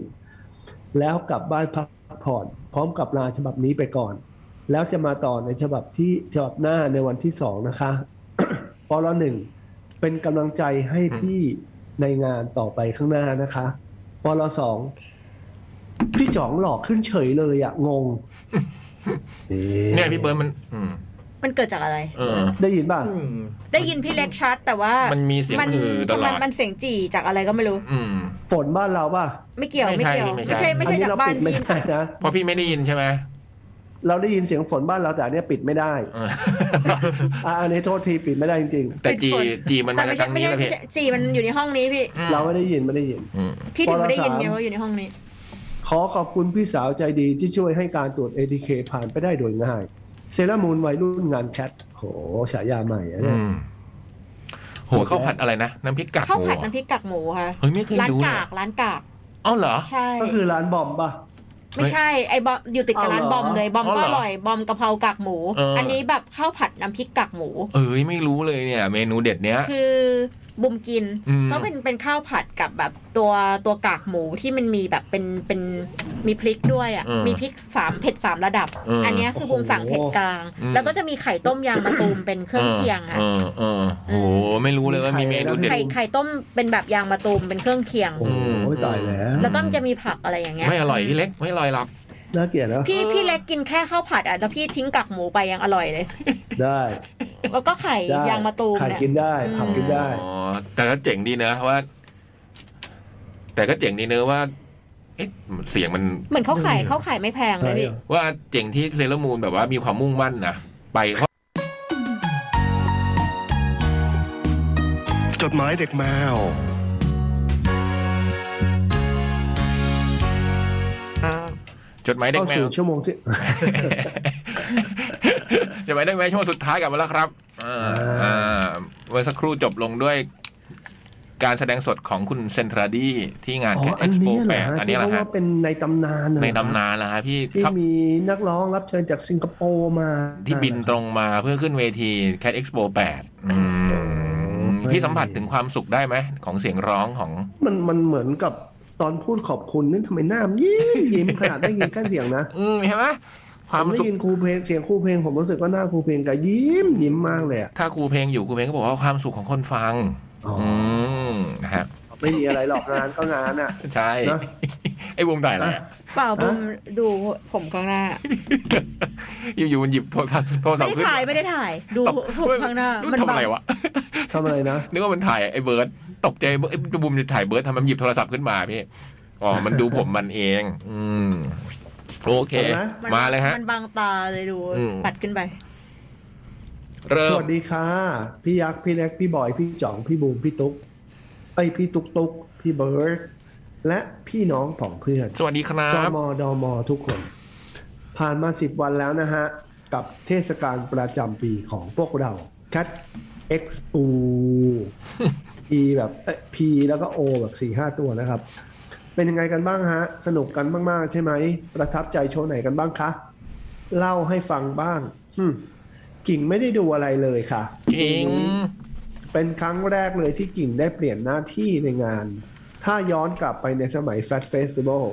แล้วกลับบ้านพักผ่อน พร้อมกับลาฉบับนี้ไปก่อน แล้วจะมาต่อในฉบับที่ฉบับหน้าในวันที่สองนะคะ ปลหนึ่ง เป็นกำลังใจให้พี่ในงานต่อไปข้างหน้านะคะปลสอง พี่จ๋องหลอกขึ้นเฉยเลยอะงง
เนี่ยพี่เบิร์ดมันอืม
มันเกิดจากอะไร
เออ
ได้ยินป่ะ
อืม
ได้ยินพี่เล็กชัดแต่ว่า
มันมีเสียง
มัน
อือตล
ทำไม
อด
มันเสียงจี่จากอะไรก็ไม่รู้
อืม
ฝนบ้านเราป่ะ
ไม่เกี่ยว
ไม่
ไม่
ใช่
เกี่ยว
ไม่
ไม่
ใช่
ใช่ไม่
อัน
ใช่
นี้
จาก
เรา
บ้า
ปิ
น
ดไม่
พี่
ได้นะ
เพราะพี่ไม่ได้ยินใช่ไหม
เราได้ยินเสียงฝนบ้านเราแต่อันเนี้ยปิดไม่ได้
เออ
อ่ะอันนี้โทษทีปิดไม่ได้จริง
แต่จีจีมันมา
ไม่
จา
ใช่
ก
ไม่
นี้แล้ว
ใช่ไม่
พี่
ใช่จี่มันอยู่ในห้องนี้พี่
อื
ๆ
ม
เราไม่ได้ยินไม่ได้ยิน
อืม
พี่ถึงไม่ได้ยิน
ป
ไง
ลสาม
ว่าอยู่ในห้องนี้
ขอขอบคุณพี่สาวใจดีที่ช่วยให้การตรวจ ATK ผ่านไปได้โดยง่าย เซรามูนวัยรุ่นงานแคทโหฉายาใหม่อะ
อื
เนี่ย
มโหัวข้าวผัดอะไรนะ น้ำพริกกากห
ข้าว
มู
ผัด
เหรอ
น้ำพริกกากหมูค่ะ
เฮ้ยไม่เคย
ร้าน
รู้เล
กาย กร้านกาก
เอ้าเหรอ
ใช่
ก็คือร้านบอมป่ะ
ไม่ใช่ไอบอมอยู่ติดกับร้านบอมเลยบอม
อ๋อเห
ก็
รอ
อร่อยบอมกะเพรากากหมู
เอออั
อันนี้แบบข้าวผัดน้ำพริกกากหมู
เอ้ยไม่รู้เลยเนี่ย เมนูเด็ดเนี้ย
คือบุมกิน
อืม
ก็เป็นเป็นข้าวผัดกับแบบตัวตัวกากหมูที่มันมีแบบเป็นเป็นมีพริกด้วย
เออ
อะ่ะมีพริกสามเผ็ดสามระดับ
เอออั
อันเนี้ยคือบุมสั่ง
โอ้โห
เผ็ดกลาง
อืม
แล้วก็จะมีไข่ต้มยางมะตูมเป็นเครื่องเคียงอ่ะ
เออเออเออโอ้ไม่รู้เลยว่ามีเมนูเด็ด
ไข่ไข่ต้มเป็นแบบยางมะตูมเป็นเครื่องเคียง
โอ้โห
อืม
ตายแล้ว
แล้วก็จะมีผักอะไรอย่างเงี้ย
ไม่อร่อยพี่เล็ก ไม่อร่อยหรอก
น่าเกลียดแล้ว
พี่พี่เล็กกินแค่ข้าวผัดอ่ะแล้วพี่ทิ้งกักหมูไปยังอร่อย เลย
ได้
แล้วก็ไข่
ได้
ยางมะตูม
ไข่
เนี่ย
กินได้ผักกินได้
อ๋อ แต่ก็เจ๋งดีนะว่า แต่ก็เจ๋งดีเนอะว่า เอ๊ะเสียงมัน
เหมือนเขาขายเขาขายไม่แพงเลยพี่
ว่าเจ๋งที่เซเลอร์มูนแบบว่ามีความมุ่งมั่นนะไปเพราะ
จดหมายเด็กแมว
อ่า
จดหมายเด็ก
เข้า
แมว
สู่ชั่วโมงที่
จดหมายเด็กแมวช่วงสุดท้ายกลับมาแล้วครับเออ
อ่า
อ่าเมื่อสักครู่จบลงด้วย การแสดงสดของคุณเซนทราดีที่งาน
อ๋อ
แค
อัน
ทโป
นี้เห
แป
ร
ด
อฮะ
อัน
ที่
นี้แห
เขา
ละ
ว่า
ฮะ
เป็นในตำนานเหรอ
ในตำนานนะฮะพี่
ที่
ซับ
มีนักร้องรับเชิญจากสิงคโปร์มา
ที่บินตรงมาเพื่อขึ้นเวที Cat Expo 8อืม
โอ้ย
พี่สัมผัสถึงความสุขได้ไหมของเสียงร้องของ
มันมันเหมือนกับตอนพูดขอบคุณนี่ทำไมหน้ามันยิ้มยิ้มขนาดได้ยินแค่เสียงนะ
อืมเห็นไหมค
ผ
วาม
มได้
สุข
ยินครูเพลงเสียงครูเพลงผมรู้สึกว่าหน้าครูเพลงก็ยิ้มยิ้มมากเลยอะ
ถ้าครูเพลงอยู่ครูเพลงก็บอกว่าความสุขของคนฟัง อืมนะฮะ
ไม่มีอะไรหรอกงานก็งานอ่ะ
ใช่
นะ
ไอ้วงถ่ายอะไรอะ
เปล่าบุมดูผมข้างหน้า
อยู่ๆมันหยิบโทรศัพท์โทรศั
ไม่
พท์
ได้
ขึ้น
ถ่ายไม่ได้ถ่าย ดู
ตก
ผมข้างหน้า
รู้
มัน
ทำ
บั
อะไร
ง
วะ
ทำอะไรนะ
นึกว่ามันถ่ายไอ้เบิร์ดตกใจเบิร์ดไอ้บุมจะถ่ายเบิร์ดทำไมมันหยิบโทรศัพท์ขึ้นมาพี่ อ๋อ มันดูผมมันเอง อืม โอเค
เห็นไหม
น
มาเลยฮะ
มันบางตาเลยดู
อืม
ปัดขึ้นไป
เริ่
ส
ม
วัสดีค่ะ พี่ยักษ์พี่เล็กพี่บอยพี่จ่องพี่บูมพี่ตุ๊กไอยพี่ตุ๊กตุ๊กพี่เบิร์ดและพี่น้องของเพื่อน
สวัสดีครั
จ
บ
มดมทุกคน ผ่านมาสิบวันแล้วนะฮะ กับเทศกาลประจำปีของพวกเรา Cat Expo P แบบเอ้ย P แล้วก็ O แบบสี่ห้าตัวนะครับ เป็นยังไงกันบ้างฮะ สนุกกันมาก ๆ ใช่ไหม ประทับใจโชว์ไหนกันบ้างคะ เล่าให้ฟังบ้างอืมกิ่งไม่ได้ดูอะไรเลยค่ะ
จริง
เป็นครั้งแรกเลยที่กิ่งได้เปลี่ยนหน้าที่ในงาน ถ้าย้อนกลับไปในสมัย Fat Festival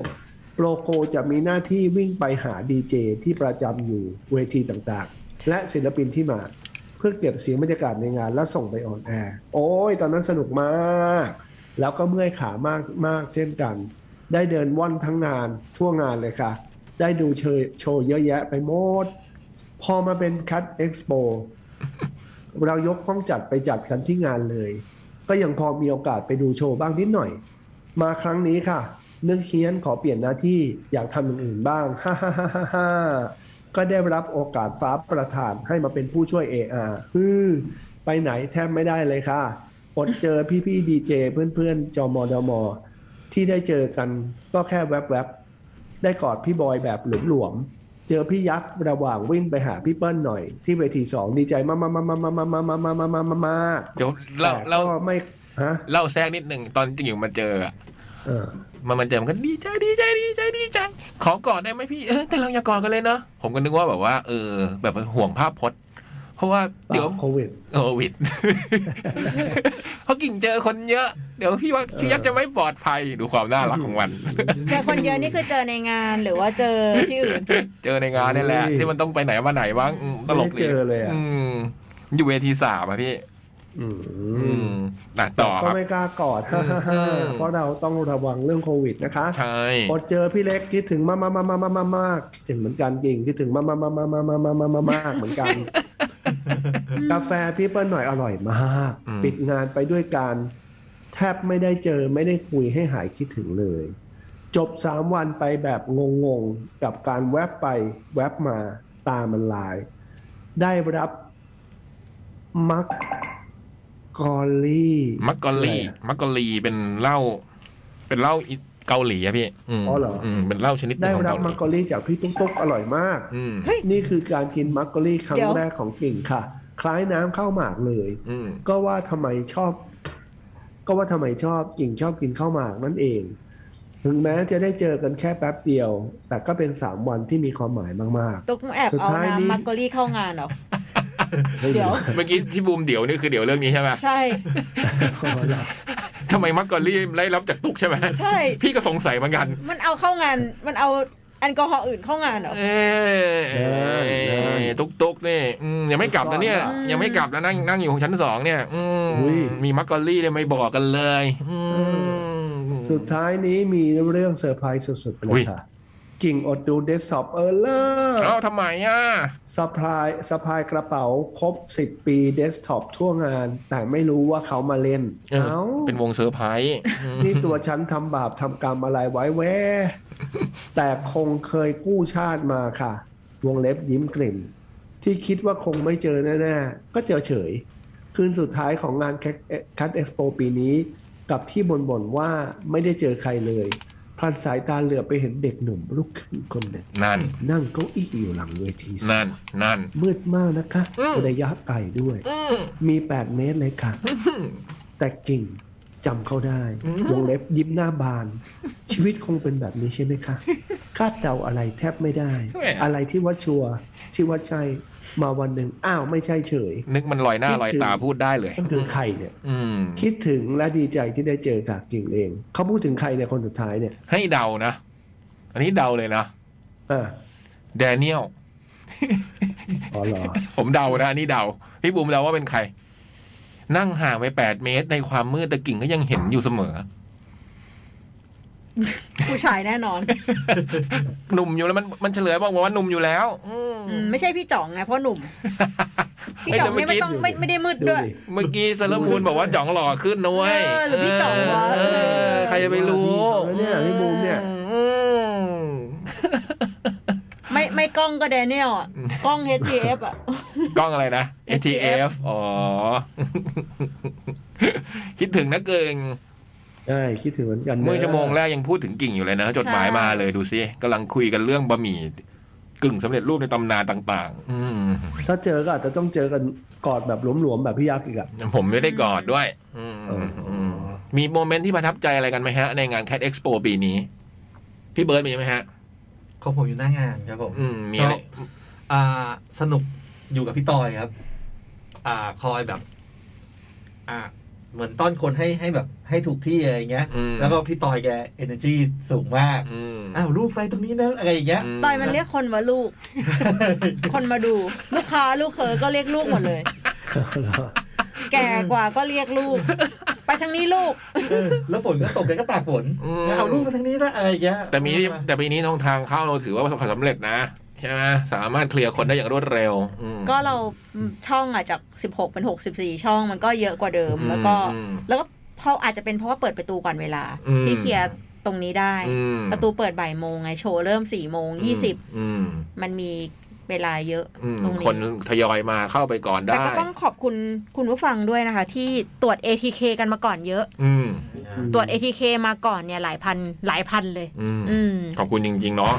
โปรโกจะมีหน้าที่วิ่งไปหาดีเจที่ประจำอยู่เวทีต่างๆ และศิลปินที่มา เพื่อเก็บเสียงบรรยากาศในงานแล้วส่งไปออนแอร์ โอ้ย ตอนนั้นสนุกมาก แล้วก็เมื่อยขามากมากเช่นกัน ได้เดินว่อนทั้งงานทั่วงานเลยค่ะ ได้ดูเชยโชว์เยอะแยะไปหมด พอมาเป็นคัตเอ็กซ์โป เรายกห้องจัดไปจัดกันที่งานเลย ก็ยังพอมีโอกาสไปดูโชว์บ้างนิดหน่อย มาครั้งนี้ค่ะ เรื่องเคียนขอเปลี่ยนหน้าที่อยากทำอย่างอื่นบ้างฮ่าฮ่าฮ่าฮ่าฮ่าก็ได้รับโอกาสฟ้าประทานให้มาเป็นผู้ช่วย AR ฮือไปไหนแทบไม่ได้เลยค่ะอดเจอพี่ๆดีเจเพื่อนๆจมดม ที่ได้เจอกันก็แค่แวบๆ ได้กอดพี่บอยแบบหลวมๆ เจอพี่ยักษ์ระหว่างวิ่งไปหาพี่เปิ้ลหน่อย ที่เวทีสองดีใจมากๆๆๆๆๆๆๆๆๆ
เดี๋ยวเรา
แต่
เรา
ก็ไม่ฮะ
เล่าแทรกนิดหนึ่งตอนจริงๆมันเจออะ
เออ
มันมันเจอมันก็ดีใจดีใจดีใจดีใจ ขอกอดได้ไหมพี่เออแต่เราอย่ากอดกันเลยเนาะผมก็นึกว่าแบบว่าเออ แบบห่วงภาพพจน์ เพราะว่าเดี๋ยว
โควิด
โควิด เขาะกิ่งเจอคนเยอะ เดี๋ยวพี่ว่าพี่ยักษ์จะไม่ปลอดภัยดูความน่ารักของมัน
เจอคนเยอะนี่คือเจอในงานหรือว่าเจอที่อื่น
เจอในงานนี่แหละ
เฮ้ย
ที่มันต้องไปไหนมาไหนบ้างอืมตลก
ไม่
ดี
ได้เจอเลยอะ
มอยู่เวทีสามอะพี่
อื
อื
ม
มอ่ะต่อค
ก็
รับ
ไม่กล้ากอดฮ่าฮ่า
อื
ฮ่าม เพราะเราต้องระวังเรื่องโควิดนะคะ
ใช่
พอเจอพี่เล็กคิดถึงมากมากมากมากมากมากถึงเหมือนกันจริงคิดถึงมากมากมากมากมากมากมากมากมากมากเหมือนกัน กาแฟพี่เปิ้ลหน่อยอร่อยมาก ปิดงานไปด้วยการแทบไม่ได้เจอไม่ได้คุยให้หายคิดถึงเลย จบสามวันไปแบบงงๆ กับการแวบไปแวบมาตามันลาย ได้รับมักกอลี่
มักกอลี
อะไรอะ
มักกอลีเป็นเหล้าเป็นเหล้าอิเกาหลีอะพี่ม
อ๋อเหรออื
มเป็นเหล้าชนิดหนึ่
ได้
งของ
รับ
เกาหลี
มักกอลี่จากพี่ตุ๊กตุ๊กอร่อยมาก
อืม
นี่คือการกินมักกอลี่ครั้
เดี๋
ง
ยว
แรกของกิ่งค่ะ คล้ายน้ำข้าวหมากเลย
อืม
ก็ว่าทำไมชอบ ก็ว่าทำไมชอบกิ่งชอบกินข้าวหมากนั่นเอง ถึงแม้จะได้เจอกันแค่แป๊บเดียว แต่ก็เป็นสามวันที่มีความหมายมาก
ตุ๊กแอบ
สุด
เอา
ท้ายนี่
น้ำมักกอรี่เข้างานเหรอ
ๆไม่
เดี๋ยว
เมื่อกี้ที่บูมเดี๋ยวนี่คือเดี๋ยวเรื่องนี้ใช่ไหม
ใช่
ข้อละ
ทำไมมักกอลีได้รับจากตุกใช่ไหม
ใช่
พี่ก็สงสัยเหมือนกัน
มันเอาเข้างาน มันเอาแอลกอฮอล์อื่นเข้างานเหรอ
เอ้ยเอ้ยตุ๊กตุ๊กนี่อืมยังไม่กลับนะเนี่ย ยังไม่กลับนะนั่งนั่งอยู่ของชั้นสองเนี่ย อืมมีมักกอรี่เนี่ยไม่บอกกันเลยอืม
สุดท้ายนี้มีเรื่องเซอร์ไพรส์สุดๆไปเล
อุ๊
ย
ย
ค่ะ กิ่งอดดูเดสก์ท็อปเออร์เลอร์
เอ้าทำไมอ่ะ
สะพายสะพายกระเป๋าครบ 10 ปีเดสก์ท็อปทั่วงาน แต่ไม่รู้ว่าเขามาเล่น
เออ
เอ้า
เป็นวงเซอร์ไพรส์อืม
นี่ตัวฉันทำบาปทำกรรมอะไรไว้แว่ แต่คงเคยกู้ชาติมาค่ะ วงเล็บยิ้มกลิ่มที่คิดว่าคงไม่เจอแน่ๆ ก็เจอเฉย คืนสุดท้ายของงานคัตเอ็กซ์โปปีนี้ กับที่บ่นๆว่าไม่ได้เจอใครเลยพลันสายตาเหลือบไปเห็นเด็กหนุ่มลุกขึ้นคนหนึ่ง
นั่น
นั่งเก้าอี้อยู่หลังเวที
นั่น นั่น
มืดมากนะคะ
อืม
ระยะไกลด้วย
อืม
มี 8 เมตรเลยค่ะ
อืม
แต่กิ่งจำเขาได้
อืม
วงเล็บยิ้มหน้าบาน ชีวิตคงเป็นแบบนี้ใช่ไหมคะ คาดเดาอะไรแทบไม่ได้ อะไรที่ว่าชัวร์ที่ว่าใช่มาวันหนึ่งอ้าวไม่ใช่เฉย
นึกมันลอยหน้าลอยตาพูดได้เลย
นั่นคือใครเนี่ย
อืม
คิดถึงและดีใจที่ได้เจอจากกิ่งเอง เขาพูดถึงใครเนี่ยคนสุดท้ายเนี่ย
ให้เดานะ อันนี้เดาเลยนะ
อ่ะ
แดเนียล
อ๋อเหรอ
ผมเดานะอันนี้เดาพี่บูมเดาว่าเป็นใคร นั่งห่างไปแปดเมตรในความมืดแต่กิ่งก็ยังเห็นอยู่เสมอ
ผู้ชายแน่นอน
หนุ่มอยู่แล้วมันมันเฉลยบอกว่าหนุ่มอยู่แล้วอื ม
อืมไม่ใช่พี่จ่องนะเพราะหนุ่ม พี่
เอ้ย
จ่อ
แต่
ง
เมื่
นี่
อ
ไม่
กี้
ต้องไม่ไม่ได้มืด
ดู
ด้วย
ดิ
เมื่อกี้เซเลอร์มูนบอกว่าจ่องหล่อขึ้นนะเว้ย
เออหรือพี่จ่องวะ
เอใครจะไปรู้
แล้วเนี่ยพี่บูมเนี่ย
อืม
ไม่ไม่กล้องก็แดเนียลอะกล้อง H G F อ่ะ
กล้องอะไรนะ ATF
ATF
อ๋อ คิดถึงนะเกิง
ใช่คิดถึงเหมือนกันนะ
เมื่อชั่วโมงแรกยังพูดถึงกิ่งอยู่เลยนะ จดหมายมาเลยดูซิกำลังคุยกันเรื่องบะหมี่กึ่งสำเร็จรูปในตำนานต่าง ๆ อืม
ถ้าเจอก็อาจจะต้องเจอกันกอดแบบหลวมๆแบบพี่ยักษ์อีกอะ
ผมไม่ได้กอดด้วย อืม
เอออื
มมีโมเมนต์ที่ประทับใจอะไรกันไหมฮะ ในงาน Cat Expo ปีนี้ พี่เบิร์ดมีไหมฮะ
ของผมอยู่หน้างานครับผม
อืมมีอะไร
อ่าสนุกอยู่กับพี่ตอยครับ อ่าคอยแบบ อ่า เหมือนต้อนคนให้ให้แบบให้ถูกที่อะไรอย่างเงี้ย
อืม
แล้วก็พี่ตอยแก energy สูงมาก
อืม
อ้าวลูกไฟตรงนี้นะอะไรอย่างเงี้ย
ตอยมันเรียกคนว่าลูก คนมาดู ลูกค้าลูกเคยก็เรียกลูกหมดเลย แก่กว่าก็เรียกลูก ไปทางนี้ลูก
เออ แล้วฝนก็ตกแกก็ตากฝน
อืม
เอาลูกมาทางนี้นะอะไรอย่างเงี้ย
แต่มีที่แต่ปีนี้ทองทางเข้าเราถือว่าประสบความสำเร็จนะ ใช่ไหมสามารถเคลียร์คนได้อย่างรวดเร็วอืม
ก็เราช่องอ่ะจาก 16 เป็น 64 ช่องมันก็เยอะกว่าเดิม แล้วก็
อืม
แล้วก็เพราะอาจจะเป็นเพราะว่าเปิดประตูก่อนเวลา
อืม
ที่เคลียร์ ตรงนี้ได้
อืม
ประตูเปิดบ่ายโมงไงโชว์เริ่มสี่โมงยี่สิบ
อืม
มันมีเวลาเยอะ
อืม
ตรงนี้
คนทยอยมาเข้าไปก่อน
แต่
ได้
ก็ต้องขอบคุณคุณผู้ฟังด้วยนะคะ ที่ตรวจ ATK กันมาก่อนเยอะ
อืม
ตรวจ ATK มาก่อนเนี่ยหลายพันหลายพันเลย
อืม
อืม
ขอบคุณจริง ๆ เนาะ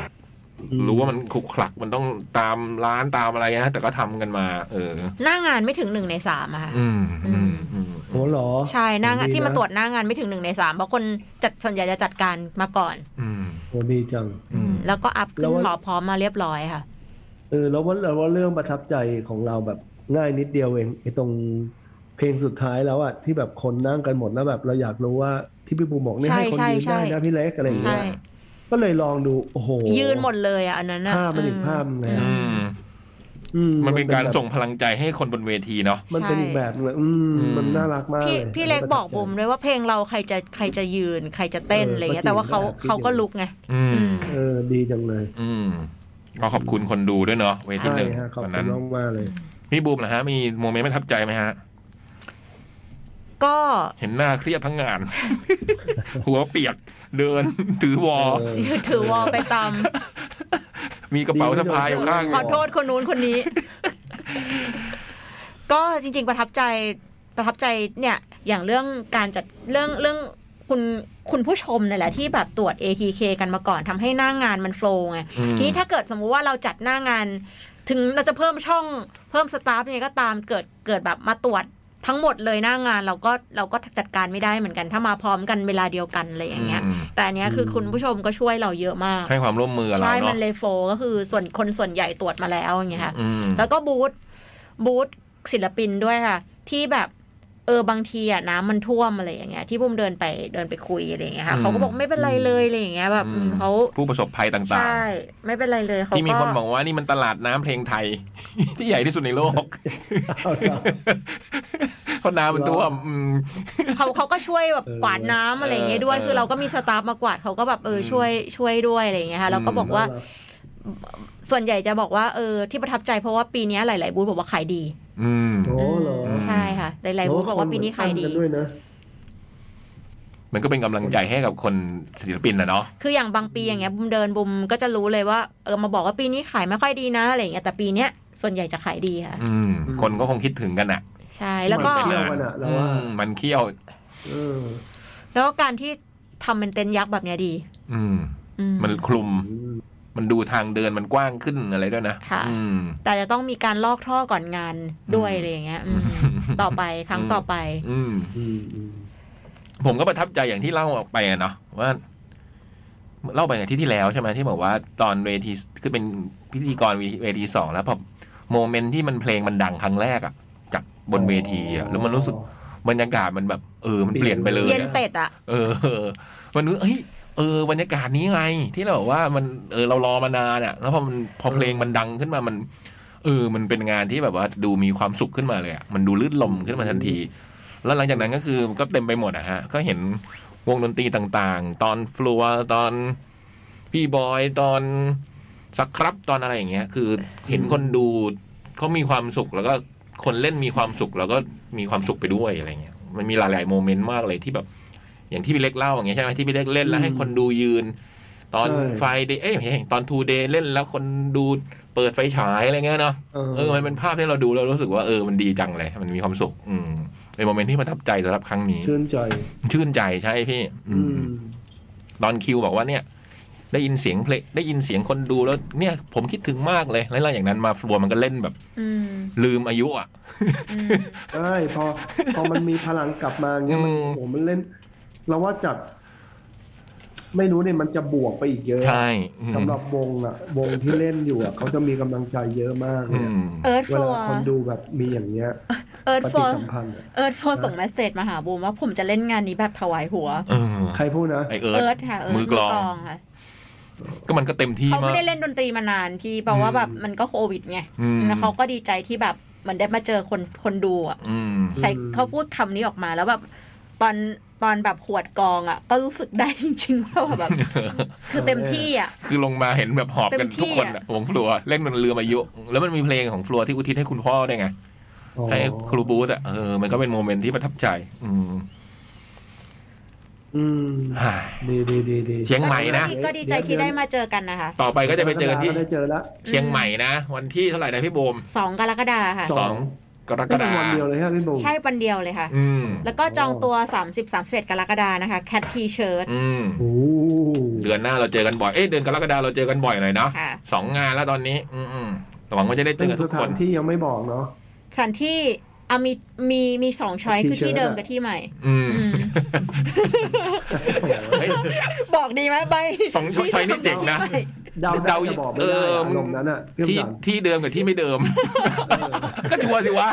อื
รู้ว่ามันขลุกขลักมันต้องตามร้านตามอะไรนะแต่ก็ทำกันมา เออ
หน้างานไม่ถึงหนึ่งในสามอะค่ะ
อืมอืมอืม
โอ้เหรอ
ใช่หน้างาน
ดีนะ
ที่มาตรวจหน้างานไม่ถึงหนึ่งในสามเพราะคนจัดส่วนใหญ่จะจัดการมาก่อน
อืม
โอ้ดีจัง
อืม
แล้วก็อัพ
แล้
ขึ้
วน ว่า
หมอพร้อมมาเรียบร้อยค่ะ
เออแล้วว่าแล้วว่าเรื่องประทับใจของเราแบบง่ายนิดเดียวเองไอ้ตรงเพลงสุดท้ายแล้วอะที่แบบคนนั่งกันหมดแล้วแบบเราอยากรู้ว่าที่พี่ปูบอกเนี่ย
ใช่
ให้คนยืนได้
ใช่ใช่
นะพี่เล็กอะไรอย่าง
ใช่
เงี้ยก็เลยลองดูโอ้โห
ยืนหมดเลยอ่ะอันนั้นอะ
ภาพมันอีกภาพไง
อืม
อื
มันเป็นการ
แบบ
ส่งพลังใจให้คนบนเวทีเนาะ
มันเป็นอีกแบบเลยอืม
อืม
มันน่ารักมาก
พี่
ย
พี่เล็กบอกบุ๋มด้วยว่าเพลงเราใครจะใครจะยืน ใครจะเต้นอะไรเงี้ยแต่ว่าเขาเขาก็ลุกไง
อืม
เออดีจังเลย
อืมก็ขอบคุณคนดูด้วยเนาะเวที
ใช่
หนึ่ง
ฮะขอบ
วัน
คุ
นั้
ณ
น
มากมากๆเลย
พี่บูมนะฮะ มีโมเมนต์ประทับใจไหมฮะ
ก็
เห็นหน้าเครียดทั้งงาน หัวเปียกเดิน ถือวอ
เออ
ถือวอลไปตาม
มีกระเป๋าสะพายอยู่ข้าง
ขอโทษคนนู้นคนนี้ ก็จริง ๆ ประทับใจประทับใจเนี่ย อย่างเรื่องการจัดเรื่องเรื่องคุณคุณผู้ชมเนี่ยแหละที่แบบตรวจ ATK กันมาก่อนทำให้หน้างานมันโฟล์ไง
อืม
ทีนี้ถ้าเกิดสมมุติว่าเราจัดหน้างาน ถึงเราจะเพิ่มช่องเพิ่มสตาฟยังไงก็ตามเกิดเกิดแบบมาตรวจทั้งหมดเลยหน้างานเราก็เราก็จัดการไม่ได้เหมือนกัน ถ้ามาพร้อมกันเวลาเดียวกันอะไรอย่างเงี้ย
อืม
แต่อันเนี้ยคือคุณผู้ชมก็ช่วยเราเยอะมาก
ให้ความร่วมมือกับเรา
ใช่ มั
เนาะ
นเลยโฟก็คือส่วนคนส่วนใหญ่ตรวจมาแล้วอย่างเงี้ยค่ะ
อืม
แล้วก็บูธบูธศิลปินด้วยค่ะ ที่แบบเออบางทีอ่ะน้ำมันท่วมอะไรอย่างเงี้ยที่บุมเดินไปเดินไปคุยอะไรอย่างเงี้ยค่ะเขาก็บอกไม่เป็นไรเลยอะไรอย่างเงี้ยแบบอืมเขา
ผู้ประสบภัยต่าง
ใช่ ไม่เป็นไรเลย
ๆ
เขา
ที่มี
ก็
คนบอกว่านี่มันตลาดน้ำเพลงไทย ที่ใหญ่ที่สุดในโลก
เอาเหรอ
เพราะน้ำมันท่วมอืม
เขาเขาก็ช่วยแบบ
เออ
กวาดน้ำอะไรอย่างเงี้ยด้วย
เออ
คือเราก็มีสตาฟมากวาดเขาก็แบบเอออ
ม
ช่วยช่วยด้วยอะไรอย่างเงี้ยค่ะแล้วก็
อืม
บอกว่าส่วนใหญ่จะบอกว่าเออที่ประทับใจเพราะว่าปีเนี้ยหลาย ๆ บูธบอกว่าขายดี
อืม
โอ้เหรอ
ใช่ค่ะหลายๆบูธบอกว่าปีนี้ขายดี
โอ้คเหมือนปั้นกันด้วยนะ
มันก็เป็นกำลังใจให้กับคนศิลปินนะเนาะ
คืออย่างบางปีอย่างเงี้ยบุมเดินบุมก็จะรู้เลยว่าเออมาบอกว่าปีนี้ขายไม่ค่อยดีนะอะไรอย่างเงี้ยแต่ปีเนี้ยส่วนใหญ่จะขายดีค่ะ
อืม
อืม
คนก็คงคิดถึงกันอ่ะ
ใช่แล้วก็
มันเที่ยวกันอะเราว่า
อืมมันเขี้ยว
เออ
แล้วก็การที่ทำเป็นเต็นท์ยักษ์แบบเนี้ยดี
อืม
อืม
มันคลุม
อืม
มันดูทางเดินมันกว้างขึ้นอะไรด้วยนะ
ค่ะ
อืม
แต่จะต้องมีการลอกท่อก่อนงานด้วย
อืม
อะไรอย่างเงี้ยอืม
อืม
ต่อไปครั้งต่อไป
อืม
อืมอืม
ผมก็ประทับใจอย่างที่เล่าออกไปอะเนาะว่า เล่าไปอาที่ที่แล้วใช่ไหมที่บอกว่าตอนเวทีคือเป็นพิธีกรเวทีสองแล้วพอโมเมนต์ที่มันเพลงมันดังครั้งแรกอะจากบนเวทีอะแล้วมันรู้สึกบรรยากาศมันแบบเออมันเปลี่ยนไปเลย
เย็น
อะ
เป็ดอ่ะ
เออ มันรู้เฮ้ย เออ บรรยากาศนี้ไง ที่เราบอกว่ามัน เออ เรารอมานานอ่ะ แล้วพอมัน พอเพลงมันดังขึ้นมา มัน เออ มันเป็นงานที่แบบว่าดูมีความสุขขึ้นมาเลยอ่ะ มันดูลื่นลมขึ้นมาทันที แล้วหลังจากนั้นก็คือก็เต็มไปหมดอะฮะ ก็เห็นวงดนตรีต่างๆ ตอนฟลัวตอนพี่บอย ตอนสครับ ตอนอะไรอย่างเงี้ย คือเห็นคนดูเขามีความสุข แล้วก็คนเล่นมีความสุข แล้วก็มีความสุขไปด้วยอะไรเงี้ย มันมีหลายๆโมเมนต์มากเลยที่แบบ อย่างที่พี่เล็กเล่าอย่างเงี้ยใช่ไหมที่พี่เล็กเล่นแล้วให้คนดูยืน ตอนไฟเดย์เอ้ยไม่ใช่ตอนทูเดย์เล่นแล้วคนดูเปิดไฟฉายอะไรเงี้ยเนาะ เออ มันเป็นภาพที่เราดูแล้วรู้สึกว่าเออ มันดีจังเลย มันมีความสุข อืมเป็นโมเมนต์ที่ประทับใจสำหรับครั้งนี้
ชื่นใจ
ชื่นใจใช่พี่ อื
อื
ม
ม
ตอนคิวบอกว่าเนี่ย ได้ยินเสียงเพลงได้ยินเสียงคนดูแล้วเนี่ย ผมคิดถึงมากเลยแล้วหลังจากนั้นมาฟลัวมันก็เล่นแบบ
อืม
ลืมอายุอ่ะ
อืม
ใช่พอ พอมันมีพลังกลับมาอย่างเงี้ยมัน
อืม
โอ้โหมันเล่น เราว่าจาก ไม่รู้เนี่ยมันจะบวกไปอีกเยอะ
ใช่อืม
สำหรับวงอะวงที่เล่นอยู่อะเขาจะมีกำลังใจเยอะมากเล
อื
ยอะ
ม
เอิร์ธ
เว
ฟล
ลาคนดูแบบมีอย่างเงี้ย
เอิร์ธ
ป
ฟ
ฏิ
ล
สัมพันธ์อะ
เอิร์ธฟลส่งเมสเซจมาหาบูมว่าผมจะเล่นงานนี้แบบถวายหัว
เออ
ใครพูดนะ
ไอเอิ
เอิ
ร์
ร์
ธ
ธค่ะเอิร์ธ
มือกลอง
ค่ะ
ก็มันก็เต็มที่
เขา
มา
ไม่
ก
ได้เล่นดนตรีมานานพี่แปลว่าแบบมันก็โควิดไง
อืม
แล้วเขาก็ดีใจที่แบบเหมันได้มาเจอคนคนดูอ่ะ
อืม
ใช้เขาพูดคำนี้ออกมาแล้วแบบตอนตอนแบบขวดกองอ่ะ ก็รู้สึกได้จริงๆว่า แบบ คือเต็มที่อ่ะ
คือลงมาเห็นแบบหอบกัน
เต็มที่
ทุกคน
อะ
อะวงฟลัวเล่นมันเรือมายุ แล้วมันมีเพลงของฟลัวที่อุทิศให้คุณพ่อได้วยไง
อ๋อ
ให้ครูบูธอะเออ มันก็เป็นโมเมนต์ที่ประทับใจ อืม
อืม
ฮ่า
ดีดีดีดี
เชียงใหม่นะ
ก็ดีใจที่ได้มาเจอกันนะคะ
ต่อไปก็จะไปเจอกันที่
ได้เจอแล้ว
เชียงใหม่นะ วันที่เท่าไหร่นะพี่โบม
สองกรกฎาค่ะ
สองกรก
ก็เป็
ฎาน ค
วัน
ม
เดียวเลยฮะพี่บง
ใช่วันเดียวเลยค่ะ
อืม
แล้วก็จองตัว 30 31กรกฎานะคะ Cat T-shirt
อืม
โอ้
เดือนหน้าเราเจอกันบ่อย เอ้ยเดือนกรกฎาเราเจอกันบ่อยหน่อยเนาะ
ค่ะ
สองงานแล้วตอนนี้ อืมอืมหวังว่าจะได้เจ
ซึ่ง
อกัน
ส
ทุก
ถา
คน น
ที่ยังไม่บอกเนาะ
สถานที่เอามีมีมีสองช้อยคือที่เดิมกับที่ใหม่
อืม
อืม
เฮ้ย
บอกดีไหมใบ
สองช้อยช้อยนี่เจ๋งนะ
เดา
เดา
เดา
อยู่
จะบอกไม่ได้
เออ
อะอารมณ์นั้นอ่ะพี่
ที่
ลำดับ
ที่เดิมกับที่ไม่เดิม ก็ชัวร์สิวะ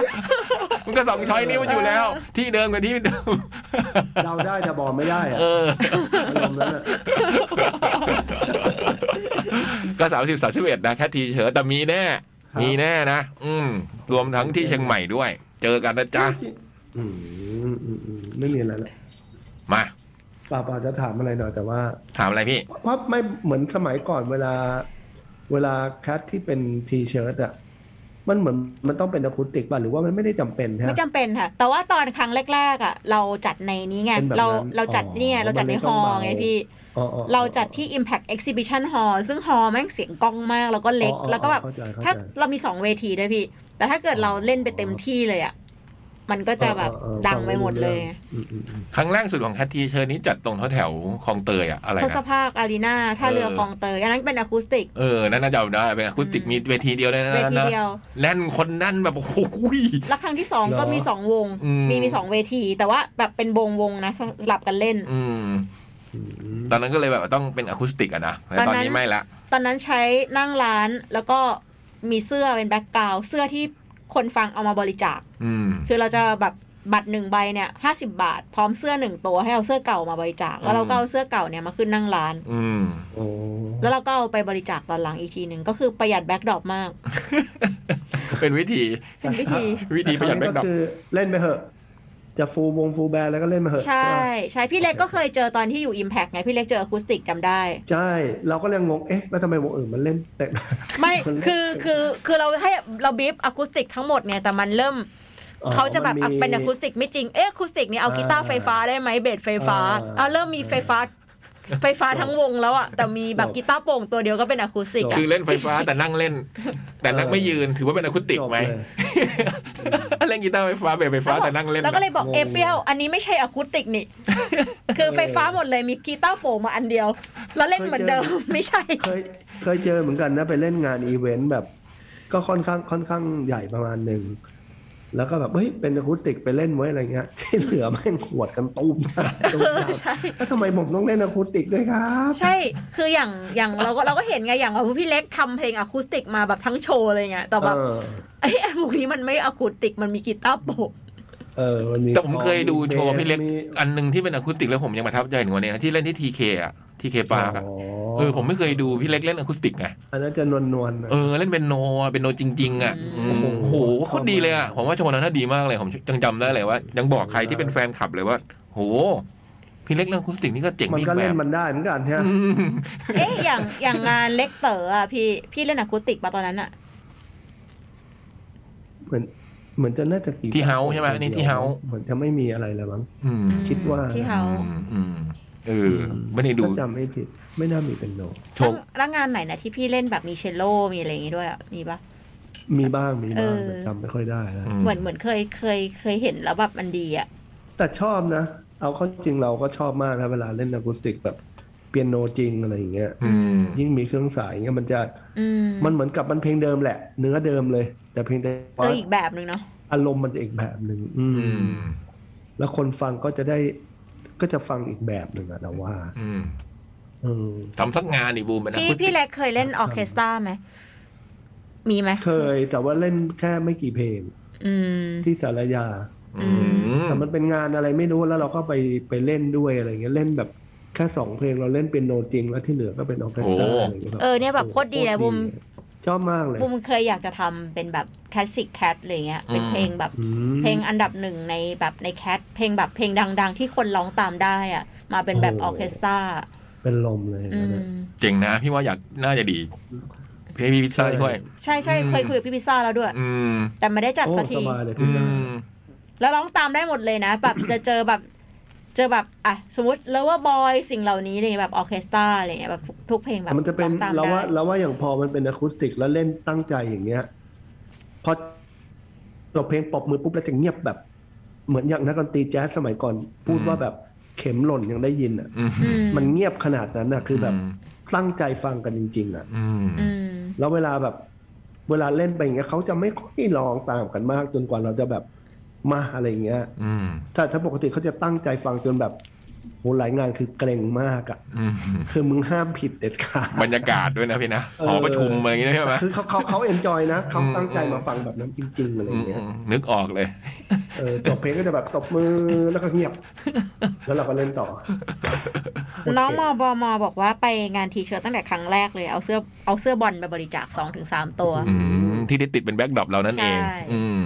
มันก็สองช้อยนี้มันอยู่แล้ว ที่เดิมกับที่ไม่เดิม
เดาได้แต่บอกไม่ได้อะ
เออ
อารมณ์นั้นอ่ะ
ก็สามสิบสามสิบเอ็ดนะแค่ทีเฉยแต่มีแน่ มีแน่นะ อืม รวมทั้งที่เชียงใหม่ด้วย เจอกันนะจ๊ะ
อืมอืมอืมไม่มีอะไรละ
มา
ป่าป่าจะถามอะไรหน่อยแต่ว่า
ถามอะไรพี่
เพราะไม่เหมือนสมัยก่อนเวลา เวลาแคทที่เป็นทีเชิร์ตอ่ะ มันเหมือนมันต้องเป็นอะคูติกป่ะหรือว่ามันไม่ได้จำเป็นฮะ
ไม่จำเป็นค่ะ แต่ว่าตอนครั้งแรกๆอ่ะเราจัดในนี้ไง
เป็นแบบ
เรา
นั้น
เราจัดเนี่ย
อ๋อ
เราจัดใน
มันเลย
ฮ
ต้
อ
อง
ล
เบา
ไงพี่
อ๋ออ๋อ
เราจัดที่ Impact Exhibition Hall ซึ่งฮอลแม่งเสียงก้องมากแล้วก็เล็ก
อ๋ออ๋อ
แล้วก็แบบ
เข้าใจเข้ใจ
ถ้าเรามีสองเวทีด้วยพี่ แต่ถ้าเกิดเราเล่นไปเต็มที่เลยอ่ะมันก็จะแบบ
เออเออเออ
ดังไปหมดเลย
อืมอืมอืม
ครั้งแรกสุดของแคททีเชิญนี้จัดตรงแถวๆคลองเตยอะอะไร
ทศ
นะ
ภาคอารีนาท่าเรือ
เออ
คลองเตยอันนั้นเป็นอะคูสติก
เออ นั่นน่าจะเอาได้เป็นอะคุณติก
อืม
มีเวทีเดียวเลยนะ
เวที
นะ
เดียว
แน่นคนแนั่นแบบโอ้โห
แล้วครั้งที่สองก็มีสองวง
อืม
มีมีสองเวที แต่ว่าแบบเป็นวงวงๆนะสลับกันเล่น
อืม
อืม
ตอนนั้นก็เลยแบบต้องเป็นอะคูสติกอะนะแต่
ต
ต
อ
อน น
นั้น
นี้ไม่ละ
ตอนนั้นใช้นั่งร้านแล้วก็มีเสื้อเป็นแบ็กกราวด์เสื้อที่คนฟังเอามาบริจาค
อืม
คือเราจะแบบบัตรหนึ่งใบเนี่ยห้าสิบาท พร้อมเสื้อหนึ่งตัวให้เอาเสื้อเก่ามาบริจาค
อืม
แล้วเราก็เอาเสื้อเก่าเนี่ยมาขึ้นนั่งร้าน
อืม
โอ้
แล้วเราก็เอาไปบริจาคตอนหลังอีกทีหนึ่งก็คือประหยัดแบ็กดรอปมาก
เป็นวิธี
เป็นวิธี
วิธีประหยัดแบ็
แต่
คด
คราว
อก
นี้ก็คือเล่นไปเหอะ จะฟูวงฟูแบนแล้วก็เล่นมาเหอะ
ใช่ใช่พี่เล็กก็เคยเจอตอนที่อยู่ Impact ไงพี่เล็กเจออะคูสติกจำได้
ใช่ เราก็ยังงง เอ๊ะ แล้วทำไมวงอื่นมันเล่นแต่
ไม่
คนเล่น
คือ คือ คือเราให้เราบีฟอะคูสติกทั้งหมดเนี่ย แต่มันเริ่ม
อ๋อ
เขาจะแบบ
มั
อ่ะ
มี
เป็นอะคูสติกไม่จริง เอ๊ะอะคูสติกเนี่ยเอากีตาร์
อ่า
ไฟฟ้าได้ไหมเบสไฟฟ้า
อ่า
เอาเริ่มมีไฟฟ้า ไฟฟ้าทั้งวงแล้วอะแต่มีแบบ
จบ
กีตาร์โปร่งตัวเดียวก็เป็นอะคูสติก
จบ
อะ
คือเล่นไฟฟ้าแต่นั่งเล่น แต่นั่งไม่ยืนถือว่าเป็นอะคูสติก
จบ
ไหม
เลย
เล่นกีตาร์ไฟฟ้าเบสไฟฟ้าแต่นั่งเล่น
แล้วก็เลยบอก
งง
เอะเปรียวอันนี้ไม่ใช่อะคูสติกนี่ คือไฟฟ้าหมดเลยมีกีตาร์โปร่งมาอันเดียว แล้วเล่นเหมือนเดิมไม่ใช่
เคยเคยเจอเหมือนกันนะไปเล่นงานอีเวนต์แบบ ก็ค่อนข้างค่อนข้างใหญ่ประมาณหนึ่ง แล้วก็แบบเฮ้ยเป็นอะคูสติกไปเล่นไว้อะไรเงี้ย ที่เหลือแม่งขวดกันตุ้มนะตุ้มนะ
ใช่
แล้วทำไมผมต้องเล่นอะคูสติกด้วยครับ
ใช่ คืออย่างอย่างเราก็เราก็เห็นไงอย่างของพี่เล็กทำเพลงอะคูสติกมาแบบทั้งโชว์เลยไงแต่แบบ
เออ
ไอ้ไอ้พวกนี้มันไม่อะคูติกมันมีกีตาร์โปะ
เออมันมี
แต่ผมเคยดูโชว์
บส
พี่เล็ก
มี
อันหนึ่งที่เป็นอะคูสติกแล้วผมยังประทับใจถึงวันนี้นะที่เล่นที่ทีเคอะทีเคปาร์คอะ
อ๋อ
เออผมไม่เคยดูพี่เล็กเล่นอะคูสติกไง
อันนั้นจะนวลนวลๆนะ
เออเล่นเป็นโนอะเป็นโนจริง ๆอะ
อืม
โอ้โหโคตรดีเลยอะผมว่าโชว์นั้นน่าดีมากเลยผมยังจำได้เลยว่า ยังบอกใครที่เป็นแฟนคลับเลยว่าโหพี่เล็กเล่นอะคูสติกนี่ก็เจ๋ง
มัน
อีก
ก็
แบ
เล่น
บ
มันได้เหมือนกันฮะ
อืม
เอ๊ะอย่างอย่างงานเล็กเต๋ออะพี่พี่เล่นอะคูติกมาตอนนั้นอะ
เหมือนเหมือนจะน่าจะปี
ที่เฮาส์ใช่ไหมอันนี่ที่เฮาส์
เหมือนจะไม่มีอะไรแล้วมั้ง
อืม
คิดว่า
ที่เขา
อืมอืมเออไม่ได้ดู
ถ้าจำไม่ผิดไม่น่ามีเป็นโน
โชว์
แล้วงานไหนนะที่พี่เล่นแบบมีเชลโลมีอะไรอย่างงี้ด้วยอะมีปะ
มีบ้างมีบ้าง
เออ
แต่จำไม่ค่อยได้แล้ว
อืม
เหมือนเหมือนเคยเคยเคยเห็นแล้วแบบมันดีอะ
แต่ชอบนะ เอาเข้าจริงเราก็ชอบมากนะเวลาเล่นอะคูสติกแบบเปียโนจริงอะไรอย่างเงี้ย
อืม
ยิ่งมีเครื่องสายเงี้ยมันจะ
อืม
มันเหมือนกับมันเพลงเดิมแหละ เนื้อเดิมเลย แต่เพลงแต่
เอ
ว่า
ออีกแบบหนึ่งเนาะ
อารมณ์มันจะอีกแบบหนึ่งอืม
อืม
แล้วคนฟังก็จะได้ก็จะฟังอีกแบบหนึ่งอะเราว่า
อืม
เออ
ทำสักงานดิบูมเป็นอะ
พี่
คูสติ
พี่
ก
เล็กเคยเล่นออร์เคสตราไหมมีไหม
เคยแต่ว่าเล่นแค่ไม่กี่เพลง
อืม
ที่สารยา
อืม
แต่มันเป็นงานอะไรไม่รู้แล้วเราก็ไปไปเล่นด้วยอะไรเงี้ยเล่นแบบแค่สองเพลงเราเล่นเป็นโนจริง แล้วที่เหลือก็เป็นออร์เคสตราอะไรเงี้ย
เออเนี่ยแบบโคตรดีเลยบุม
ชอบมากเลย
บุมเคยอยากจะทำเป็นแบบคลาสสิกแคทอะไรเงี้ยเป็นเพลงแบบ
อืม
เพลงอันดับหนึ่งในแบบในแคทเพลงแบบเพลงดัง ๆ ที่คนร้องตามได้อะมาเป็นแบบอ
โอ้
อร์เคสตรา
เป็นลมเลย
อื
นะ
ม
เนี่ย
เจ๋งนะ พี่ว่าอยากน่าจะดีพี่พี่พิซซ่าช่วย
ใช่ใช่
อืม
เคยคุยกับพี่พิซซ่าแล้วด้วย
อืม
แต่ไม่ได้จัด
โอ้
สัก
ส
ที
บายเลย
อื
พี่จ้าม
แล้วร้องตามได้หมดเลยนะ แบบจะเจอแบบ เจอแบบอ่ะสมมติแล้วว่าบอยสิ่งเหล่านี้เนี่ยแบบออร์เคสตราอะไรเงี้ยแบบทุกทุกเพลงแบบ
มันจะเป็น
ร้องตาม
เราว่า
ได้
เราว่าอย่างพอมันเป็นอะคูสติกแล้วเล่นตั้งใจอย่างเงี้ยพอจบเพลงปรบมือปุ๊บแล้วจะเงียบแบบ เหมือนอย่างนักดนตรีแจ๊สสมัยก่อน พูดว่าแบบเข็มหล่นยังได้ยินอ่ะ
อืม
อืม
มันเงียบขนาดนั้นน่ะ คือแบบตั้งใจฟังกันจริง ๆอ่ะ
อืม
อืม
แล้วเวลาแบบเวลาเล่นไปอย่างเงี้ยเขาจะไม่ค่อยลองตามกันมาก จนกว่าเราจะแบบมาอะไรอย่างเงี้ย
อืม
แต่ถ้าปกติเขาจะตั้งใจฟังจนแบบโหหลายงานคือเกรงมากอ่ะ
อืม
คือมึงห้ามผิดเด็ดขาด
บรรยากาศด้วยนะพี่นะ
เออ
หอประชุมอะไรอย่างเงี้ยใช่ไหม
คือเขาเขาเขาเอนจอยนะเขา
อืม
ตั้งใจมาฟังแบบนั้นจริง ๆ อะไร
อืม
เงี้ย
อืมนึกออกเลย
เออจบเพลงก็จะแบบตบมือแล้วก็เงียบ แล้วเราก็เล่นต่อ
น้องมอบอมอบอกว่าไปงานทีเชิร์ตตั้งแต่ครั้งแรกเลยเอาเสื้อเอาเสื้อบอลไปบริจาคสองถึงสามตัว
อืมที่ได้ติดเป็นแบ็กดรอปเรานั่นเอง
ใช่
อืม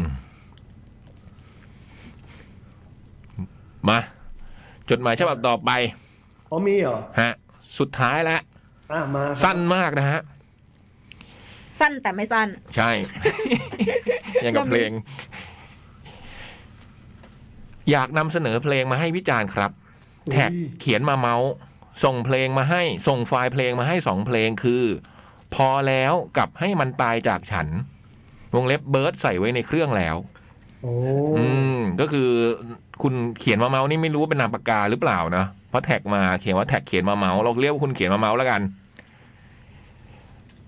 มา จดหมายฉบับต่อไป
อ๋อมีเหรอ
ฮะ สุดท้ายแล้ว
อ่ะมาครับ
สั้นมากนะฮะ
สั้นแต่ไม่สั้น
ใช่ อย่างกับเพลง อยากนำเสนอเพลงมาให้วิจารณ์ครับ แท็กเขียนมาเมาส์ส่งเพลงมาให้ ส่งไฟล์เพลงมาให้สองเพลงคือ พอแล้วกับให้มันตายจากฉัน วงเล็บเบิร์ดใส่ไว้ในเครื่องแล้ว
โอ้
อืม ก็คือคุณเขียนมาเมาส์นี่ไม่รู้ว่าเป็นนามปากกาหรือเปล่านะเพราะแท็กมาเขียนว่าแท็กเขียนมาเมาส์เราเรียกว่าคุณเขียนมาเมาส์แล้วกัน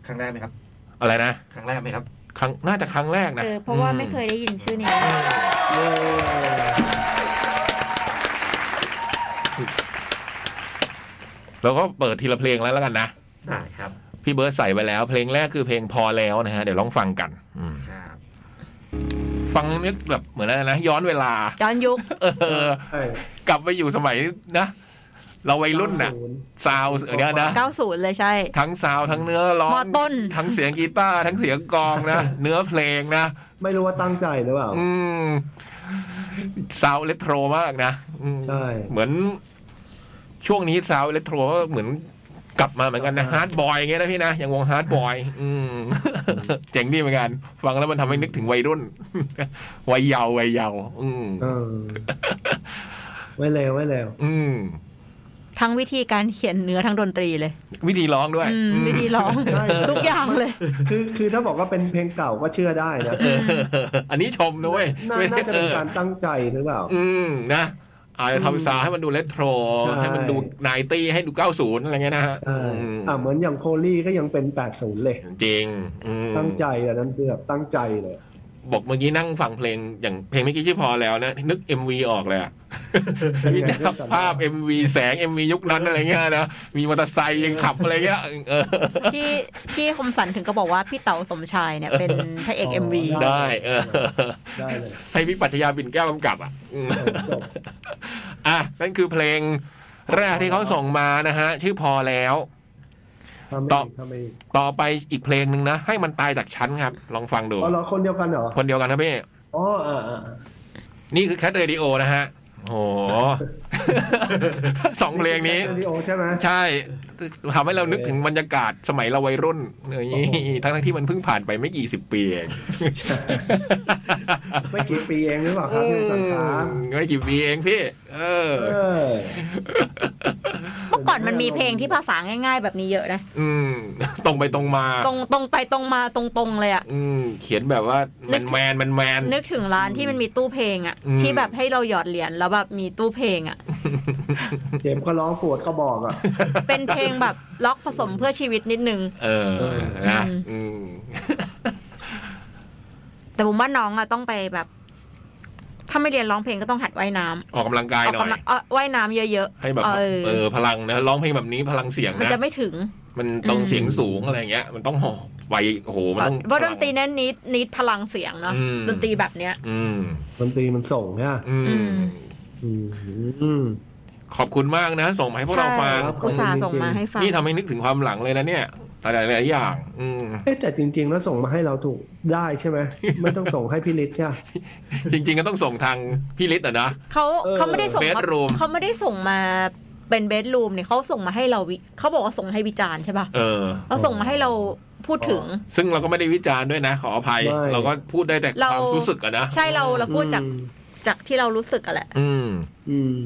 ครั้งแรกไหมครับ
อะไรนะ
ครั้งแรกไหมครับ
ครั้งน่าจะครั้งแรกนะ
เออเพราะว่าไม่เคยได้ยินชื่อนี้
เย้
เราก็เปิดทีละเพลงแล้วแล้วกันนะ
ได้ครับ
พี่เบิร์ดใส่ไปแล้วเพลงแรกคือเพลงพอแล้วนะฮะ เดี๋ยวลองฟังกัน อืม
ครับ
ฟังนึกแบบเหมือนอะไรนะ ย้อนเวลา
ย้อนยุค
เออ
ใช่
กลับไปอยู่สมัยนะ เราวัยรุ่นน่ะซาวด์เนี่ยนะ
90 เลยใช่
ทั้งซาวด์ทั้งเนื้อร้อง
มอต้น
ทั้งเสียงกีตาร์ทั้งเสียงกลอง นะ เนื้อเพลงนะ
ไม่รู้ว่าตั้งใจหรือเปล่า
อืมซาวด์อิเล็กโทรมากนะอืม
ใช่
เหมือนช่วงนี้ซาวด์อิเล็กโทรก็เหมือนกลับมาเหมือนกันนะฮาร์ดบอยอย่างเงี้ยนะพี่นะอย่างวงฮาร์ดบอยอืมเจ๋งดีเหมือนกัน ฟังแล้วมันทำให้นึกถึงวัยรุ่น วัยเยาว์วัยเยาว์อืม
เออ ไว้แล้วไว้แล้ว
อืม
ทั้งวิธีการเขียนเนื้อทั้งดนตรีเลย
วิธีร้องด้วย
อืม
อืม
วิธีร้อง
ใช่
ทุกอย่างเลย
คือคือถ้าบอกว่าเป็นเพลงเก่าก็เชื่อได้ นะ
เออ อันนี้ชมนะเว้ย
น่า
ไม่
น่าจะเป็น
ออ
การตั้งใจหรือเปล่า
อืมนะอาจจะทำซาวด์ให้มันดูเลโทร
ใช่
ให้มันดูไนตี้ให้ดูเก้าศูนย์อะไรเงี้ยนะฮะ
ใช่
ม
อ่าเหมือนอย่างโพลี่ก็ยังเป็น 80 เลย
จริงอืม
ตั้งใจอันนั้นคือแบบตั้งใจเลย
บอกเมื่อกี้นั่งฟังเพลงอย่างเพลงเมื่อกี้ชื่อพอแล้วนะ นึก MV ออกเลยอะมีภาพ MV แสง MV ยุคนั้นอะไรเงี้ยนะ มีมอเตอร์ไซค์ยังขับอะไรเงี้ยเออ
ที่ที่คมสันถึงก็บอกว่าพี่เต๋าสมชายเนี่ยเป็นพระเอก
อ๋อ
MV
ได้
ได้
เออ
ได้เลย
ให้พี่ปรัชญาปิ่นแก้วกำกับอ่ะอืม
จบจบ
อ่ะ นั่นคือเพลงแรกที่เขาส่งมานะฮะ ชื่อพอแล้ว
ทำ
ต่
เอ
อ
งทำเอง
ต่อไปอีกเพลงหนึ่งนะ ให้มันตายจากชั้นครับ ลองฟังดู
อ๋อเหรอคนเดียวกันเหรอ
คนเดียวกันนะพี่
อ๋ออ่าอ่า
นี่คือแคทเรดิโอนะฮะ โอ้โห สองเพลงนี้
วิดีโอใช่ไหม
ใช่ทำให้เรานึกถึงบรรยากาศสมัยเราวัยรุ่นนี่
โอ้โห
ทั้งๆที่มันเพิ่งผ่านไปไม่กี่สิบปีเอง
ไม่กี่ปีเองหรือเปล่าครับพี่สังขาร
อืม ไม่กี่ปีเองพี่ เออ
เออ
เมื่อก่อนมันมีเพลงที่ภาษาง่าย ๆ แบบนี้เยอะนะ
อืม ตรงไปตรงมา
ตรงตรงไปตรงมาตรงๆเลยอะ
อืม เขียนแบบว่าแม
นึ
น
ก
แมนแมนแมน
นึกถึงร้านที่มันมีตู้เพลงอะ
อืม
ที่แบบให้เราหยอดเหรียญแล้วแบบมีตู้เพลงอะ
เจมส์ก็ร้องปวดก็บอกอ่ะ
เป็นเพลงแบบล็อกผสมเพื่อชีวิตนิดนึง
เออนะอืม
แต่ผมว่าน้องอะต้องไปแบบ ถ้าไม่เรียนร้องเพลงก็ต้องหัดว่ายน้ำ
ออกกำลังกายหน่อย
เอากำลังเอาว่ายน้ำเยอะ
ให้แบบ
เออ
เออ พลังนะร้องเพลงแบบนี้พลังเสียง
มัน
นะ
จะไม่ถึง
มันต้อง
อืม
เสียงสูงอะไรอย่างเงี้ย มันต้องหอบไวโอ้โห มันต้อง
เพราะดนตรีเนั้นนิดนิดพลังเสียงเนาะ
อืม
ดนตรีแบบเนี้ย
อืม
ดนตรีมันส่งใช่ไหม
อื
อื
ม
ม
อืม
ขอบคุณมากนะ ส่งมาให้พวกเราฟัง
ใช่
ครับ
อุตส่าห์ส่งมาให้ฟัง
นี่ทำให้นึกถึงความหลังเลยนะเนี่ย หลายๆหลายๆอย่าง อืม
เอ๊ะแต่จริง ๆ แล้วส่งมาให้เราถูกได้ใช่ไหม ไม่ต้องส่งให้พี่ฤทธิ์ใช่ปะ
จริง ๆ ก็ต้องส่งทางพี่ฤทธิ์อ่ะนะ
เขา
เออ
เขาไม่ได้ส่งมา
Bedroom
เขาไม่ได้ส่งมาเป็นเบดรูมเนี่ยเขาส่งมาให้เราวิเขาบอกว่าส่งให้วิจารณ์ใช่ป่ะ
เออ
เขาส่งมาให้เราพูดถึง
ซึ่งเราก็ไม่ได้วิจารณ์ด้วยนะ ขออภัย
ไม่
เราก็พูดได้แต่ความ
เรารู้
รู้สึกอะนะ
ใช่เราเราพูดจาก
อืม
จากที่เรารู้สึกอะแหละ
อืม
อืม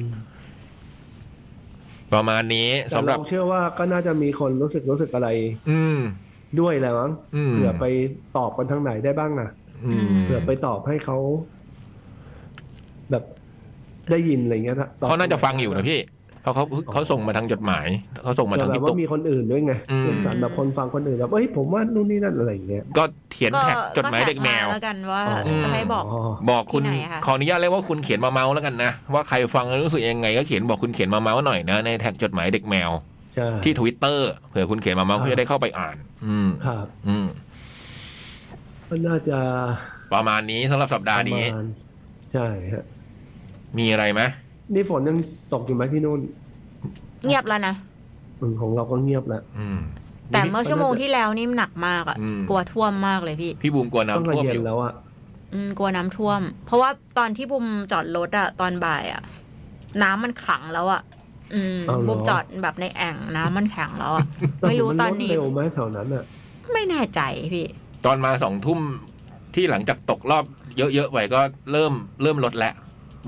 ประมาณนี้
แต่
สำหรั
เรา
บ
เชื่อว่าก็น่าจะมีคนรู้สึกรู้สึกอะไร
อืม
ด้วยแหล้วมั้ง
อืม
เผื่อไปตอบกันทางไหนได้บ้างนะ
อืม
เผื่อไปตอบให้เขาแบบได้ยินอะไรเงี้ยนะตอบ
เขาน่าจะฟังอยู่นะพี่เพราะเขาเขาส่งมาทางจดหมายเขาส่งมา
แต่
ทาง
แบบ
ติ๊ก
ว่า
ต็อก
มีคนอื่นด้วยไง
อืม
สารแบบคนฟังคนอื่นแบบเอ้ยผมว่านู่นนี่นั่นอะไรเงี้ย
ก็เขียนแท็กจดหมายเด็กแมว
แล้วกันว่า
อ๋อ
จะให้บอก
บอกคุณ
ที่ไหนอะคะ
ขออนุญาตเลยกว่าคุณเขียนมาเมาส์แล้วกันนะ ว่าใครฟังแล้วรู้สึกยังไง ก็เขียนบอกคุณเขียนมาเมาส์หน่อยนะในแท็กจดหมายเด็กแมว
ใช่
ที่ทวิตเตอร์เผื่อคุณเขียนมาเมาส์
ครับ
เขาจะได้เข้าไปอ่าน อืม
ครับ
อืม
ก็น่าจะ
ประมาณนี้สำหรับสัปดาห์นี้
ประมณใช่ฮะ
มีอะไรไหม
นี่ฝนยังตกอยู่ไหมที่นู่น
เงียบแล้วนะ
อืมของเราก็เงียบแล้ว
อืม
แต่เมื่อชั่วโมงที่แล้วนี่หนักมากอ่ะ
อืม
กลัวท่วมมากเลยพี่
พี่บูมกลัว
ต้อง
น้ำ
แต่
ท่วม
เย็
อนยู่
แล้วอะ
อืมกลัวน้ำท่วม เพราะว่าตอนที่บุมจอดรถอะตอนบ่ายอะน้ำมันขังแล้วอะอืม
าวเหร
บุมจอดแบบในแอ่งน้ำมันแข็งแล้วอะไม่รู้
แ
ตอนนี้
มัลดเร็วไหมแถวนั้นอะ
ไม่แน่ใจพี่
ตอนมาสองทุ่มที่หลังจากตกรอบเยอะๆไปก็เริ่มเริ่มลดแล้ว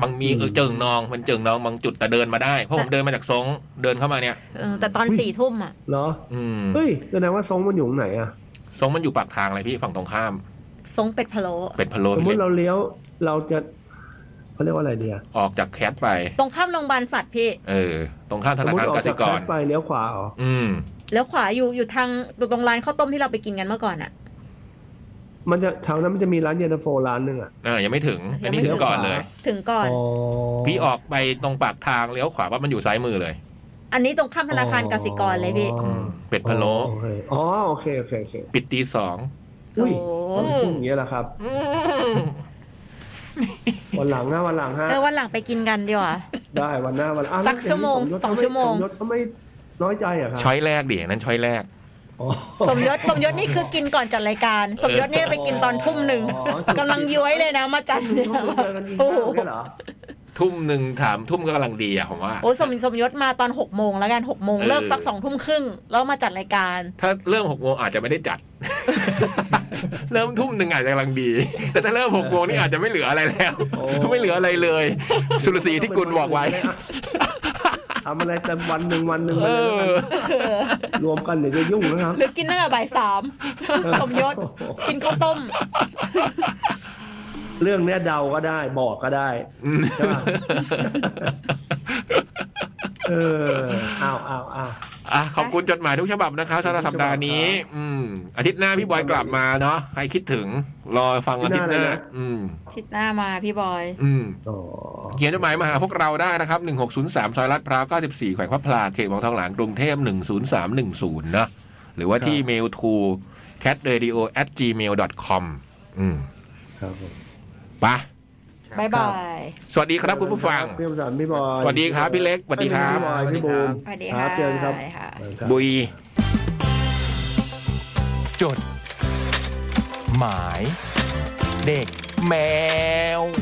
บางมีเออเจิงนองมันเจิงนองบางจุดแต่เดินมาได้เพราะผมเดินมาจากซงเดินเข้ามาเนี่ย
เออแต่ตอนสี่ทุ่มอะ
เหรอ
อืม
เฮ้ยแสดงว่าทรงมันอยู่ตรงไหนอะ
ซงมันอยู่ปากทางเลยพี่ฝั่งตรงข้าม
ทรงเป็ดพะโล้
เป็นพะโล้
สม
พี่
ม
เล็
ติ
ก
เราเลี้ยวเราจะเขาเรียกว่าอะไรเดีย
ออกจากแคทไป
ตรงข้ามโรงพยาบาลสัตว์พี่
เออ ตรงข้ามธ
สม
นามคา
ติ
ร
ออก
กสิ
จาก
ก
แค
ร
ทไปเลี้ยวขวาอ๋อ
อืม
แล้วขวาอยู่อยู่ทางตรงร้านข้าวต้มที่เราไปกินกันเมื่อก่อนอะ
มันจะแถวนั้นมันจะมีร้านเย็นตาโฟร้านหนึ่งอะ
อ่ายังไม่ถึง อันนี้ถึงก่อนเลย
ถึงก่อน
อ๋อ
พี่ออกไปตรงปากทางเลี้ยวขวาว่ามันอยู่ซ้ายมือเลย
อันนี้ตรงข้ามธนาคาร
อ๋อ
กสิกรเลยพี่
อ๋ออื
มเป็ดพะโล้
โอเคอ๋อโอเคโอเคโอเค
ปิดตีสอง
อุ้ย
โอ้
มันขึ้นอย่างเงี้ยแหละครับวันหลังนะวันหลังฮะ
เออวันหลังไปกินกันดีกว่า
ได้วันหน้าวันอ่ะ
สักชั่วโมง
แล้ว
สองชั่วโมง
สมยศเขาไม่น้อยใจเหรอะครับ
ช้อยแรกดิอันนั้นช้อยแรก
อ๋อ
สมยศสมยศนี่คือกินก่อนจัดรายการ สมยศนี่ไปกินตอนทุ่มหนึ่ง
อ๋อ
กำลังย้วยเลยนะมาจันเนี่ย
เขาเจอกันกิน
โอ้โห
ข้าวเนี่ยเหรอ
ทุ่มหนึ่งถามทุ่มก็กำลังดีอะผมว่า
โอ้สมสมยศมาตอนหกโมงแล้วกันหกโมง
เออ
เลิกสักสองทุ่มครึ่งแล้วมาจัดรายการ
ถ้าเริ่มหกโมงอาจจะไม่ได้ จัด เริ่มทุ่มหนึ่งอาจจะกำลังดี แต่ถ้าเริ่มหกโมงนี่อาจจะไม่เหลืออะไรแล้ว
โอ้
ไม่เหลืออะไรเลย สุรศรีที่กุลบอกไว้
ทำอะไรแต่วันหนึ่งวันหนึ่ง
เอ
วันหนึ่ง
อ
รวมกันเดี๋ยวจะยุ่งนะครับ
หรือกินตั้งแต่บ่ายสามสมยศกินข้าวต้ม
เรื่องเนี้ยเดาก็ได้บอกก็ได้ใช่ปะ เอออ้าวอ้าวอ้าว
อ่ะขอบคุณจดหมายทุกฉบับนะคะสำหรับสัปดาห์นี้ อืม อาทิตย์หน้าพี่บอยกลับมาเนาะใครคิดถึง รอฟังอาทิตย์หน้า
อาทิตย์หน้าเลยนะ
อืม
ทิศหน้ามาพี่บอย
อืม
อ๋อ
เขียนจดหมายมาหาพวกเราได้นะครับ 1603 ซอยลาดพร้าว 94 แขวงพระพลาเขตบางทองหลางกรุงเทพ10310 นะ หรือว่าที่ mail to catradio at gmail com อืม
ครับผม
ไปะ
บายบาย
สวัสดีครับคุณผู้ฟัง
พี่ประสานพี่บอย
สวัสดีครับพี่เล็กสวัสดีครับ
พี่บอยพี่บูม
สวัสดี
ครั
ค่ะ
บเจอกันครั
จด ห
บุย
บครับ
ค่ะ
มาย เด็กแมว